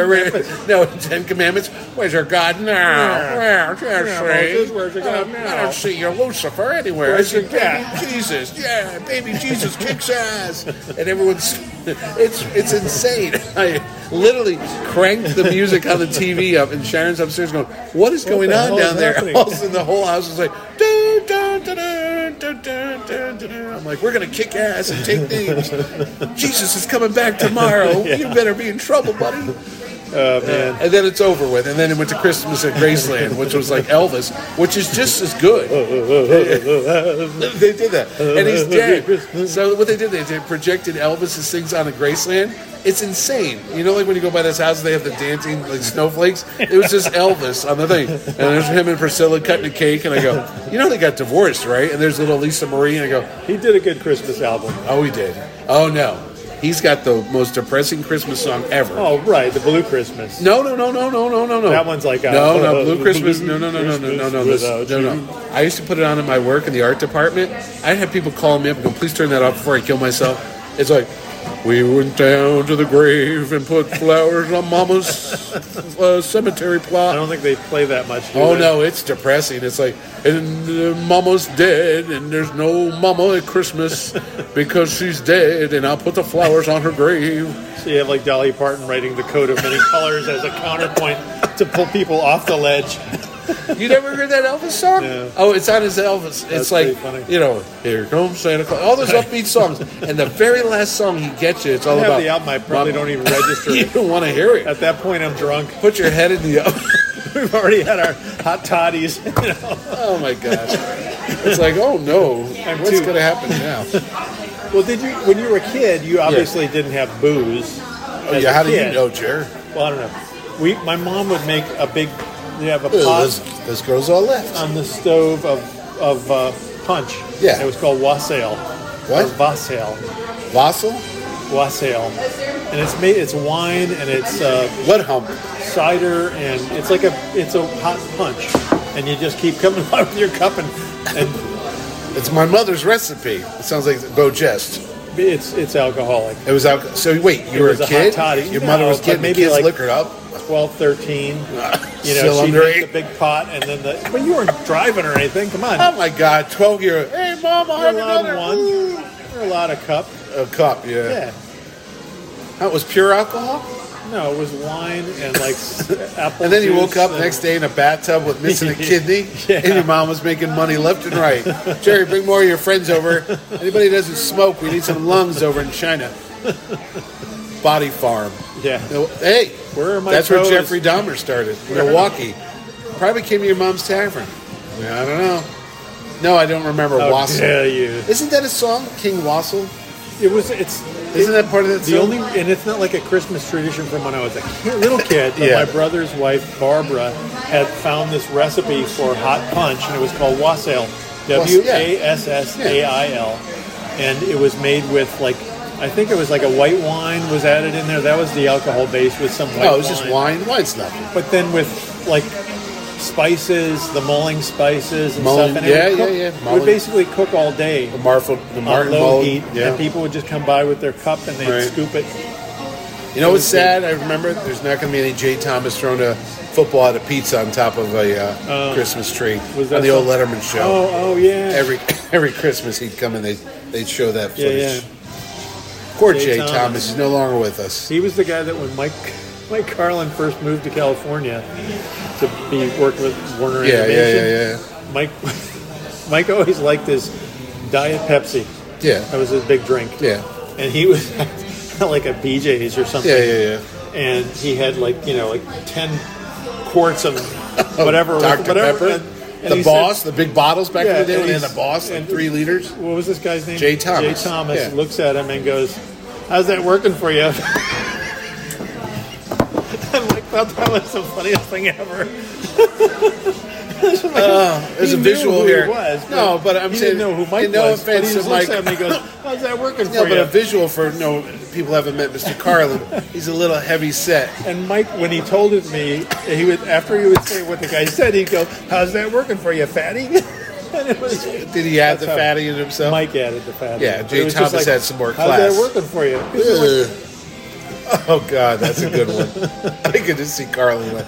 Speaker 2: remember, no Ten Commandments. Where's your God now? Where's your
Speaker 4: Yeah,
Speaker 2: Satan?
Speaker 4: Moses, where's your God
Speaker 2: Oh, I
Speaker 4: now?
Speaker 2: don't see your Lucifer anywhere.
Speaker 4: Where's
Speaker 2: I see
Speaker 4: your God?
Speaker 2: baby Jesus? Yeah, baby Jesus kicks ass, and everyone's. It's it's insane. I literally cranked the music on the TV up, and Sharon's upstairs going, "What is going
Speaker 4: the
Speaker 2: on
Speaker 4: hell is
Speaker 2: down there?"
Speaker 4: happening?
Speaker 2: All of a sudden, the whole house is like. "Dun, dun, dun, dun, dun, dun, dun, dun." I'm like, we're gonna kick ass and take names. Jesus is coming back tomorrow. You better be in trouble, buddy.
Speaker 4: Oh man,
Speaker 2: And then it's over with. And then it went to Christmas at Graceland, which was like Elvis, which is just as good. they did that. And he's dead. So what they did, they did projected Elvis's things onto Graceland. It's insane. You know, like when you go by this house, they have the dancing like snowflakes. It was just Elvis on the thing, and there's him and Priscilla cutting a cake. And I go, you know, they got divorced, right? And there's little Lisa Marie, and I go,
Speaker 4: he did a good Christmas album.
Speaker 2: oh, he did. Oh no, he's got the most depressing Christmas song ever.
Speaker 4: Oh right, the Blue Christmas.
Speaker 2: No, no, no, no, no, no, no, no.
Speaker 4: That one's like, uh,
Speaker 2: no,
Speaker 4: uh,
Speaker 2: no, Blue
Speaker 4: Blue
Speaker 2: Christmas. No, no, no, no, no, no, no, this,
Speaker 4: Christmas
Speaker 2: no, no. I used to put it on in my work in the art department. I'd have people call me up and go, "Please turn that off before I kill myself." It's like we went down to the grave and put flowers on Mama's uh, cemetery plot.
Speaker 4: I don't think they play that much. do
Speaker 2: Oh
Speaker 4: they?
Speaker 2: no, it's depressing. It's like, and uh, Mama's dead, and there's no Mama at Christmas because she's dead, and I'll put the flowers on her grave.
Speaker 4: So you have like Dolly Parton writing the code of many colors as a counterpoint to pull people off the ledge.
Speaker 2: You never heard that Elvis song?
Speaker 4: No.
Speaker 2: Oh, it's on his Elvis.
Speaker 4: That's
Speaker 2: it's like
Speaker 4: pretty funny.
Speaker 2: you know, here comes Santa Claus. All those upbeat songs, and the very last song he gets you. It's all
Speaker 4: I have
Speaker 2: about
Speaker 4: the album. I probably
Speaker 2: Mama-
Speaker 4: don't even register
Speaker 2: You
Speaker 4: it.
Speaker 2: don't want to hear it.
Speaker 4: At that point, I'm drunk.
Speaker 2: Put your head in the.
Speaker 4: We've already had our hot toddies. You know?
Speaker 2: Oh my gosh! It's like, oh no,
Speaker 4: I'm
Speaker 2: what's
Speaker 4: too-
Speaker 2: going to happen now?
Speaker 4: Well, did you when you were a kid? You obviously didn't have booze.
Speaker 2: Oh,
Speaker 4: as
Speaker 2: yeah,
Speaker 4: a
Speaker 2: how do you
Speaker 4: kid.
Speaker 2: know, Jer?
Speaker 4: Well, I don't know. We, my mom would make a big. You have a
Speaker 2: Ew,
Speaker 4: pot
Speaker 2: those, those girls all left.
Speaker 4: on the stove of of uh, punch.
Speaker 2: Yeah.
Speaker 4: it was called wassail.
Speaker 2: What?
Speaker 4: Or wassail.
Speaker 2: Vassal?
Speaker 4: wassail, and it's made it's wine and it's uh,
Speaker 2: Blood hump.
Speaker 4: cider and it's like a it's a hot punch, and you just keep coming out with your cup and and
Speaker 2: It's my mother's recipe. It sounds like Bo Jest.
Speaker 4: it's it's alcoholic.
Speaker 2: It was alcohol. So wait, you were
Speaker 4: was a
Speaker 2: a
Speaker 4: hot
Speaker 2: kid.
Speaker 4: toddy.
Speaker 2: Your
Speaker 4: No,
Speaker 2: mother was a
Speaker 4: but
Speaker 2: kid. Maybe
Speaker 4: maybe
Speaker 2: kids
Speaker 4: like-
Speaker 2: liquor up.
Speaker 4: 12, 13, you know,
Speaker 2: Still
Speaker 4: she
Speaker 2: underage.
Speaker 4: made the big pot, and then the. But you weren't driving or anything. Come on,
Speaker 2: Oh my God! Twelve year. Hey, mom, I
Speaker 4: you're
Speaker 2: have
Speaker 4: allowed
Speaker 2: another
Speaker 4: one.
Speaker 2: Ooh.
Speaker 4: You're allowed a cup.
Speaker 2: A cup. Yeah.
Speaker 4: Yeah.
Speaker 2: That was pure alcohol.
Speaker 4: No, it was wine and like s- apple.
Speaker 2: And then you
Speaker 4: juice
Speaker 2: woke up
Speaker 4: and-
Speaker 2: next day in a bathtub with missing a kidney,
Speaker 4: Yeah.
Speaker 2: and your mom was making money left and right. Jerry, bring more of your friends over. Anybody who doesn't smoke, we need some lungs over in China. Body Farm.
Speaker 4: Yeah.
Speaker 2: No, Hey,
Speaker 4: Where are my
Speaker 2: that's where
Speaker 4: toes?
Speaker 2: Jeffrey Dahmer started. Milwaukee. Probably came to your mom's tavern. Yeah, I don't know. No, I don't remember
Speaker 4: How
Speaker 2: Wassel.
Speaker 4: dare you?
Speaker 2: Isn't that a song, King Wassel?
Speaker 4: It was. It's.
Speaker 2: Isn't that part of that
Speaker 4: The
Speaker 2: song?
Speaker 4: only, and it's not like a Christmas tradition from when I was a kid, little kid. But
Speaker 2: Yeah.
Speaker 4: My brother's wife Barbara had found this recipe for hot punch, and it was called wassail, W A S S A I L, and it was made with like, I think it was like a white wine was added in there. That was the alcohol base with some white
Speaker 2: no, Oh, it was just wine. Wine's nothing.
Speaker 4: But then with like spices, the mulling spices and
Speaker 2: Mulling,
Speaker 4: stuff, and
Speaker 2: yeah,
Speaker 4: it would,
Speaker 2: yeah,
Speaker 4: cook,
Speaker 2: yeah,
Speaker 4: it
Speaker 2: mulling.
Speaker 4: would basically cook all day
Speaker 2: The Marfa, the
Speaker 4: on
Speaker 2: Martin
Speaker 4: low
Speaker 2: Mull-
Speaker 4: heat,
Speaker 2: yeah.
Speaker 4: and people would just come by with their cup and they'd
Speaker 2: Right.
Speaker 4: scoop it.
Speaker 2: You know what's sad? I remember there's not going to be any Jay Thomas throwing a football at a pizza on top of a uh, Christmas tree
Speaker 4: Oh. was
Speaker 2: on
Speaker 4: that
Speaker 2: the old
Speaker 4: some-
Speaker 2: Letterman show.
Speaker 4: Oh, oh yeah.
Speaker 2: Every every Christmas he'd come and they they'd show that
Speaker 4: yeah,
Speaker 2: footage.
Speaker 4: yeah.
Speaker 2: Poor
Speaker 4: Jay
Speaker 2: Jay, Thomas.
Speaker 4: Thomas.
Speaker 2: is no longer with us.
Speaker 4: He was the guy that when Mike Mike Carlin first moved to California to be working with Warner
Speaker 2: Yeah, yeah,
Speaker 4: Animation.
Speaker 2: yeah,
Speaker 4: Mike Mike always liked his diet Pepsi.
Speaker 2: yeah, yeah,
Speaker 4: That was his big drink.
Speaker 2: yeah,
Speaker 4: And he was like a BJ's or something.
Speaker 2: yeah, yeah, yeah.
Speaker 4: and he had like you know like ten quarts of whatever
Speaker 2: Dr
Speaker 4: whatever.
Speaker 2: Oh, Pepper,
Speaker 4: and- and
Speaker 2: the
Speaker 4: he
Speaker 2: boss,
Speaker 4: said-
Speaker 2: the big bottles back in
Speaker 4: Yeah,
Speaker 2: the day
Speaker 4: and
Speaker 2: when they had
Speaker 4: he's-
Speaker 2: the boss, like
Speaker 4: and-
Speaker 2: three liters.
Speaker 4: what was this guy's name?
Speaker 2: Jay Thomas.
Speaker 4: Jay Thomas
Speaker 2: Yeah.
Speaker 4: looks at him and goes, "How's that working for you?" I'm like, "Thought that was the funniest thing ever."
Speaker 2: There's
Speaker 4: He
Speaker 2: a
Speaker 4: knew
Speaker 2: visual
Speaker 4: who
Speaker 2: here.
Speaker 4: He was, but
Speaker 2: no, but I'm
Speaker 4: he
Speaker 2: saying
Speaker 4: didn't know who Mike
Speaker 2: and no
Speaker 4: was. but
Speaker 2: offense
Speaker 4: he
Speaker 2: to
Speaker 4: just looks
Speaker 2: Mike.
Speaker 4: at him and he goes, "How's that working
Speaker 2: No,
Speaker 4: for
Speaker 2: but
Speaker 4: you?"
Speaker 2: a visual for no people haven't met Mr. Carlin. He's a little heavy set.
Speaker 4: And Mike, when he told it me, he would after he would say what the guy said, he'd go, "How's that working for you, fatty?" and it was
Speaker 2: Did he add
Speaker 4: That's
Speaker 2: the
Speaker 4: how-
Speaker 2: fatty in himself?
Speaker 4: Mike added the fatty.
Speaker 2: Yeah,
Speaker 4: But
Speaker 2: Jay
Speaker 4: it was just
Speaker 2: Thomas had some more
Speaker 4: How's
Speaker 2: class."
Speaker 4: that working for you?
Speaker 2: Ugh. Oh God, that's a good one. I could just see Carly. Like,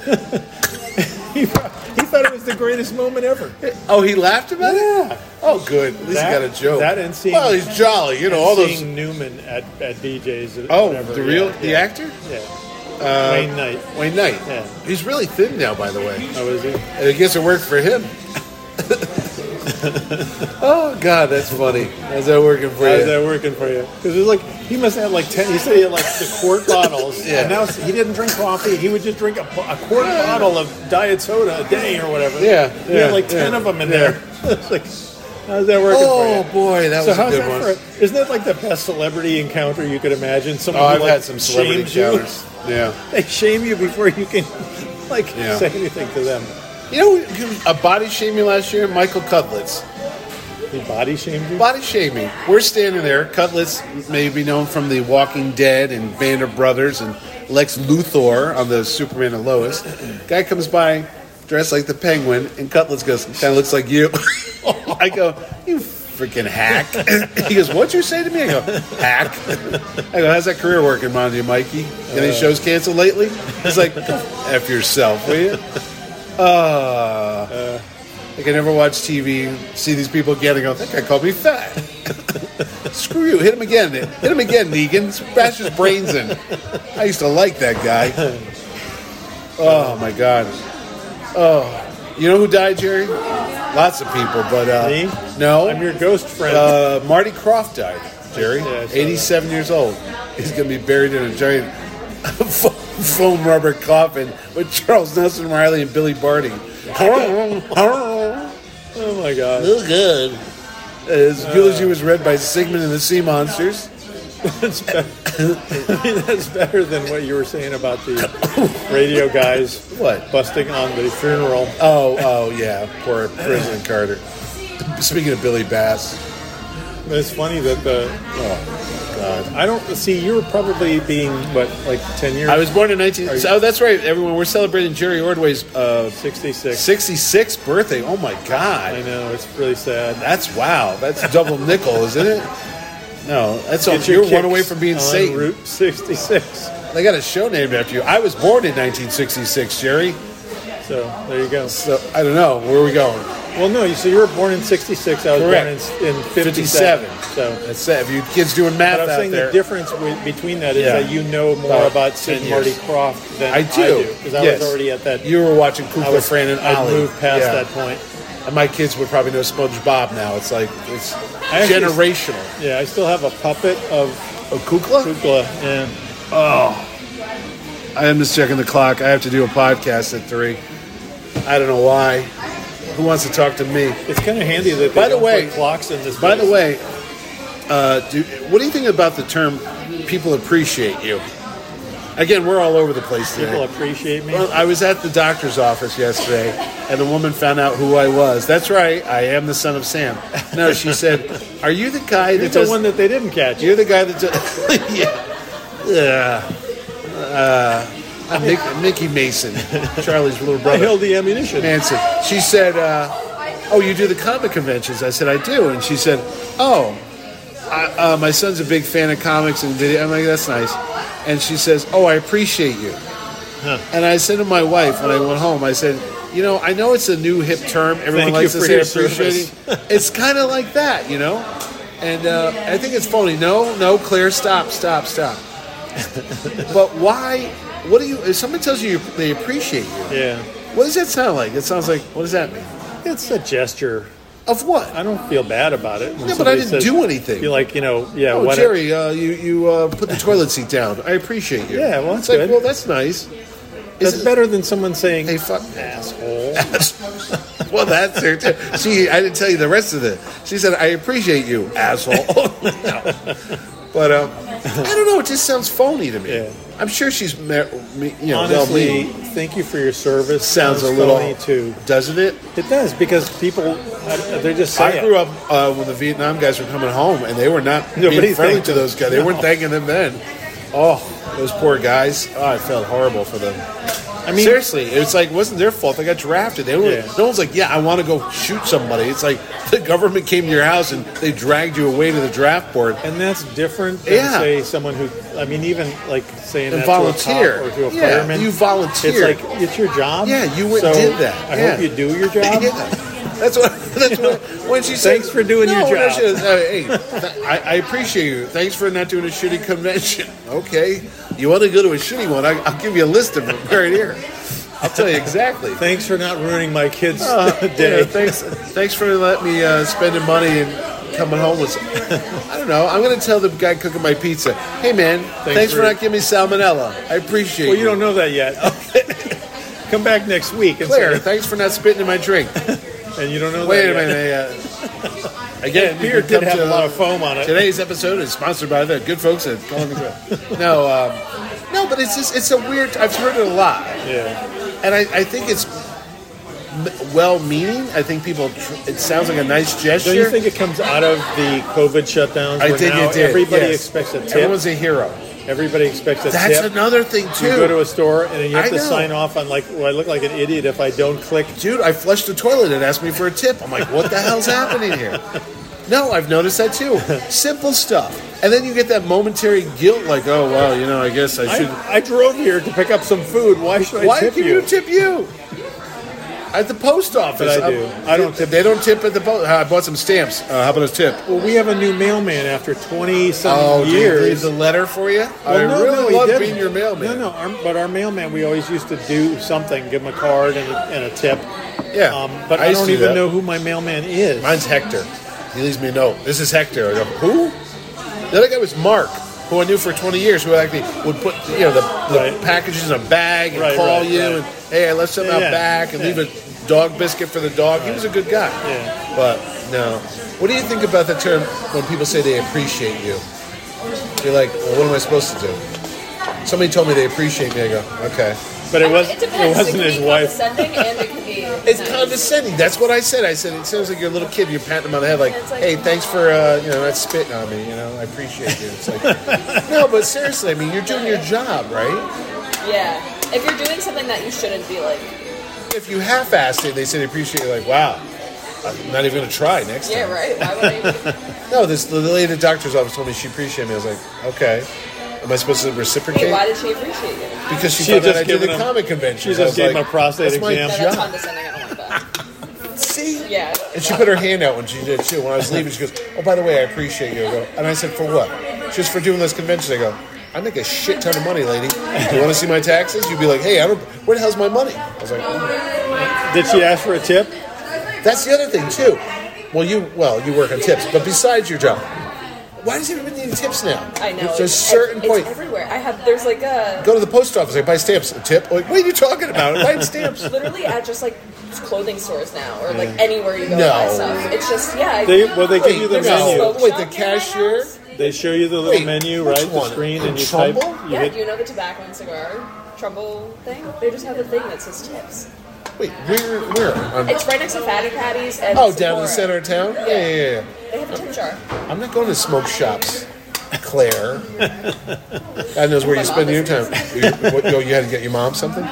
Speaker 4: he thought it was the greatest moment ever.
Speaker 2: oh, he laughed about
Speaker 4: Yeah.
Speaker 2: it. Oh, good. At least
Speaker 4: That-
Speaker 2: he got a joke.
Speaker 4: that and seeing-
Speaker 2: well, he's jolly. You know all those.
Speaker 4: Seeing Newman at, at BJ's. or
Speaker 2: Oh,
Speaker 4: whatever,
Speaker 2: the
Speaker 4: yeah,
Speaker 2: real
Speaker 4: yeah,
Speaker 2: the Uh, actor
Speaker 4: Yeah. Wayne Knight.
Speaker 2: Wayne Knight.
Speaker 4: Yeah.
Speaker 2: He's really thin now, by the way.
Speaker 4: How was he?
Speaker 2: And I guess it worked for him. oh God, that's funny. How's that working for
Speaker 4: How's
Speaker 2: you?
Speaker 4: that working for you? Because it was like he must have had like ten. He said he had like the quart bottles.
Speaker 2: Yeah.
Speaker 4: And now he didn't drink coffee. He would just drink a, a quart bottle of diet soda a day or whatever.
Speaker 2: Yeah,
Speaker 4: He had
Speaker 2: yeah,
Speaker 4: like ten
Speaker 2: yeah,
Speaker 4: of them in
Speaker 2: yeah.
Speaker 4: there. it's like, how's that working
Speaker 2: Oh
Speaker 4: for you?
Speaker 2: boy, that
Speaker 4: So
Speaker 2: was a
Speaker 4: how's
Speaker 2: good
Speaker 4: that
Speaker 2: one.
Speaker 4: for? Isn't that like the best celebrity encounter you could imagine? Someone
Speaker 2: Oh,
Speaker 4: who,
Speaker 2: I've
Speaker 4: like,
Speaker 2: had some celebrity
Speaker 4: shames you.
Speaker 2: encounters. Yeah.
Speaker 4: They shame you before you can like
Speaker 2: Yeah.
Speaker 4: say anything to them.
Speaker 2: You know, who- a body shaming last year, Michael Cutlets.
Speaker 4: He body shamed you.
Speaker 2: Mm-hmm. Body shaming. We're standing there. Cutlets may be known from The Walking Dead and Band of Brothers and Lex Luthor on the Superman and Lois. Guy comes by dressed like the penguin, and Cutlets goes, kind of looks like you. I go, you freaking hack. he goes, what'd you say to me? I go, hack. I go, how's that career working, mind you, Mikey? Any shows canceled lately? He's like, F yourself, will you? Uh, like I never watch TV, see these people again, and go, that guy called me fat. Screw you, hit him again. Hit him again, Negan. Smash his brains in. I used to like that guy. Oh my god. Oh. You know who died, Jerry? Lots of people, but uh
Speaker 4: Me?
Speaker 2: no.
Speaker 4: I'm your ghost friend.
Speaker 2: Uh, Marty Croft died, Jerry.
Speaker 4: Yeah, I saw
Speaker 2: 87 years old. He's going to be buried in a giant fo- foam rubber coffin with Charles Nelson Riley and Billy Barty. It
Speaker 4: oh my god.
Speaker 2: was good. His eulogy was read by Sigmund and the Sea Monsters.
Speaker 4: That's better. I mean, that's better than what you were saying about the radio guys
Speaker 2: What?
Speaker 4: busting on the funeral.
Speaker 2: Oh, oh yeah, poor President Carter. Speaking of Billy Bass,
Speaker 4: But it's funny that the oh god, I don't see. You were probably being what like ten years.
Speaker 2: I was born in 19.
Speaker 4: Are you-
Speaker 2: oh, that's right, everyone. We're celebrating Jerry Ordway's uh,
Speaker 4: sixty six.
Speaker 2: 66th birthday. Oh my
Speaker 4: I
Speaker 2: God,
Speaker 4: know it's really sad.
Speaker 2: that's wow. That's double nickel, isn't it? No, that's all.
Speaker 4: Get your
Speaker 2: You're one
Speaker 4: kicks
Speaker 2: away from being
Speaker 4: on
Speaker 2: Satan.
Speaker 4: Route sixty six.
Speaker 2: They got a show named after you. I was born in 1966, Jerry.
Speaker 4: So there you go.
Speaker 2: So I don't know where are we going.
Speaker 4: Well, no. you- So you were born in sixty six. I was
Speaker 2: Correct.
Speaker 4: born in, in
Speaker 2: 57.
Speaker 4: fifty-seven. So.
Speaker 2: That's it. If you kids doing math
Speaker 4: But I'm
Speaker 2: out
Speaker 4: saying
Speaker 2: there,
Speaker 4: the difference wi- between that is
Speaker 2: Yeah.
Speaker 4: that you know more
Speaker 2: About
Speaker 4: about
Speaker 2: 10
Speaker 4: Sid
Speaker 2: years.
Speaker 4: Marty Croft than
Speaker 2: I do.
Speaker 4: because I,
Speaker 2: Yes.
Speaker 4: was already at that.
Speaker 2: you were watching Cooper,
Speaker 4: I was
Speaker 2: Fran, and
Speaker 4: I
Speaker 2: Ollie.
Speaker 4: moved past
Speaker 2: Yeah.
Speaker 4: that point.
Speaker 2: And my kids would probably know SpongeBob now. It's like it's
Speaker 4: actually-
Speaker 2: generational.
Speaker 4: Yeah, I still have a puppet of
Speaker 2: Oh, Kukla?
Speaker 4: Kukla. Yeah.
Speaker 2: I am just checking the clock. I have to do a podcast at three. I don't know why. Who wants to talk to me?
Speaker 4: It's kind of handy that they
Speaker 2: By the
Speaker 4: don't
Speaker 2: way-
Speaker 4: put clocks in this.
Speaker 2: By the
Speaker 4: place.
Speaker 2: way, uh, do, what do you think about the term "people appreciate you"? Again, we're all over the place today.
Speaker 4: people appreciate me.
Speaker 2: Well, I was at the doctor's office yesterday, and a woman found out who I was. That's right, I am the son of Sam. No, she said, "Are you the guy
Speaker 4: You're
Speaker 2: that
Speaker 4: the
Speaker 2: does?
Speaker 4: one that they didn't catch.
Speaker 2: you're the guy that does? yeah, yeah. Uh, I'm Nick, Mickey Mason, Charlie's little
Speaker 4: I
Speaker 2: brother.
Speaker 4: held the ammunition.
Speaker 2: Manson. She said, uh, "Oh, you do the comic conventions?" I said, "I do," and she said, "Oh." I, uh, my son's a big fan of comics and video. I'm like, that's nice. And she says, "Oh, I appreciate you." And I said to my wife when I went home, I said, "You know, I know it's a new hip term. Everyone
Speaker 4: Thank
Speaker 2: likes
Speaker 4: you
Speaker 2: to
Speaker 4: for
Speaker 2: say
Speaker 4: your
Speaker 2: appreciating. it's kind of like that, you know." And uh, I think it's funny. No, no, Claire, stop, stop, stop. but why? What do you? If someone tells you they appreciate you,
Speaker 4: Yeah,
Speaker 2: what does that sound like? It sounds like what does that mean? Oh,
Speaker 4: it's a gesture.
Speaker 2: Of what?
Speaker 4: I don't feel bad about it.
Speaker 2: Yeah, but I didn't do anything.
Speaker 4: You're like, you know, yeah,
Speaker 2: oh,
Speaker 4: what?
Speaker 2: Jerry, uh, you you uh, put the toilet seat down. I appreciate you.
Speaker 4: Yeah, well,
Speaker 2: it's
Speaker 4: that's
Speaker 2: like
Speaker 4: good.
Speaker 2: well, that's nice.
Speaker 4: That's
Speaker 2: Is it-
Speaker 4: better than someone saying
Speaker 2: Hey, fuck.
Speaker 4: asshole.
Speaker 2: Well, that's her too. She, I didn't tell you the rest of it. She said, "I appreciate you, asshole." No. But um, I don't know. It just sounds phony to me.
Speaker 4: Yeah.
Speaker 2: I'm sure she's met, me, you know,
Speaker 4: Honestly,
Speaker 2: well-meaning.
Speaker 4: thank you for your service.
Speaker 2: sounds a little
Speaker 4: phony, too.
Speaker 2: doesn't it?
Speaker 4: It does because people I- they're just saying.
Speaker 2: I grew up uh, when the Vietnam guys were coming home, and they were not
Speaker 4: Nobody
Speaker 2: being friendly
Speaker 4: thanked
Speaker 2: to
Speaker 4: them.
Speaker 2: those guys. They weren't
Speaker 4: No.
Speaker 2: thanking them then. Oh, those poor guys. Oh, I felt horrible for them. I mean,
Speaker 4: mean-
Speaker 2: seriously, it's like it wasn't their fault. They got drafted. They were.
Speaker 4: Yeah.
Speaker 2: No one's like, yeah, I want to go shoot somebody. It's like the government came to your house and they dragged you away to the draft board.
Speaker 4: and that's different than
Speaker 2: Yeah.
Speaker 4: say someone who I mean even like saying
Speaker 2: And
Speaker 4: that
Speaker 2: volunteer.
Speaker 4: to a cop or to a
Speaker 2: Yeah,
Speaker 4: fireman.
Speaker 2: you volunteer.
Speaker 4: It's like it's your job.
Speaker 2: Yeah, you went
Speaker 4: so
Speaker 2: did that.
Speaker 4: I
Speaker 2: Yeah.
Speaker 4: hope you do your job.
Speaker 2: Yeah. That's what. That's what. When she says,
Speaker 4: Thanks for doing your
Speaker 2: "No,"
Speaker 4: job.
Speaker 2: she says, uh, hey, th- I, I appreciate you. Thanks for not doing a shitty convention. Okay, you want to go to a shitty one? I, I'll give you a list of them right here. I'll tell you exactly.
Speaker 4: Thanks for not ruining my kids'
Speaker 2: Uh,
Speaker 4: day.
Speaker 2: yeah, thanks. Thanks for letting me uh, spending money and coming home with. Some. I don't know. I'm gonna tell the guy cooking my pizza. Hey man, thanks, for,
Speaker 4: for-
Speaker 2: not giving me salmonella. I appreciate.
Speaker 4: Well, you don't know that yet. Come back next week and
Speaker 2: Claire,
Speaker 4: say-
Speaker 2: thanks for not spitting in my drink.
Speaker 4: and you don't know
Speaker 2: Wait a
Speaker 4: that yet.
Speaker 2: minute. Uh, again,
Speaker 4: That
Speaker 2: you
Speaker 4: beer
Speaker 2: can come
Speaker 4: did have
Speaker 2: to-
Speaker 4: a lot of foam on it.
Speaker 2: Today's episode is sponsored by the good folks at Colin McGraw. No, um, no, but it's just it's a weird. I've heard it a lot,
Speaker 4: Yeah.
Speaker 2: and I, I think it's m- well-meaning. I think people. Tr- it sounds like a nice gesture.
Speaker 4: Don't you think it comes out of the COVID shutdowns?
Speaker 2: I
Speaker 4: where
Speaker 2: think
Speaker 4: now
Speaker 2: it did.
Speaker 4: Everybody
Speaker 2: yes.
Speaker 4: expects a tip.
Speaker 2: Everyone's a hero.
Speaker 4: everybody expects a
Speaker 2: That's
Speaker 4: tip.
Speaker 2: another thing too.
Speaker 4: You go to a store and you have
Speaker 2: I
Speaker 4: to
Speaker 2: know.
Speaker 4: sign off on like, well, I look like an idiot if I don't click.
Speaker 2: dude, I flushed the toilet and asked me for a tip. I'm like, what the hell's happening here? No, I've noticed that too. Simple stuff. And then you get that momentary guilt, like, oh, wow, you know, I guess I should.
Speaker 4: I, I drove here to pick up some food. Why should I
Speaker 2: Why
Speaker 4: tip
Speaker 2: can
Speaker 4: you?
Speaker 2: you tip you? At the post office.
Speaker 4: But I do.
Speaker 2: I'm-
Speaker 4: I don't tip. Uh-huh.
Speaker 2: They don't tip at the post. I bought some stamps. Uh, how about a tip?
Speaker 4: well, we have a new mailman after twenty some
Speaker 2: Oh, do you leave
Speaker 4: years.
Speaker 2: the letter for you?
Speaker 4: Well,
Speaker 2: I
Speaker 4: no, no,
Speaker 2: really
Speaker 4: he
Speaker 2: love
Speaker 4: didn't.
Speaker 2: being your mailman.
Speaker 4: No, no, our, but our mailman, we always used to do something, give him a card and a, and a tip.
Speaker 2: Yeah,
Speaker 4: Um, but
Speaker 2: I
Speaker 4: I,
Speaker 2: used
Speaker 4: don't
Speaker 2: to do
Speaker 4: even
Speaker 2: that.
Speaker 4: know who my mailman is.
Speaker 2: Mine's Hector. He leaves me a note. This is Hector. I go, who? The other guy was Mark, who I knew for 20 years, who actually would put you know the, the
Speaker 4: Right.
Speaker 2: packages in a bag and
Speaker 4: Right,
Speaker 2: call
Speaker 4: right,
Speaker 2: you
Speaker 4: right.
Speaker 2: and hey, I left something out
Speaker 4: Yeah,
Speaker 2: back and
Speaker 4: yeah.
Speaker 2: leave a dog biscuit for the dog. He was a good guy.
Speaker 4: Yeah.
Speaker 2: But no. What do you think about the term when people say they appreciate you? You're like, well, what am I supposed to do? Somebody told me they appreciate me. I go, okay.
Speaker 4: but it was
Speaker 3: It depends.
Speaker 4: it wasn't
Speaker 3: it
Speaker 4: his
Speaker 3: can be
Speaker 4: wife.
Speaker 3: condescending and it can be
Speaker 2: It's condescending. That's what I said. I said it sounds like you're a little kid. You're patting him on the head, like,
Speaker 3: It's like-
Speaker 2: "Hey, thanks for uh, you know not spitting on me. You know, I appreciate you." It's like, no, but seriously, I mean, you're doing your job, right?
Speaker 3: Yeah. If you're doing something that you shouldn't be like,
Speaker 2: If you half-assed it, they said appreciate you. Like, wow, I'm not even gonna try next
Speaker 3: yeah,
Speaker 2: time.
Speaker 3: right? Why would I even?
Speaker 2: No, this the lady at the doctor's office told me she appreciated me. I was like, okay, am I supposed to reciprocate?
Speaker 3: Hey, why did she appreciate you? No,
Speaker 2: because she,
Speaker 4: She
Speaker 2: found out
Speaker 4: just
Speaker 2: I did
Speaker 4: given
Speaker 2: a
Speaker 4: him-
Speaker 2: comic convention.
Speaker 4: she just
Speaker 2: I was
Speaker 4: gave him
Speaker 2: like,
Speaker 4: a prostate
Speaker 2: that's my
Speaker 4: exam.
Speaker 3: that's
Speaker 2: job.
Speaker 3: condescending. I don't like that.
Speaker 2: See?
Speaker 3: Yeah.
Speaker 2: And she put her hand out when she did too. When I was leaving, she goes, "Oh, by the way, I appreciate you." I go, and I said, "For what?" Just for doing this convention. I go, "I make a shit ton of money, lady. Do you want to see my taxes?" You'd be like, "Hey, I don't. Where the hell's my money?" I was like, "Mm."
Speaker 4: Did she ask for a tip?
Speaker 2: "That's the other thing too." Well, you well you work on tips, but besides your job, why does everybody need tips now?
Speaker 3: I know.
Speaker 2: There's a
Speaker 3: it's-
Speaker 2: certain
Speaker 3: it's,
Speaker 2: point.
Speaker 3: It's everywhere. I have, there's like a,
Speaker 2: Go to the post office. I buy stamps. A tip? Like, what are you talking about? I'm buying stamps.
Speaker 3: literally at just like clothing stores now or like anywhere you go
Speaker 2: No.
Speaker 3: to buy stuff. It's just, yeah. I-
Speaker 4: They well they give
Speaker 2: Wait,
Speaker 4: you the
Speaker 2: no.
Speaker 4: menu.
Speaker 3: Smoke
Speaker 2: Wait, the
Speaker 3: shop in my
Speaker 2: cashier?
Speaker 3: house?
Speaker 4: They show you the little
Speaker 2: Wait,
Speaker 4: menu,
Speaker 2: which
Speaker 4: right?
Speaker 2: one?
Speaker 4: The screen, and you
Speaker 2: Trumbull?
Speaker 4: type. You
Speaker 3: Yeah,
Speaker 4: hit,
Speaker 3: do you know the tobacco and cigar trumbull thing? They just have a thing that says tips.
Speaker 2: Wait, where? Where? On-
Speaker 3: It's right next to Fatty Patties and
Speaker 2: oh, down in the center
Speaker 3: Sephora.
Speaker 2: of town. Yeah, yeah, yeah.
Speaker 3: They have a tip jar.
Speaker 2: I'm not going to smoke shops, Claire. God knows where you
Speaker 3: My
Speaker 2: spend
Speaker 3: mom
Speaker 2: your time.
Speaker 3: is-
Speaker 2: You, what, you you had to get your mom something?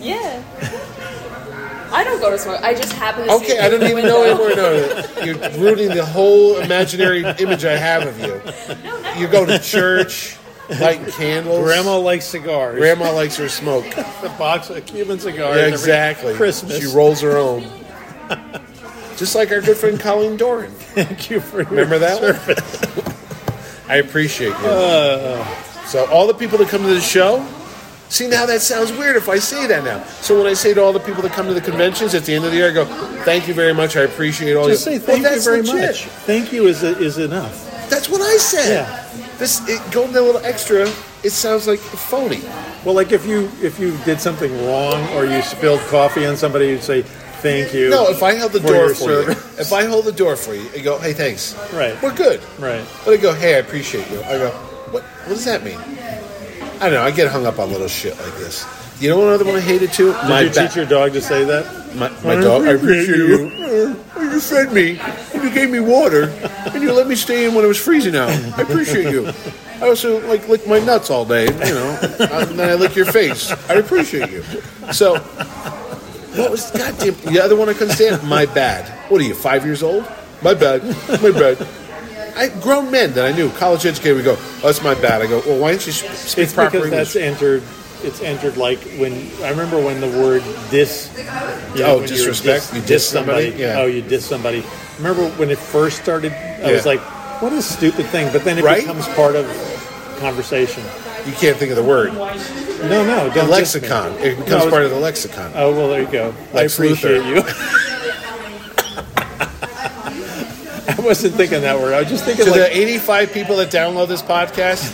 Speaker 3: Yeah. I don't go to smoke. I just happen to see
Speaker 2: Okay,
Speaker 3: it
Speaker 2: I don't
Speaker 3: through the
Speaker 2: even know
Speaker 3: window.
Speaker 2: anymore. No, you're ruining the whole imaginary image I have of you.
Speaker 3: No, no.
Speaker 2: You go to church, lighting candles.
Speaker 4: Grandma likes cigars.
Speaker 2: Grandma likes her smoke.
Speaker 4: the box of Cuban cigars.
Speaker 2: Yeah,
Speaker 4: every
Speaker 2: exactly.
Speaker 4: Christmas.
Speaker 2: She rolls her own. Just like our good friend Colleen Doran.
Speaker 4: Thank you for your
Speaker 2: Remember that one? I appreciate you. so all the people that come to the show. See now that sounds weird if I say that now. So when I say to all the people that come to the conventions at the end of the year, I go, "Thank you very much. I appreciate all
Speaker 4: Just
Speaker 2: you."
Speaker 4: say thank
Speaker 2: well,
Speaker 4: you
Speaker 2: that's
Speaker 4: very
Speaker 2: legit.
Speaker 4: much. Thank you is is enough.
Speaker 2: That's what I said.
Speaker 4: Yeah.
Speaker 2: This it, going a little extra. It sounds like phony.
Speaker 4: Well, like if you if you did something wrong or you spilled coffee on somebody, you'd say thank you.
Speaker 2: No, if I held the
Speaker 4: for
Speaker 2: door
Speaker 4: your
Speaker 2: for you,
Speaker 4: service.
Speaker 2: if I hold the door for you, I go, "Hey, thanks."
Speaker 4: Right.
Speaker 2: We're good.
Speaker 4: Right.
Speaker 2: But I go, "Hey, I appreciate you." I go, "What? What does that mean?" I don't know. I get hung up on little shit like this. You know what other one I hated too?
Speaker 4: Did you teach your dog to say that?
Speaker 2: My, my dog, I appreciate you. Uh, You fed me, and you gave me water, and you let me stay in when it was freezing out. I appreciate you. I also like lick my nuts all day, you know, uh, and then I lick your face. I appreciate you. So, what was goddamn the other one I couldn't stand? My bad. What are you, five years old? My bad. My bad. I grown men that I knew, college educated, would go, oh, "That's my bad." I go, "Well, why don't you sp- speak
Speaker 4: It's
Speaker 2: proper
Speaker 4: because that's
Speaker 2: English?"
Speaker 4: entered. It's entered like when I remember when the word dis. you
Speaker 2: Oh,
Speaker 4: when you were
Speaker 2: disrespect?
Speaker 4: Dis,
Speaker 2: You
Speaker 4: you
Speaker 2: diss
Speaker 4: diss somebody.
Speaker 2: somebody? Yeah.
Speaker 4: Oh, you diss somebody. Remember when it first started? I was
Speaker 2: Yeah.
Speaker 4: like, what a stupid thing. But then it
Speaker 2: Right?
Speaker 4: becomes part of conversation.
Speaker 2: You can't think of the word.
Speaker 4: No, no,
Speaker 2: The
Speaker 4: don't diss me.
Speaker 2: lexicon. It
Speaker 4: No,
Speaker 2: becomes
Speaker 4: was-
Speaker 2: part of the lexicon.
Speaker 4: Oh well, there you go. I
Speaker 2: Lex
Speaker 4: appreciate
Speaker 2: Luthor.
Speaker 4: you. I wasn't thinking that word. I was just thinking
Speaker 2: to
Speaker 4: like
Speaker 2: the 85 people that download this podcast,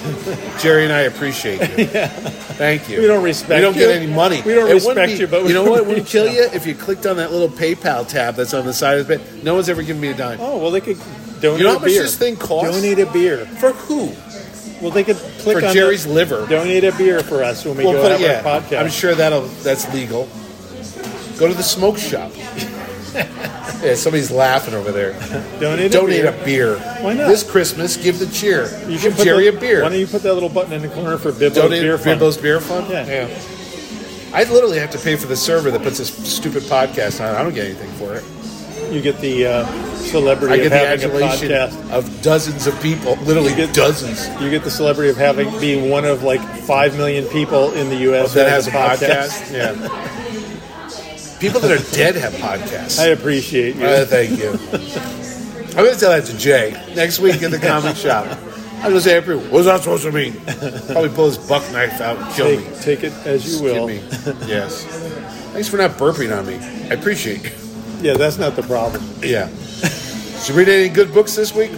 Speaker 2: Jerry and I appreciate you. Thank you.
Speaker 4: We don't respect
Speaker 2: We don't
Speaker 4: you.
Speaker 2: get any money.
Speaker 4: We don't
Speaker 2: It wouldn't
Speaker 4: respect
Speaker 2: be-
Speaker 4: you, but we
Speaker 2: you know what would
Speaker 4: appreciate
Speaker 2: kill
Speaker 4: you.
Speaker 2: you if you clicked on that little PayPal tab that's on the side of the bed. No one's ever given me a dime.
Speaker 4: oh well, they could donate
Speaker 2: You know how
Speaker 4: a
Speaker 2: much
Speaker 4: beer.
Speaker 2: this thing costs?
Speaker 4: Donate a beer.
Speaker 2: For who?
Speaker 4: Well, they could click
Speaker 2: For
Speaker 4: on
Speaker 2: Jerry's
Speaker 4: the,
Speaker 2: liver.
Speaker 4: Donate a beer for us when we
Speaker 2: We'll
Speaker 4: go
Speaker 2: put
Speaker 4: have
Speaker 2: it- yeah,
Speaker 4: our podcast.
Speaker 2: I'm sure that'll that's legal. Go to the smoke shop. yeah, somebody's laughing over there.
Speaker 4: Donate,
Speaker 2: Donate
Speaker 4: a
Speaker 2: a
Speaker 4: beer.
Speaker 2: beer.
Speaker 4: Why not?
Speaker 2: This Christmas, give the cheer.
Speaker 4: You can
Speaker 2: give
Speaker 4: put
Speaker 2: Jerry
Speaker 4: the-
Speaker 2: a beer.
Speaker 4: Why don't you put that little button in the corner for Bibbo's
Speaker 2: Donate
Speaker 4: beer? Fund?
Speaker 2: Bibbo's Beer Fund?
Speaker 4: Yeah.
Speaker 2: I literally have to pay for the server that puts this stupid podcast on. I don't get anything for it.
Speaker 4: You get the uh, celebrity
Speaker 2: I get
Speaker 4: of
Speaker 2: the
Speaker 4: having a
Speaker 2: adulation
Speaker 4: podcast.
Speaker 2: of dozens of people, literally
Speaker 4: You get-
Speaker 2: dozens,
Speaker 4: You get the celebrity of having being one of like five million people in the U.S. who
Speaker 2: that has a podcast. Yeah. people that are dead have podcasts.
Speaker 4: I appreciate you.
Speaker 2: Uh, thank you. I'm going to tell that to Jay next week in the comic shop. I'm going to say, "April, what's that supposed to mean? Probably pull his buck knife out and kill me.
Speaker 4: take, take it as you will.
Speaker 2: Excuse me. Yes. Thanks for not burping on me. I appreciate you.
Speaker 4: Yeah, that's not the problem.
Speaker 2: Yeah. Did you read any good books this week?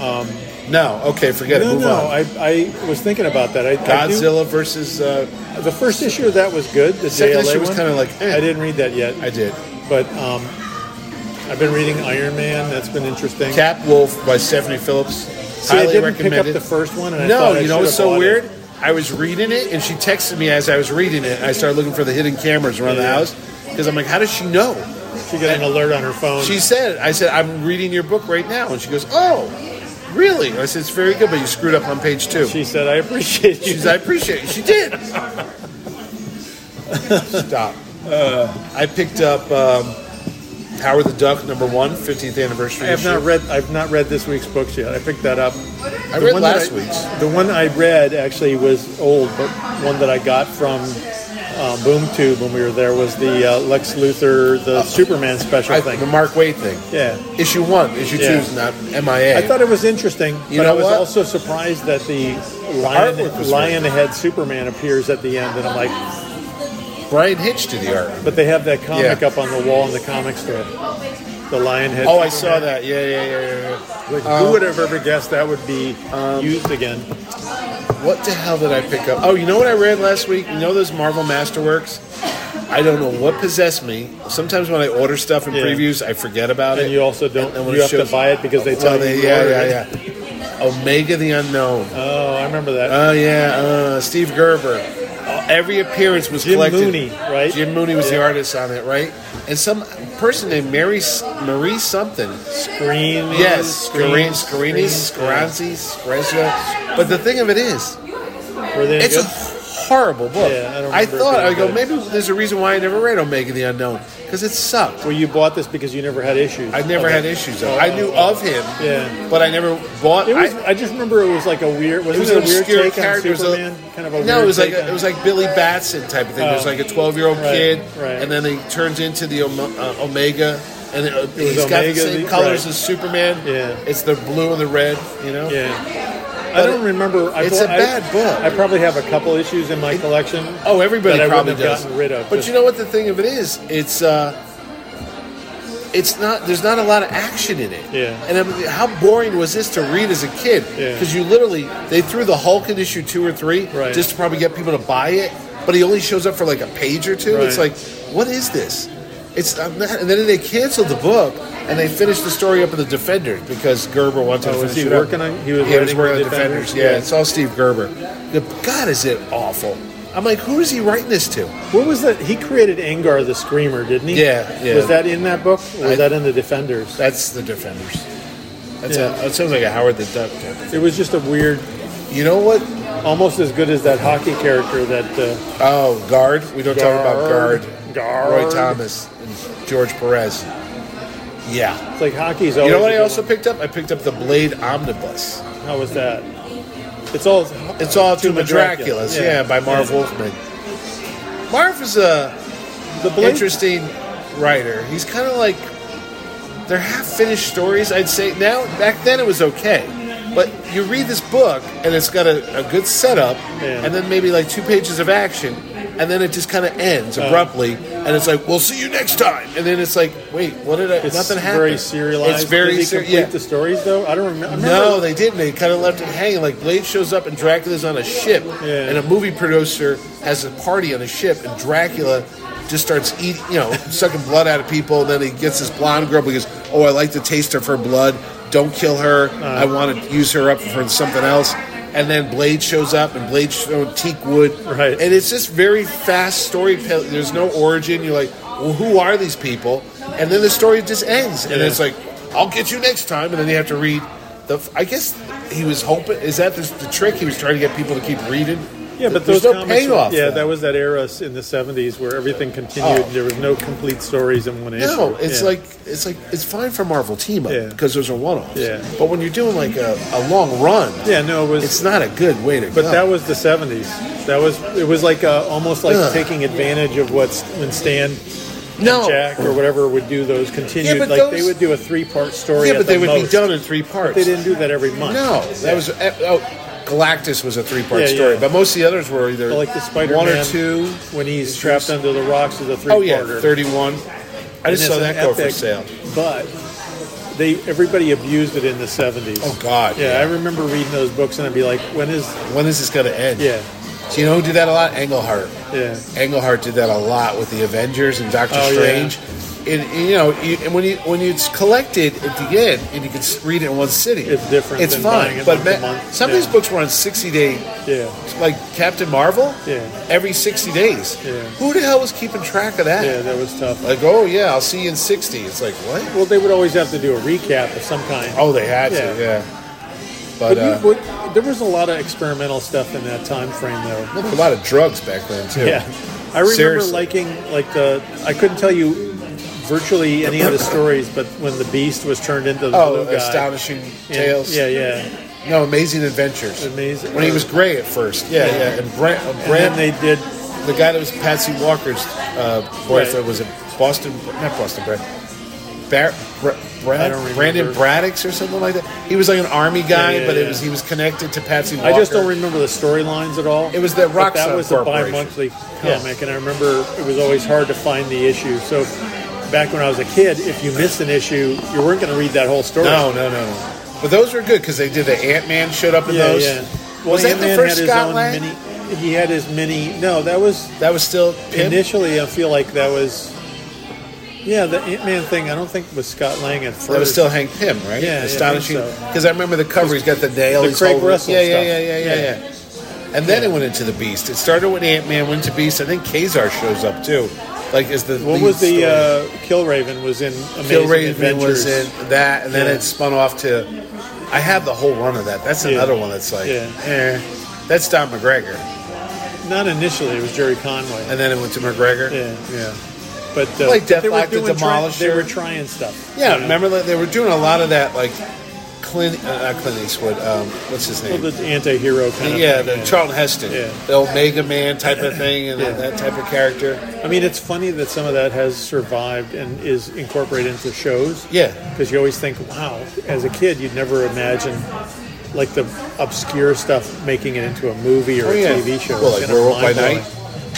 Speaker 2: Um, no. Okay, forget it.
Speaker 4: no,
Speaker 2: Move
Speaker 4: no,
Speaker 2: on.
Speaker 4: I, I was thinking about that. I, I do-
Speaker 2: Godzilla versus. Uh,
Speaker 4: the first issue of that was good. The
Speaker 2: Second
Speaker 4: JLA
Speaker 2: issue was
Speaker 4: one.
Speaker 2: kinda like, eh.
Speaker 4: I didn't read that yet,
Speaker 2: I did.
Speaker 4: but um, I've been reading Iron Man. That's been interesting.
Speaker 2: Cap Wolf by Stephanie Phillips.
Speaker 4: See, I
Speaker 2: Highly
Speaker 4: didn't pick up
Speaker 2: recommended.
Speaker 4: the first one. And I
Speaker 2: no,
Speaker 4: thought I
Speaker 2: you know
Speaker 4: should
Speaker 2: what's
Speaker 4: have
Speaker 2: so
Speaker 4: bought it.
Speaker 2: weird? I was reading it, and she texted me as I was reading it. I started looking for the hidden cameras around the
Speaker 4: Yeah.
Speaker 2: house, because I'm like, how does she know?
Speaker 4: She got an alert on her phone.
Speaker 2: She said, I said, I'm reading your book right now, and she goes, oh, really? I said, it's very good, but you screwed up on page two.
Speaker 4: she said, I appreciate
Speaker 2: She
Speaker 4: you.
Speaker 2: says, I appreciate it. She did. Stop. Uh, I picked up um, Howard the Duck number one, 15th anniversary.
Speaker 4: I have
Speaker 2: issue.
Speaker 4: not read. I've not read this week's books yet. I picked that up.
Speaker 2: I read
Speaker 4: one that
Speaker 2: last
Speaker 4: I-
Speaker 2: week's.
Speaker 4: The one I read actually was old, but one that I got from uh, BoomTube when we were there was the uh, Lex Luthor, the Superman special
Speaker 2: Uh, I,
Speaker 4: thing.
Speaker 2: the Mark Wade thing.
Speaker 4: yeah.
Speaker 2: Issue one, issue
Speaker 4: Yeah.
Speaker 2: two is not MIA.
Speaker 4: I thought it was interesting,
Speaker 2: You
Speaker 4: but
Speaker 2: know
Speaker 4: I was
Speaker 2: what?
Speaker 4: also surprised that the lion,
Speaker 2: artwork was
Speaker 4: lion head Superman appears at the end, and I'm like,
Speaker 2: Brian Hitch did the art.
Speaker 4: but they have that comic
Speaker 2: Yeah.
Speaker 4: up on the wall in the comic store, the lion head.
Speaker 2: Oh, I saw that. Um, Yeah, yeah, yeah, yeah.
Speaker 4: Like, who would have ever guessed that would be
Speaker 2: um,
Speaker 4: used again?
Speaker 2: yeah. What the hell did I pick up? Oh, you know what I read last week? You know those Marvel Masterworks? I don't know what possessed me. Sometimes when I order stuff in
Speaker 4: Yeah.
Speaker 2: previews, I forget about
Speaker 4: And
Speaker 2: it.
Speaker 4: you also don't.
Speaker 2: And- and when
Speaker 4: you
Speaker 2: it
Speaker 4: have to
Speaker 2: shows-
Speaker 4: buy it because they tell
Speaker 2: Well,
Speaker 4: you.
Speaker 2: they,
Speaker 4: you
Speaker 2: yeah,
Speaker 4: ordered it.
Speaker 2: yeah, yeah. Omega the Unknown.
Speaker 4: Oh, I remember that.
Speaker 2: Oh yeah, uh, Steve Gerber. Every appearance was
Speaker 4: Jim
Speaker 2: collected.
Speaker 4: Mooney, right?
Speaker 2: Jim Mooney was the
Speaker 4: Yeah.
Speaker 2: artist on it, right? And some person named Mary S- Marie something.
Speaker 4: Screen.
Speaker 2: Yes, Scarini,
Speaker 4: Screen-
Speaker 2: Scarini,
Speaker 4: Screen-
Speaker 2: Scarazzi, Screzia. But the thing of it is,
Speaker 4: Were they
Speaker 2: it's a
Speaker 4: good?
Speaker 2: horrible book.
Speaker 4: Yeah, I don't
Speaker 2: I
Speaker 4: remember it
Speaker 2: thought
Speaker 4: being
Speaker 2: I go
Speaker 4: good.
Speaker 2: maybe there's a reason why I never read Omega the Unknown because it sucked.
Speaker 4: well, you bought this because you never had issues.
Speaker 2: I never
Speaker 4: Okay. Oh,
Speaker 2: had issues. Of it. I knew of him,
Speaker 4: Yeah.
Speaker 2: but I never bought.
Speaker 4: It was,
Speaker 2: I-
Speaker 4: I, just remember it was like a weird. Was
Speaker 2: It was
Speaker 4: it,
Speaker 2: an
Speaker 4: a weird
Speaker 2: obscure
Speaker 4: take
Speaker 2: character. It
Speaker 4: on
Speaker 2: was a-
Speaker 4: Superman? kind of a
Speaker 2: No,
Speaker 4: weird
Speaker 2: it was like
Speaker 4: take
Speaker 2: it
Speaker 4: on-
Speaker 2: was like Billy Batson type of thing. It was
Speaker 4: Oh.
Speaker 2: like a twelve year old
Speaker 4: Right,
Speaker 2: kid,
Speaker 4: right.
Speaker 2: and then he turns into the Ome- uh, Omega, and it, he's got the
Speaker 4: Omega,
Speaker 2: same
Speaker 4: the-
Speaker 2: colors
Speaker 4: right.
Speaker 2: as Superman.
Speaker 4: Yeah.
Speaker 2: it's the blue and the red. You know,
Speaker 4: Yeah. I don't remember. I
Speaker 2: it's
Speaker 4: bought-
Speaker 2: a
Speaker 4: I-
Speaker 2: bad book.
Speaker 4: I probably have a couple issues in my collection.
Speaker 2: Oh, everybody
Speaker 4: that I
Speaker 2: probably
Speaker 4: wouldn't have
Speaker 2: does.
Speaker 4: gotten rid of.
Speaker 2: but you know what? The thing of it is, it's uh, it's not. There's not a lot of action in it.
Speaker 4: Yeah.
Speaker 2: And I mean, how boring was this to read as a kid?
Speaker 4: Yeah.
Speaker 2: Because you literally they threw the Hulk in issue two or three
Speaker 4: Right.
Speaker 2: just to probably get people to buy it, but he only shows up for like a page or two. It's
Speaker 4: Right.
Speaker 2: like, what is this? It's I'm not, and then they canceled the book and they finished the story up with the Defenders because Gerber wanted
Speaker 4: Oh,
Speaker 2: to
Speaker 4: was
Speaker 2: finish
Speaker 4: he
Speaker 2: it up.
Speaker 4: working on- he was
Speaker 2: Yeah, he was
Speaker 4: writing
Speaker 2: working on
Speaker 4: the
Speaker 2: Defenders.
Speaker 4: Defenders?
Speaker 2: Yeah,
Speaker 4: Yeah.
Speaker 2: it's all Steve Gerber. The- God, is it awful? I'm like, who is he writing this to?
Speaker 4: what was that? He created Angar the Screamer, didn't he?
Speaker 2: Yeah, yeah.
Speaker 4: Was that in that book? Or was
Speaker 2: I-
Speaker 4: that in the Defenders?
Speaker 2: That's the Defenders. That's
Speaker 4: Yeah.
Speaker 2: a, it sounds like a Howard the Duck. Type. of-
Speaker 4: It was just a weird,
Speaker 2: You know what?
Speaker 4: almost as good as that hockey character that. Uh,
Speaker 2: Oh, guard. We don't talk about guard.
Speaker 4: Guard.
Speaker 2: Roy Thomas and George Perez. Yeah.
Speaker 4: It's like hockey's always.
Speaker 2: You know what
Speaker 4: a
Speaker 2: I
Speaker 4: good
Speaker 2: also
Speaker 4: one.
Speaker 2: picked up? I picked up the Blade Omnibus.
Speaker 4: How was that? It's all.
Speaker 2: It's all two
Speaker 4: Tomb of Dracula.
Speaker 2: Draculas.
Speaker 4: Yeah.
Speaker 2: Yeah. by Marv
Speaker 4: Yeah.
Speaker 2: Wolfman. Marv is a
Speaker 4: The Blade.
Speaker 2: interesting writer. He's kind of like they're half finished stories. I'd say now back then it was okay, but you read this book and it's got a, a good setup,
Speaker 4: Yeah.
Speaker 2: and then maybe like two pages of action, and then it just kind of
Speaker 4: Uh.
Speaker 2: ends abruptly, and it's like we'll see you next time, and then it's like wait what did I?
Speaker 4: It's
Speaker 2: nothing happened.
Speaker 4: very serialized.
Speaker 2: It's very
Speaker 4: Did he
Speaker 2: ser-
Speaker 4: complete
Speaker 2: yeah.
Speaker 4: the stories though? I don't remember.
Speaker 2: No, they didn't. They kind of left it hanging. Like Blade shows up and Dracula's on a ship,
Speaker 4: Yeah.
Speaker 2: and a movie producer has a party on a ship, and Dracula just starts eating, you know, sucking blood out of people. And then he gets this blonde girl because, oh, I like the taste of her blood. Don't kill her.
Speaker 4: Uh.
Speaker 2: I want to use her up for something else. And then Blade shows up, and Blade showed teak wood,
Speaker 4: Right.
Speaker 2: And it's just very fast story. There's no origin. You're like, well, who are these people? And then the story just ends, and
Speaker 4: Yeah.
Speaker 2: it's like, I'll get you next time. And then you have to read the. I guess he was hoping. Is that the, the trick? He was trying to get people to keep reading.
Speaker 4: Yeah, but
Speaker 2: There's
Speaker 4: those
Speaker 2: no
Speaker 4: comics,
Speaker 2: payoff for
Speaker 4: Yeah, that.
Speaker 2: that.
Speaker 4: was that era s- in the '70s where everything continued.
Speaker 2: Oh.
Speaker 4: There was no complete stories in one issue.
Speaker 2: No, it's
Speaker 4: Yeah.
Speaker 2: like it's like it's fine for Marvel team up
Speaker 4: Yeah.
Speaker 2: because those are one offs.
Speaker 4: Yeah.
Speaker 2: But when you're doing like a, a long run,
Speaker 4: Yeah, no, it was.
Speaker 2: it's not a good way to
Speaker 4: but
Speaker 2: go.
Speaker 4: that was the '70s. That was it was like uh, almost like
Speaker 2: Ugh.
Speaker 4: taking advantage of what's when Stan.
Speaker 2: No.
Speaker 4: And Jack or whatever would do those continued
Speaker 2: but
Speaker 4: like they
Speaker 2: those-
Speaker 4: would do a three part story.
Speaker 2: yeah,
Speaker 4: at
Speaker 2: but
Speaker 4: the
Speaker 2: they would
Speaker 4: most.
Speaker 2: be done in three parts.
Speaker 4: They didn't do that every month.
Speaker 2: No, that was oh, Galactus was a three part
Speaker 4: Yeah,
Speaker 2: story,
Speaker 4: yeah.
Speaker 2: but most of the others were either
Speaker 4: Like the Spider-Man
Speaker 2: one or two.
Speaker 4: when he's trapped under the rocks is a three
Speaker 2: Oh yeah,
Speaker 4: parter.
Speaker 2: thirty one. I just saw that go for sale.
Speaker 4: But they everybody abused it in the seventies.
Speaker 2: Oh God,
Speaker 4: Yeah, I remember reading those books and I'd be like, when is
Speaker 2: When is this gonna end?
Speaker 4: yeah,
Speaker 2: Do you know who did that a lot? Engelhart.
Speaker 4: yeah.
Speaker 2: Engelhart did that a lot with the Avengers and Doctor
Speaker 4: Oh, yeah.
Speaker 2: Strange. and, and, you know, you, and when you when it's collected at the end and you can s- read it in one sitting,
Speaker 4: It's different
Speaker 2: It's
Speaker 4: than buying
Speaker 2: fine,
Speaker 4: it
Speaker 2: but
Speaker 4: month to
Speaker 2: ma-
Speaker 4: month.
Speaker 2: some of
Speaker 4: Yeah.
Speaker 2: these books were on sixty day,
Speaker 4: Yeah,
Speaker 2: like Captain Marvel.
Speaker 4: Yeah.
Speaker 2: every sixty days.
Speaker 4: Yeah.
Speaker 2: Who the hell was keeping track of that?
Speaker 4: yeah, that was tough.
Speaker 2: Like, oh yeah, I'll see you in sixty. It's like what?
Speaker 4: Well, they would always have to do a recap of some kind.
Speaker 2: Oh, they had
Speaker 4: Yeah.
Speaker 2: to, yeah.
Speaker 4: but
Speaker 2: But
Speaker 4: you
Speaker 2: uh,
Speaker 4: would- there was a lot of experimental stuff in that time frame, though.
Speaker 2: there were a lot of drugs back then too.
Speaker 4: Yeah, I remember
Speaker 2: Seriously.
Speaker 4: liking like the. I couldn't tell you virtually any of the stories, but when the Beast was turned into the
Speaker 2: Oh,
Speaker 4: blue guy,
Speaker 2: astonishing
Speaker 4: yeah,
Speaker 2: tales.
Speaker 4: Yeah, yeah,
Speaker 2: No, Amazing Adventures.
Speaker 4: Amazing-
Speaker 2: When he was gray at first. Yeah,
Speaker 4: Yeah.
Speaker 2: yeah. And Brant, uh,
Speaker 4: and
Speaker 2: Brant
Speaker 4: then they did.
Speaker 2: the guy that was Patsy Walker's uh, boyfriend
Speaker 4: Right.
Speaker 2: was it Boston? Not Boston, Brad. Bar- Bra- Brad-
Speaker 4: I don't remember.
Speaker 2: Brandon Braddock's or something like that. He was like an army guy,
Speaker 4: Yeah, yeah,
Speaker 2: but it
Speaker 4: yeah.
Speaker 2: was he was connected to Patsy Walker.
Speaker 4: I just don't remember the storylines at all.
Speaker 2: It was the
Speaker 4: But
Speaker 2: Roxxon
Speaker 4: That was a
Speaker 2: Corporation.
Speaker 4: bi-monthly comic,
Speaker 2: Yeah.
Speaker 4: and I remember it was always hard to find the issue. So back when I was a kid, if you missed an issue, you weren't going to read that whole story.
Speaker 2: No, no, no, no. But those were good because they did the Ant Man showed up in
Speaker 4: Yeah,
Speaker 2: those.
Speaker 4: yeah. Well,
Speaker 2: was that the
Speaker 4: Ant-Man
Speaker 2: first
Speaker 4: had his
Speaker 2: Scott
Speaker 4: own
Speaker 2: Lang?
Speaker 4: mini. He had his mini. No, that was
Speaker 2: That was still Pym?
Speaker 4: Initially, I feel like that was, yeah, the Ant Man thing. I don't think was Scott Lang at first.
Speaker 2: That was still Hank Pym, right?
Speaker 4: Yeah, yeah, I think
Speaker 2: astonishing.
Speaker 4: so.
Speaker 2: Because I remember the cover. He's got the nail.
Speaker 4: the
Speaker 2: he's
Speaker 4: Craig
Speaker 2: holding-
Speaker 4: Russell
Speaker 2: Yeah, yeah,
Speaker 4: stuff.
Speaker 2: yeah, yeah, yeah,
Speaker 4: Yeah.
Speaker 2: yeah. And then it went into the Beast. It started with Ant Man, went to Beast. I think Kazar shows up too. Like, is the
Speaker 4: What
Speaker 2: lead
Speaker 4: was the
Speaker 2: story.
Speaker 4: uh, Kill Raven was in Amazing
Speaker 2: Phil Raven
Speaker 4: Adventures.
Speaker 2: was in that, and then
Speaker 4: Yeah.
Speaker 2: it spun off to. I have the whole run of that. That's
Speaker 4: Yeah.
Speaker 2: another one that's like,
Speaker 4: Yeah.
Speaker 2: eh. That's Don McGregor,
Speaker 4: Not initially. It was Jerry Conway.
Speaker 2: and then it went to McGregor.
Speaker 4: Yeah.
Speaker 2: yeah.
Speaker 4: But uh,
Speaker 2: Like
Speaker 4: but they were
Speaker 2: Deathlock, the
Speaker 4: doing try- they
Speaker 2: Demolisher.
Speaker 4: were trying stuff.
Speaker 2: Yeah,
Speaker 4: you know?
Speaker 2: remember that they were doing a lot of that, like Clint, uh, not Clint Eastwood. Um, what's his name?
Speaker 4: Well, the anti-hero kind of.
Speaker 2: yeah,
Speaker 4: thing,
Speaker 2: the Charlton Heston,
Speaker 4: Yeah.
Speaker 2: the Omega Man type of thing, and
Speaker 4: Yeah.
Speaker 2: that type of character.
Speaker 4: I mean, it's funny that some of that has survived and is incorporated into shows.
Speaker 2: Yeah,
Speaker 4: because you always think, wow, as a kid, you'd never imagine like the obscure stuff making it into a movie or
Speaker 2: Oh,
Speaker 4: a
Speaker 2: yeah.
Speaker 4: TV show.
Speaker 2: Well,
Speaker 4: It's
Speaker 2: like
Speaker 4: kind of
Speaker 2: Werewolth by
Speaker 4: mind-blowing.
Speaker 2: Night?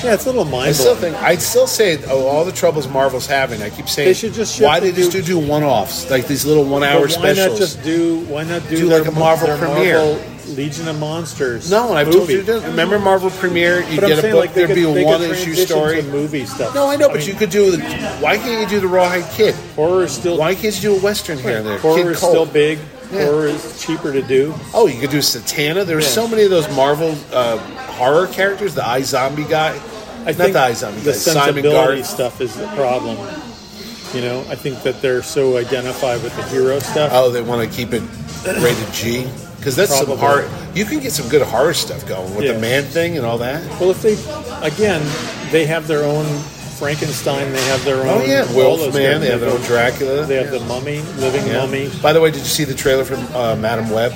Speaker 4: Yeah, it's a little mind
Speaker 2: I still think I'd still say oh, all the troubles Marvel's having. I keep saying
Speaker 4: They should just shift
Speaker 2: why
Speaker 4: and
Speaker 2: they just do,
Speaker 4: do-
Speaker 2: do one offs like these little one
Speaker 4: But
Speaker 2: hour
Speaker 4: why
Speaker 2: specials.
Speaker 4: not just do? Why not do,
Speaker 2: Do
Speaker 4: their-
Speaker 2: like a Marvel
Speaker 4: their
Speaker 2: premiere.
Speaker 4: Marvel Legion of Monsters?
Speaker 2: no, and I've told
Speaker 4: movie.
Speaker 2: you this. Remember Marvel premiere? You
Speaker 4: But I'm
Speaker 2: get a
Speaker 4: saying,
Speaker 2: book.
Speaker 4: like, they
Speaker 2: there'd
Speaker 4: could,
Speaker 2: be
Speaker 4: they
Speaker 2: a
Speaker 4: could
Speaker 2: one issue
Speaker 4: transition
Speaker 2: story.
Speaker 4: to movie stuff.
Speaker 2: No, I know, but
Speaker 4: mean,
Speaker 2: you could do. The, why can't you do the Rawhide Kid?
Speaker 4: horror is still
Speaker 2: Why can't you do a Western here and there? Kid
Speaker 4: horror is
Speaker 2: Cole.
Speaker 4: still big.
Speaker 2: Yeah.
Speaker 4: Horror is cheaper to do.
Speaker 2: Oh, you could do Satana. There were
Speaker 4: Yeah.
Speaker 2: so many of those Marvel uh, horror characters. The Eye Zombie guy.
Speaker 4: I
Speaker 2: Not
Speaker 4: think
Speaker 2: the Eye Zombie
Speaker 4: the
Speaker 2: guy. Simon
Speaker 4: sensibility
Speaker 2: Garth.
Speaker 4: stuff is the problem. You know, I think that they're so identified with the hero stuff.
Speaker 2: Oh, they want to keep it rated G because that's some
Speaker 4: Probably.
Speaker 2: horror. You can get some good horror stuff going with
Speaker 4: Yeah.
Speaker 2: the man thing and all that.
Speaker 4: well, if they, again, they have their own Frankenstein, they have their own.
Speaker 2: Oh yeah,
Speaker 4: all those
Speaker 2: Wolfman.
Speaker 4: guys,
Speaker 2: They have their own Dracula.
Speaker 4: They have the mummy, living
Speaker 2: Yeah.
Speaker 4: mummy.
Speaker 2: By the way, did you see the trailer from uh, Madam Web?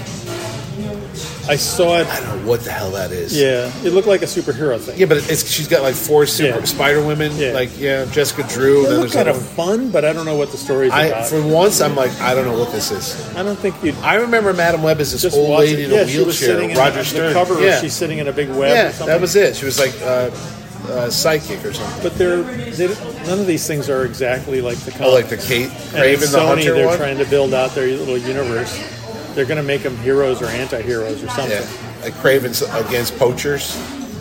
Speaker 4: I saw it.
Speaker 2: I don't know what the hell that is.
Speaker 4: Yeah, it looked like a superhero thing.
Speaker 2: Yeah, but it's she's got like four super
Speaker 4: Yeah.
Speaker 2: Spider Women.
Speaker 4: Yeah.
Speaker 2: Like yeah, Jessica Drew.
Speaker 4: It
Speaker 2: Then
Speaker 4: looked
Speaker 2: there's
Speaker 4: kind
Speaker 2: another
Speaker 4: of
Speaker 2: one.
Speaker 4: fun, but I don't know what the story's
Speaker 2: I
Speaker 4: about.
Speaker 2: for once I'm like I don't know what this is.
Speaker 4: I don't think you'd
Speaker 2: I remember Madam Web as this
Speaker 4: just
Speaker 2: old
Speaker 4: watch
Speaker 2: lady
Speaker 4: it.
Speaker 2: in
Speaker 4: yeah,
Speaker 2: a
Speaker 4: she was
Speaker 2: wheelchair.
Speaker 4: sitting in
Speaker 2: Roger
Speaker 4: the,
Speaker 2: Stern.
Speaker 4: The cover,
Speaker 2: yeah,
Speaker 4: she's sitting in a big web.
Speaker 2: yeah
Speaker 4: or something.
Speaker 2: that was it. She was like uh, uh, psychic or something.
Speaker 4: But they're they, none of these things are exactly like the comic.
Speaker 2: Oh, like the Kate
Speaker 4: and
Speaker 2: Craven,
Speaker 4: at
Speaker 2: the
Speaker 4: Sony,
Speaker 2: Hunter
Speaker 4: they're
Speaker 2: one.
Speaker 4: trying to build out their little universe. They're going to make them heroes or anti-heroes or something.
Speaker 2: yeah, like Craven's against poachers.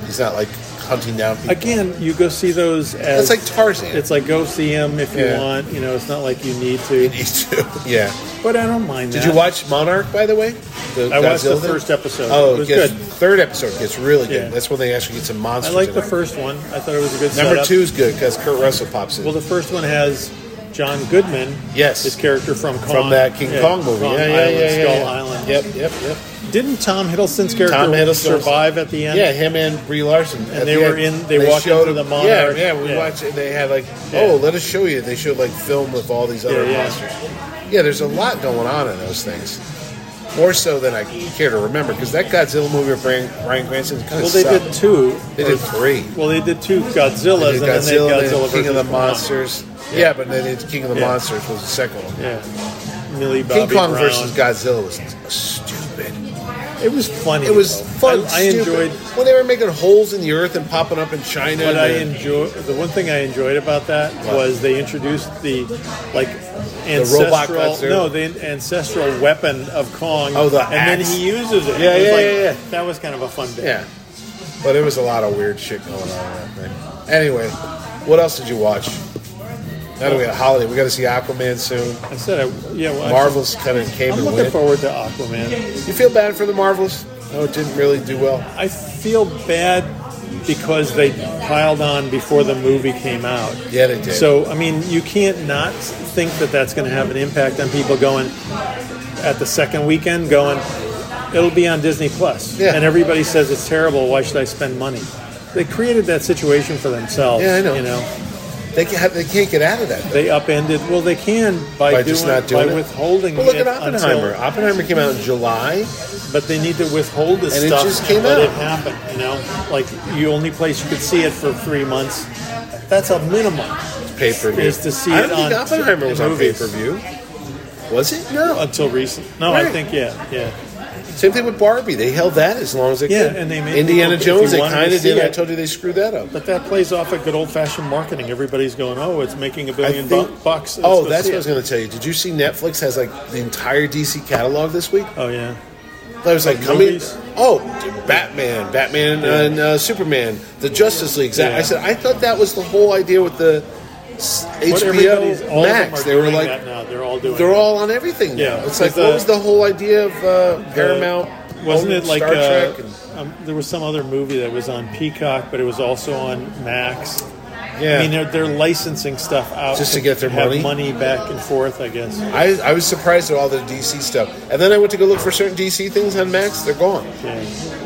Speaker 2: He's not like hunting down people.
Speaker 4: Again, you go see those as
Speaker 2: That's like Tarzan.
Speaker 4: It's like go see them if you
Speaker 2: Yeah.
Speaker 4: want. You know, it's not like you need to.
Speaker 2: These two. Yeah.
Speaker 4: But I don't mind.
Speaker 2: Did
Speaker 4: that.
Speaker 2: you watch Monarch by the way? The
Speaker 4: I watched the
Speaker 2: Godzilla thing?
Speaker 4: first episode.
Speaker 2: Oh,
Speaker 4: it was
Speaker 2: gets-
Speaker 4: good.
Speaker 2: Third episode gets really good.
Speaker 4: Yeah.
Speaker 2: That's when they actually get some
Speaker 4: I
Speaker 2: monsters.
Speaker 4: like
Speaker 2: in
Speaker 4: the
Speaker 2: it.
Speaker 4: first one. I thought it was a good
Speaker 2: Number
Speaker 4: setup.
Speaker 2: two's good because Kurt Russell pops in.
Speaker 4: Well, the first one has John Goodman.
Speaker 2: Yes.
Speaker 4: his character from Kong,
Speaker 2: from that King
Speaker 4: yeah,
Speaker 2: Kong movie. yeah, yeah,
Speaker 4: Island,
Speaker 2: yeah, yeah,
Speaker 4: Skull
Speaker 2: yeah.
Speaker 4: Island.
Speaker 2: Yep, yep, yep.
Speaker 4: Didn't Tom Hiddleston's character
Speaker 2: Tom Hiddleston.
Speaker 4: survive at the end?
Speaker 2: Yeah, him and Brie Larson. And
Speaker 4: they were in- they walked
Speaker 2: showed
Speaker 4: into
Speaker 2: him-
Speaker 4: the Monarch.
Speaker 2: Yeah, yeah. We
Speaker 4: Yeah.
Speaker 2: watched. it, They had like,
Speaker 4: Yeah.
Speaker 2: oh, let us show you. They showed like film with all these other
Speaker 4: Yeah, yeah.
Speaker 2: monsters. Yeah, there's a lot going on in those things. More so than I care to remember because that Godzilla movie with Brian, Brian Cranston kind of
Speaker 4: Well, they did two.
Speaker 2: They did three.
Speaker 4: Well, they did two
Speaker 2: They
Speaker 4: Godzillas,
Speaker 2: did
Speaker 4: and
Speaker 2: Godzilla,
Speaker 4: then they
Speaker 2: they
Speaker 4: did
Speaker 2: did
Speaker 4: Godzilla
Speaker 2: King of
Speaker 4: versus
Speaker 2: the
Speaker 4: Kong.
Speaker 2: Monsters. Yeah. but then they did King of the
Speaker 4: Yeah.
Speaker 2: Monsters was the second one.
Speaker 4: Yeah, Millie
Speaker 2: King
Speaker 4: Bobby
Speaker 2: Kong
Speaker 4: Brown.
Speaker 2: versus Godzilla was stupid.
Speaker 4: It was funny.
Speaker 2: It was
Speaker 4: though.
Speaker 2: fun.
Speaker 4: I, I
Speaker 2: stupid.
Speaker 4: enjoyed.
Speaker 2: when they were making holes in the earth and popping up in China.
Speaker 4: What
Speaker 2: and
Speaker 4: I
Speaker 2: the-
Speaker 4: enjoy, the one thing I enjoyed about that
Speaker 2: What?
Speaker 4: was they introduced the like
Speaker 2: robot
Speaker 4: ancestral,
Speaker 2: Godzilla?
Speaker 4: no, the ancestral weapon of Kong.
Speaker 2: Oh, the
Speaker 4: and
Speaker 2: axe.
Speaker 4: then he uses it.
Speaker 2: Yeah,
Speaker 4: It was
Speaker 2: yeah,
Speaker 4: like-
Speaker 2: yeah, yeah.
Speaker 4: That was kind of a fun bit.
Speaker 2: Yeah. But it was a lot of weird shit going on in that thing. Anyway, what else did you watch? Now that we got a holiday, we got to see Aquaman soon.
Speaker 4: I said, I, yeah, well, I-
Speaker 2: Marvels kind of came
Speaker 4: I'm
Speaker 2: and
Speaker 4: looking
Speaker 2: went.
Speaker 4: forward to Aquaman.
Speaker 2: You feel bad for the Marvels? No, it didn't really do well.
Speaker 4: I feel bad because they piled on before the movie came out.
Speaker 2: Yeah, they did.
Speaker 4: So, I mean, you can't not think that that's going to have an impact on people going at the second weekend, going, it'll be on Disney Plus.
Speaker 2: Yeah.
Speaker 4: And everybody says it's terrible. Why should I spend money? They created that situation for themselves.
Speaker 2: Yeah, I know.
Speaker 4: You know,
Speaker 2: they can't, they can't get out of that.
Speaker 4: they upended. Well, they can
Speaker 2: By
Speaker 4: by, doing,
Speaker 2: just not doing
Speaker 4: by
Speaker 2: it.
Speaker 4: withholding.
Speaker 2: Well, look
Speaker 4: it
Speaker 2: at Oppenheimer.
Speaker 4: until-
Speaker 2: Oppenheimer came out in July.
Speaker 4: but they need to withhold this
Speaker 2: And it
Speaker 4: stuff
Speaker 2: just came
Speaker 4: and let
Speaker 2: out.
Speaker 4: it happen. You know, like you only place you could see it for three months. That's a minimum.
Speaker 2: Pay per view.
Speaker 4: Is to see
Speaker 2: I
Speaker 4: it
Speaker 2: don't think
Speaker 4: on
Speaker 2: Oppenheimer was on pay
Speaker 4: movies.
Speaker 2: per view. Was it? No.
Speaker 4: Until recent. No, I
Speaker 2: Right.
Speaker 4: think yeah, yeah.
Speaker 2: Same thing with Barbie. They held that as long as they
Speaker 4: Yeah,
Speaker 2: could.
Speaker 4: and they made-
Speaker 2: Indiana
Speaker 4: if you
Speaker 2: Jones. They
Speaker 4: wanted to
Speaker 2: kind of
Speaker 4: see
Speaker 2: did. I
Speaker 4: it-
Speaker 2: told you they screwed that up.
Speaker 4: But that plays off of good old fashioned marketing. Everybody's going, oh, it's making a billion
Speaker 2: think-
Speaker 4: bu- bucks. Let's
Speaker 2: Oh,
Speaker 4: go
Speaker 2: that's
Speaker 4: see
Speaker 2: what I was
Speaker 4: it.
Speaker 2: going to tell you. Did you see Netflix has like the entire DC catalog this week?
Speaker 4: Oh yeah.
Speaker 2: That was like
Speaker 4: Like
Speaker 2: coming.
Speaker 4: movies?
Speaker 2: Oh, Batman, Batman, and uh, Superman, the Justice League. That-
Speaker 4: Yeah.
Speaker 2: I said I thought that was the whole idea with the s-
Speaker 4: But everybody's-
Speaker 2: HBO
Speaker 4: all of them
Speaker 2: Max.
Speaker 4: are
Speaker 2: They were
Speaker 4: doing
Speaker 2: like
Speaker 4: that now. They're all doing.
Speaker 2: they're
Speaker 4: it.
Speaker 2: all on everything. Now.
Speaker 4: Yeah.
Speaker 2: it's like
Speaker 4: Is the-
Speaker 2: what was the whole idea of uh, Paramount?
Speaker 4: Wasn't
Speaker 2: owning
Speaker 4: it like
Speaker 2: Star
Speaker 4: uh,
Speaker 2: Trek? And,
Speaker 4: um, there was some other movie that was on Peacock, but it was also on Max.
Speaker 2: yeah,
Speaker 4: I mean, they're, they're licensing stuff out
Speaker 2: Just to get their
Speaker 4: have
Speaker 2: money?
Speaker 4: back and forth. I guess.
Speaker 2: I, I was surprised at all the DC stuff, and then I went to go look for certain DC things on Max. They're gone.
Speaker 4: Yeah.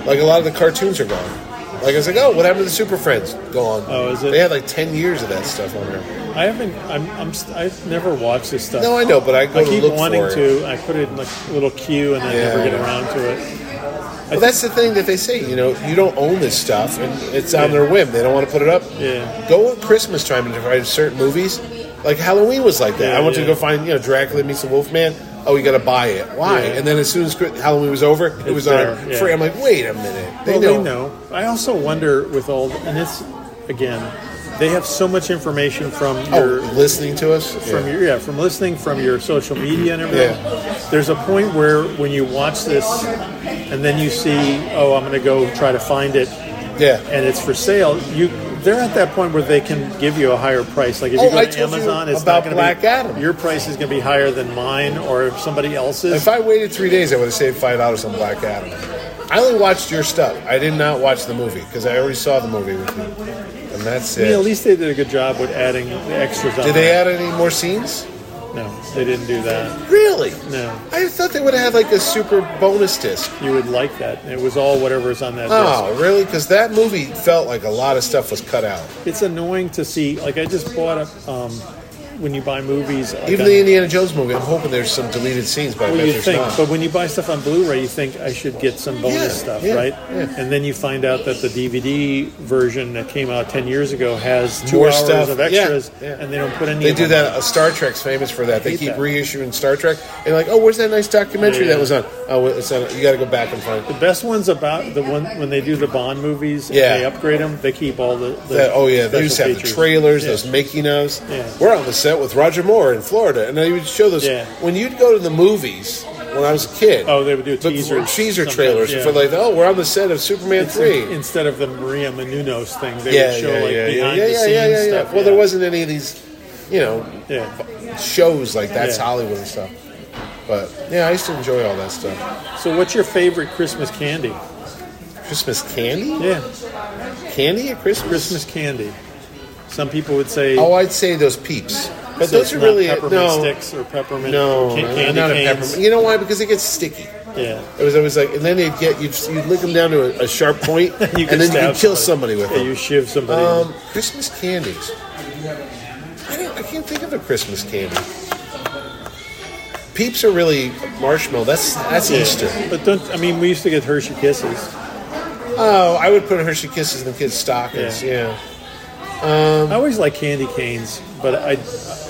Speaker 2: Like a lot of the cartoons are gone. Like I was like, oh, what happened to the Super Friends? Gone.
Speaker 4: Oh, is it?
Speaker 2: They had like ten years of that stuff on there.
Speaker 4: I haven't. I'm. I'm st- I've never watched this stuff.
Speaker 2: No, I know, but I go
Speaker 4: I
Speaker 2: to
Speaker 4: keep
Speaker 2: look
Speaker 4: wanting
Speaker 2: for it.
Speaker 4: to. I put it in like a little queue, and I
Speaker 2: Yeah.
Speaker 4: never get around to it.
Speaker 2: Well, that's the thing that they say. You know, you don't own this stuff, and it's on their whim. They don't want to put it up.
Speaker 4: Yeah.
Speaker 2: Go at Christmas time and find certain movies. Like Halloween was like that.
Speaker 4: Yeah,
Speaker 2: I went to
Speaker 4: yeah.
Speaker 2: go find you know Dracula meets the Wolfman. Oh, you got to buy it. Why?
Speaker 4: Yeah.
Speaker 2: And then as soon as Chri- Halloween was over, it
Speaker 4: It's
Speaker 2: was
Speaker 4: there,
Speaker 2: on
Speaker 4: yeah.
Speaker 2: free. I'm like, wait a minute. They, know.
Speaker 4: well, they know. I also wonder with all, and it's again, they have so much information from your
Speaker 2: Oh, listening to us
Speaker 4: from
Speaker 2: Yeah.
Speaker 4: your yeah from listening from your social media and everything. There's a point where when you watch this, and then you see, oh, I'm going to go try to find it,
Speaker 2: yeah.
Speaker 4: and it's for sale. You they're at that point where they can give you a higher price. Like if
Speaker 2: Oh,
Speaker 4: you go
Speaker 2: I
Speaker 4: to
Speaker 2: told you
Speaker 4: Amazon, it's
Speaker 2: about
Speaker 4: not going
Speaker 2: Black
Speaker 4: to be
Speaker 2: Adam.
Speaker 4: your price is going to be higher than mine or somebody else's.
Speaker 2: If I waited three days, I would have saved five dollars on Black Adam. I only watched your stuff. I did not watch the movie because I already saw the movie with you, and that's
Speaker 4: I mean, at
Speaker 2: it.
Speaker 4: least they did a good job with adding the extras. on
Speaker 2: Did they
Speaker 4: there.
Speaker 2: add any more scenes?
Speaker 4: No, they didn't do that.
Speaker 2: Really?
Speaker 4: No.
Speaker 2: I thought they would have had like a super bonus disc.
Speaker 4: You would like that. It was all whatever's on that. disc.
Speaker 2: Oh, really? Because that movie felt like a lot of stuff was cut out.
Speaker 4: It's annoying to see. Like I just bought up um, when you buy movies. like,
Speaker 2: Even
Speaker 4: on-
Speaker 2: the Indiana Jones movie, I'm hoping there's some deleted scenes, but I
Speaker 4: Well,
Speaker 2: bet
Speaker 4: you
Speaker 2: there's
Speaker 4: think,
Speaker 2: not.
Speaker 4: but when you buy stuff on Blu-ray, you think I should get some bonus
Speaker 2: Yeah,
Speaker 4: stuff,
Speaker 2: yeah,
Speaker 4: right?
Speaker 2: yeah.
Speaker 4: And then you find out that the DVD version that came out ten years ago has two
Speaker 2: More
Speaker 4: hours
Speaker 2: stuff,
Speaker 4: of
Speaker 2: yeah,
Speaker 4: extras,
Speaker 2: yeah.
Speaker 4: and they don't put any.
Speaker 2: They
Speaker 4: of
Speaker 2: do
Speaker 4: them.
Speaker 2: that. uh, Star Trek's famous for that. They
Speaker 4: Hate
Speaker 2: keep
Speaker 4: that.
Speaker 2: reissuing Star Trek, and like, oh, where's that nice documentary
Speaker 4: Yeah.
Speaker 2: that was on? Oh, it's on. You got to go back and find. it.
Speaker 4: The best ones about the one when they do the Bond movies.
Speaker 2: Yeah.
Speaker 4: and they upgrade them. They keep all the. the
Speaker 2: That, oh yeah,
Speaker 4: special
Speaker 2: they used to have
Speaker 4: features.
Speaker 2: the trailers,
Speaker 4: Yeah.
Speaker 2: those making ofs.
Speaker 4: Yeah.
Speaker 2: We're on the set with Roger Moore in Florida, and they would show those
Speaker 4: Yeah.
Speaker 2: when you'd go to the movies when I was a kid.
Speaker 4: Oh, they would do
Speaker 2: the
Speaker 4: teasers
Speaker 2: teaser
Speaker 4: sometimes,
Speaker 2: trailers
Speaker 4: yeah.
Speaker 2: for like, oh, we're on the set of Superman
Speaker 4: It's
Speaker 2: three.
Speaker 4: in- instead of the Maria Menounos thing, they
Speaker 2: yeah,
Speaker 4: would show
Speaker 2: yeah,
Speaker 4: like
Speaker 2: yeah,
Speaker 4: behind
Speaker 2: yeah,
Speaker 4: the
Speaker 2: yeah,
Speaker 4: scenes
Speaker 2: yeah, yeah, yeah.
Speaker 4: stuff.
Speaker 2: Well, there wasn't any of these, you know,
Speaker 4: Yeah.
Speaker 2: shows like that's
Speaker 4: Yeah.
Speaker 2: Hollywood and stuff. But yeah, I used to enjoy all that stuff.
Speaker 4: So, what's your favorite Christmas candy?
Speaker 2: Christmas candy,
Speaker 4: Yeah,
Speaker 2: candy at Christmas.
Speaker 4: Christmas candy. Some people would say,
Speaker 2: Oh, I'd say those peeps, but
Speaker 4: so
Speaker 2: those
Speaker 4: it's
Speaker 2: are
Speaker 4: not
Speaker 2: really
Speaker 4: peppermint
Speaker 2: no,
Speaker 4: sticks or peppermint
Speaker 2: no,
Speaker 4: ca- candy
Speaker 2: not a
Speaker 4: canes.
Speaker 2: peppermint. You know why? Because it gets sticky.
Speaker 4: Yeah,
Speaker 2: It was always like, and then they'd get you'd, you'd lick them down to a, a sharp point, and
Speaker 4: You
Speaker 2: then you
Speaker 4: stab
Speaker 2: could kill somebody with
Speaker 4: yeah,
Speaker 2: them.
Speaker 4: You shiv somebody.
Speaker 2: um, Christmas candies. I, don't, I can't think of a Christmas candy. Peeps are really marshmallow. That's that's
Speaker 4: yeah.
Speaker 2: Easter.
Speaker 4: But don't. I mean, we used to get Hershey Kisses.
Speaker 2: Oh, I would put Hershey Kisses in the kids' stockings. Yeah,
Speaker 4: Yeah. I always like candy canes, but I,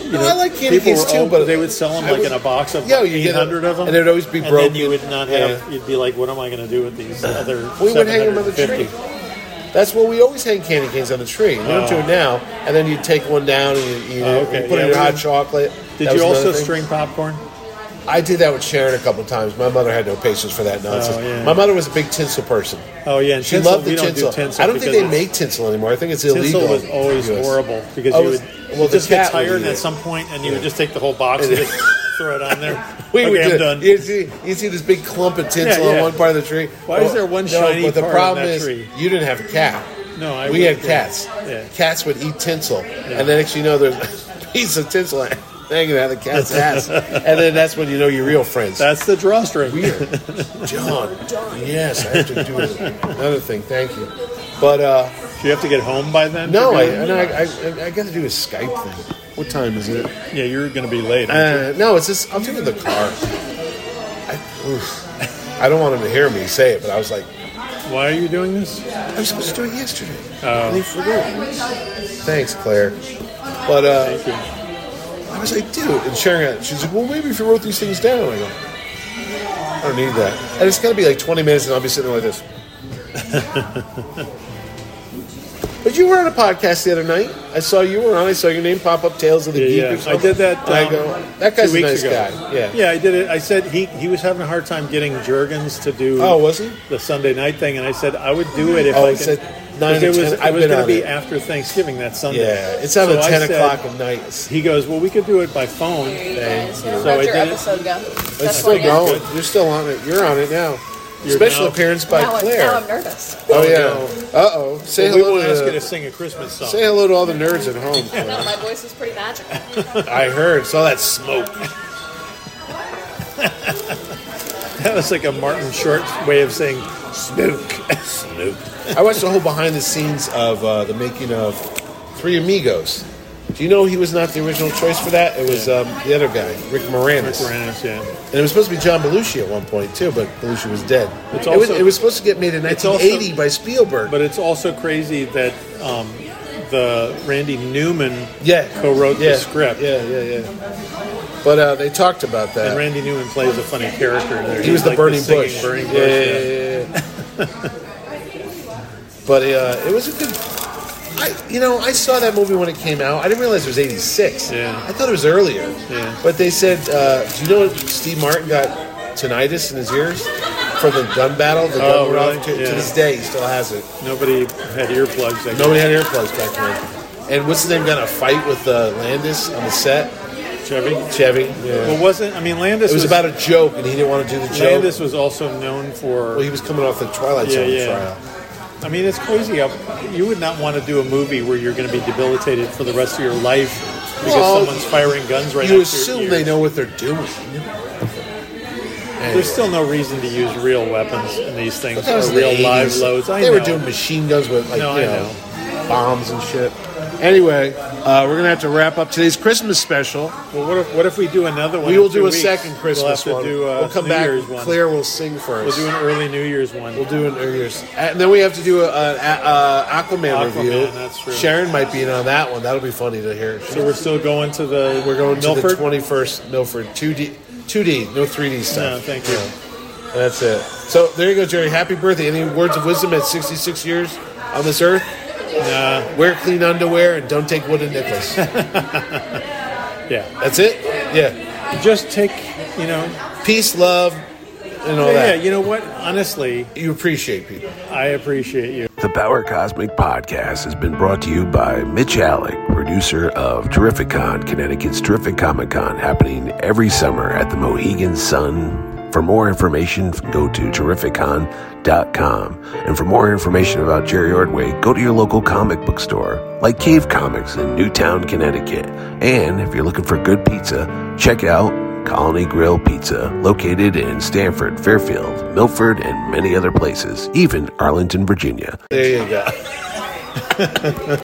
Speaker 4: you know,
Speaker 2: Um, I like candy
Speaker 4: people
Speaker 2: canes
Speaker 4: were
Speaker 2: too,
Speaker 4: all-
Speaker 2: but
Speaker 4: they would sell them
Speaker 2: I
Speaker 4: like
Speaker 2: would-
Speaker 4: in a box of
Speaker 2: Yeah,
Speaker 4: yeah,
Speaker 2: you
Speaker 4: eight
Speaker 2: get them,
Speaker 4: hundred of them,
Speaker 2: and they'd always be
Speaker 4: and
Speaker 2: broken.
Speaker 4: Then you would not
Speaker 2: Yeah.
Speaker 4: have. You'd be like, what am I going to do with these other?
Speaker 2: We would hang them on the tree.
Speaker 4: 750?
Speaker 2: That's what we always hang candy canes on the tree. We don't do it now. And then you take one down and you, you
Speaker 4: Oh, okay.
Speaker 2: you put it
Speaker 4: Yeah,
Speaker 2: in
Speaker 4: we
Speaker 2: hot
Speaker 4: did-
Speaker 2: chocolate.
Speaker 4: Did
Speaker 2: That
Speaker 4: you
Speaker 2: was
Speaker 4: also
Speaker 2: another thing.
Speaker 4: string popcorn?
Speaker 2: I did that with Sharon a couple times. My mother had no patience for that nonsense.
Speaker 4: Oh, yeah.
Speaker 2: My mother was a big tinsel person.
Speaker 4: Oh yeah, and
Speaker 2: She
Speaker 4: tinsel,
Speaker 2: loved the
Speaker 4: we
Speaker 2: tinsel.
Speaker 4: Don't do tinsel
Speaker 2: I don't think
Speaker 4: because
Speaker 2: they
Speaker 4: it's-
Speaker 2: make tinsel anymore. I think it's
Speaker 4: Tinsel
Speaker 2: illegal.
Speaker 4: was
Speaker 2: in the
Speaker 4: always
Speaker 2: US.
Speaker 4: horrible because
Speaker 2: Oh,
Speaker 4: you
Speaker 2: it's-
Speaker 4: would
Speaker 2: well,
Speaker 4: you
Speaker 2: the
Speaker 4: just get
Speaker 2: cat would
Speaker 4: tired
Speaker 2: eat
Speaker 4: and at
Speaker 2: it.
Speaker 4: some point and you would just take the whole box and just throw it on there.
Speaker 2: We
Speaker 4: okay,
Speaker 2: would
Speaker 4: I'm
Speaker 2: do-
Speaker 4: done.
Speaker 2: You see, you see this big clump of tinsel
Speaker 4: Yeah, yeah.
Speaker 2: on one part of the tree.
Speaker 4: Why is there one shiny
Speaker 2: But the
Speaker 4: part on
Speaker 2: problem
Speaker 4: that
Speaker 2: is,
Speaker 4: tree?
Speaker 2: you didn't have a cat.
Speaker 4: No, I
Speaker 2: we
Speaker 4: would-
Speaker 2: had
Speaker 4: yeah.
Speaker 2: cats.
Speaker 4: Yeah.
Speaker 2: Cats would eat tinsel, and then next you know, there's a piece of tinsel hanging out of the cat's ass, and then that's when you know you're real friends.
Speaker 4: That's the drawstring.
Speaker 2: Weird, John. Yes, I have to do another thing. Thank you, but uh,
Speaker 4: Do you have to get home by then?
Speaker 2: no,
Speaker 4: You're
Speaker 2: I,
Speaker 4: gonna-
Speaker 2: no, I, I, I got to do a Skype thing. What time is it?
Speaker 4: yeah, you're going to be late.
Speaker 2: Uh, no, it's just I'm thinking the car. I, oof. I don't want him to hear me say it, but I was like,
Speaker 4: Why are you doing this?
Speaker 2: I was supposed to do it yesterday. Oh. And he forgot. Thanks, Claire. But uh,
Speaker 4: Thank you.
Speaker 2: I was like, dude, and Sharon, she's like, well, maybe if you wrote these things down. I go, I don't need that. And it's gonna be like 20 minutes, and I'll be sitting there like this. but you were on a podcast the other night. I saw you were on. I saw your name pop up, Tales of the Geek.
Speaker 4: Yeah,
Speaker 2: Or
Speaker 4: yeah. I
Speaker 2: something.
Speaker 4: did that.
Speaker 2: And I
Speaker 4: um,
Speaker 2: go, that guy's
Speaker 4: two
Speaker 2: a
Speaker 4: weeks
Speaker 2: nice
Speaker 4: ago.
Speaker 2: guy. Yeah.
Speaker 4: yeah, I did it. I said he he was having a hard time getting Jurgens to do.
Speaker 2: Oh, was he?
Speaker 4: the Sunday night thing? And I said I would do it if
Speaker 2: Oh,
Speaker 4: I
Speaker 2: it's
Speaker 4: could.
Speaker 2: at nine
Speaker 4: 'cause
Speaker 2: or
Speaker 4: it was
Speaker 2: 10.
Speaker 4: it
Speaker 2: I've
Speaker 4: was
Speaker 2: been
Speaker 4: gonna
Speaker 2: on
Speaker 4: be
Speaker 2: it.
Speaker 4: after Thanksgiving that Sunday.
Speaker 2: Yeah, it's out at
Speaker 4: So I
Speaker 2: ten
Speaker 4: said-
Speaker 2: o'clock at night. It's,
Speaker 4: He goes, well, we could do it by phone.
Speaker 2: Thank you.
Speaker 4: So I
Speaker 3: How'd
Speaker 4: did
Speaker 3: your
Speaker 4: it.
Speaker 3: episode go?
Speaker 2: it's
Speaker 3: That's
Speaker 2: still
Speaker 3: what I
Speaker 2: going. You're still on it. You're on it now.
Speaker 4: You're
Speaker 2: Special
Speaker 4: now-
Speaker 2: appearance by
Speaker 3: Now, I'm-
Speaker 2: Claire.
Speaker 3: now I'm nervous.
Speaker 2: oh yeah. Uh oh. Say
Speaker 4: we
Speaker 2: hello
Speaker 4: want to ask you
Speaker 2: to
Speaker 4: to sing a Christmas song.
Speaker 2: say hello to all the nerds at home.
Speaker 3: No,
Speaker 2: Claire.
Speaker 3: my voice is pretty magical.
Speaker 2: I heard. Saw that smoke.
Speaker 4: That was like a Martin Short way of saying snook.
Speaker 2: Snoop. I watched the whole behind the scenes of uh, the making of Three Amigos. Do you know he was not the original choice for that? It was um, the other guy, Rick Moranis.
Speaker 4: Moranis, yeah.
Speaker 2: And it was supposed to be John Belushi at one point too, but Belushi was dead.
Speaker 4: It's
Speaker 2: it, was,
Speaker 4: also-
Speaker 2: it was supposed to get made in
Speaker 4: It's also-
Speaker 2: 1980 by Spielberg.
Speaker 4: But it's also crazy that um, the Randy Newman
Speaker 2: Yeah,
Speaker 4: co-wrote
Speaker 2: yeah.
Speaker 4: the script.
Speaker 2: Yeah, yeah, yeah. But uh, they talked about that.
Speaker 4: And Randy Newman plays a funny character. There.
Speaker 2: he was the
Speaker 4: like
Speaker 2: burning
Speaker 4: singing
Speaker 2: bush.
Speaker 4: Burning
Speaker 2: yeah,
Speaker 4: Bush,
Speaker 2: yeah,
Speaker 4: yeah.
Speaker 2: yeah, yeah. but uh, it was a good. I, you know, I saw that movie when it came out. I didn't realize it was '86.
Speaker 4: Yeah.
Speaker 2: I thought it was earlier.
Speaker 4: Yeah.
Speaker 2: But they said, uh, do you know Steve Martin got tinnitus in his ears from the gun battle? The gun
Speaker 4: Oh,
Speaker 2: went off.
Speaker 4: really?
Speaker 2: to,
Speaker 4: Yeah.
Speaker 2: to this day, he still has it.
Speaker 4: Nobody had earplugs. I guess.
Speaker 2: Nobody had earplugs back then. And what's his name got in a fight with uh, Landis on the set?
Speaker 4: Chevy.
Speaker 2: Chevy. Yeah.
Speaker 4: Well, wasn't I mean Landis
Speaker 2: It was about a joke, and he didn't want to do the joke.
Speaker 4: Landis was also known for.
Speaker 2: well, he was coming off the Twilight
Speaker 4: yeah,
Speaker 2: Zone
Speaker 4: yeah.
Speaker 2: trial.
Speaker 4: I mean, it's crazy. How, you would not want to do a movie where you're going to be debilitated for the rest of your life because
Speaker 2: Well,
Speaker 4: someone's firing guns right.
Speaker 2: you
Speaker 4: next to your
Speaker 2: assume
Speaker 4: ear.
Speaker 2: they know what they're doing. Anyway.
Speaker 4: There's still no reason to use real weapons in these things
Speaker 2: That
Speaker 4: or
Speaker 2: was the
Speaker 4: real live
Speaker 2: 80s.
Speaker 4: loads. I
Speaker 2: they
Speaker 4: know.
Speaker 2: were doing machine guns with like
Speaker 4: No,
Speaker 2: you
Speaker 4: I
Speaker 2: know, bombs and shit. Anyway, uh, we're gonna have to wrap up today's Christmas special.
Speaker 4: Well, what if, what if we do another one?
Speaker 2: We
Speaker 4: in
Speaker 2: will
Speaker 4: two
Speaker 2: do a
Speaker 4: weeks?
Speaker 2: second Christmas
Speaker 4: we'll
Speaker 2: one.
Speaker 4: have to Do, uh,
Speaker 2: we'll come
Speaker 4: New
Speaker 2: back.
Speaker 4: Year's one.
Speaker 2: Claire will sing for us.
Speaker 4: We'll do an early New Year's one.
Speaker 2: We'll do an New Year's, and then we have to do a, an a, uh, Aquaman,
Speaker 4: Aquaman,
Speaker 2: review.
Speaker 4: that's true.
Speaker 2: Sharon might be in on that one. That'll be funny to hear.
Speaker 4: so we're still going to the.
Speaker 2: We're going
Speaker 4: Milford?
Speaker 2: to the twenty first Milford two D two D no three D
Speaker 4: No,
Speaker 2: stuff.
Speaker 4: thank you.
Speaker 2: That's it. So there you go, Jerry. Happy birthday. Any words of wisdom at sixty six years on this earth?
Speaker 4: Nah,
Speaker 2: Wear clean underwear and don't take wooden nickels.
Speaker 4: yeah.
Speaker 2: That's it. Yeah.
Speaker 4: Just take, you know,
Speaker 2: Peace, love, and all
Speaker 4: yeah.
Speaker 2: that.
Speaker 4: You know what? Honestly,
Speaker 2: You appreciate people.
Speaker 4: I appreciate you.
Speaker 1: The Power Cosmic Podcast has been brought to you by Mitch Alec, producer of Terrificon, Connecticut's Terrific Comic Con, happening every summer at the Mohegan Sun. For more information, go to terrificon.com. And for more information about Jerry Ordway, go to your local comic book store, like Cave Comics in Newtown, Connecticut. And if you're looking for good pizza, check out Colony Grill Pizza, located in Stamford, Fairfield, Milford, and many other places, even Arlington, Virginia.
Speaker 2: There you go.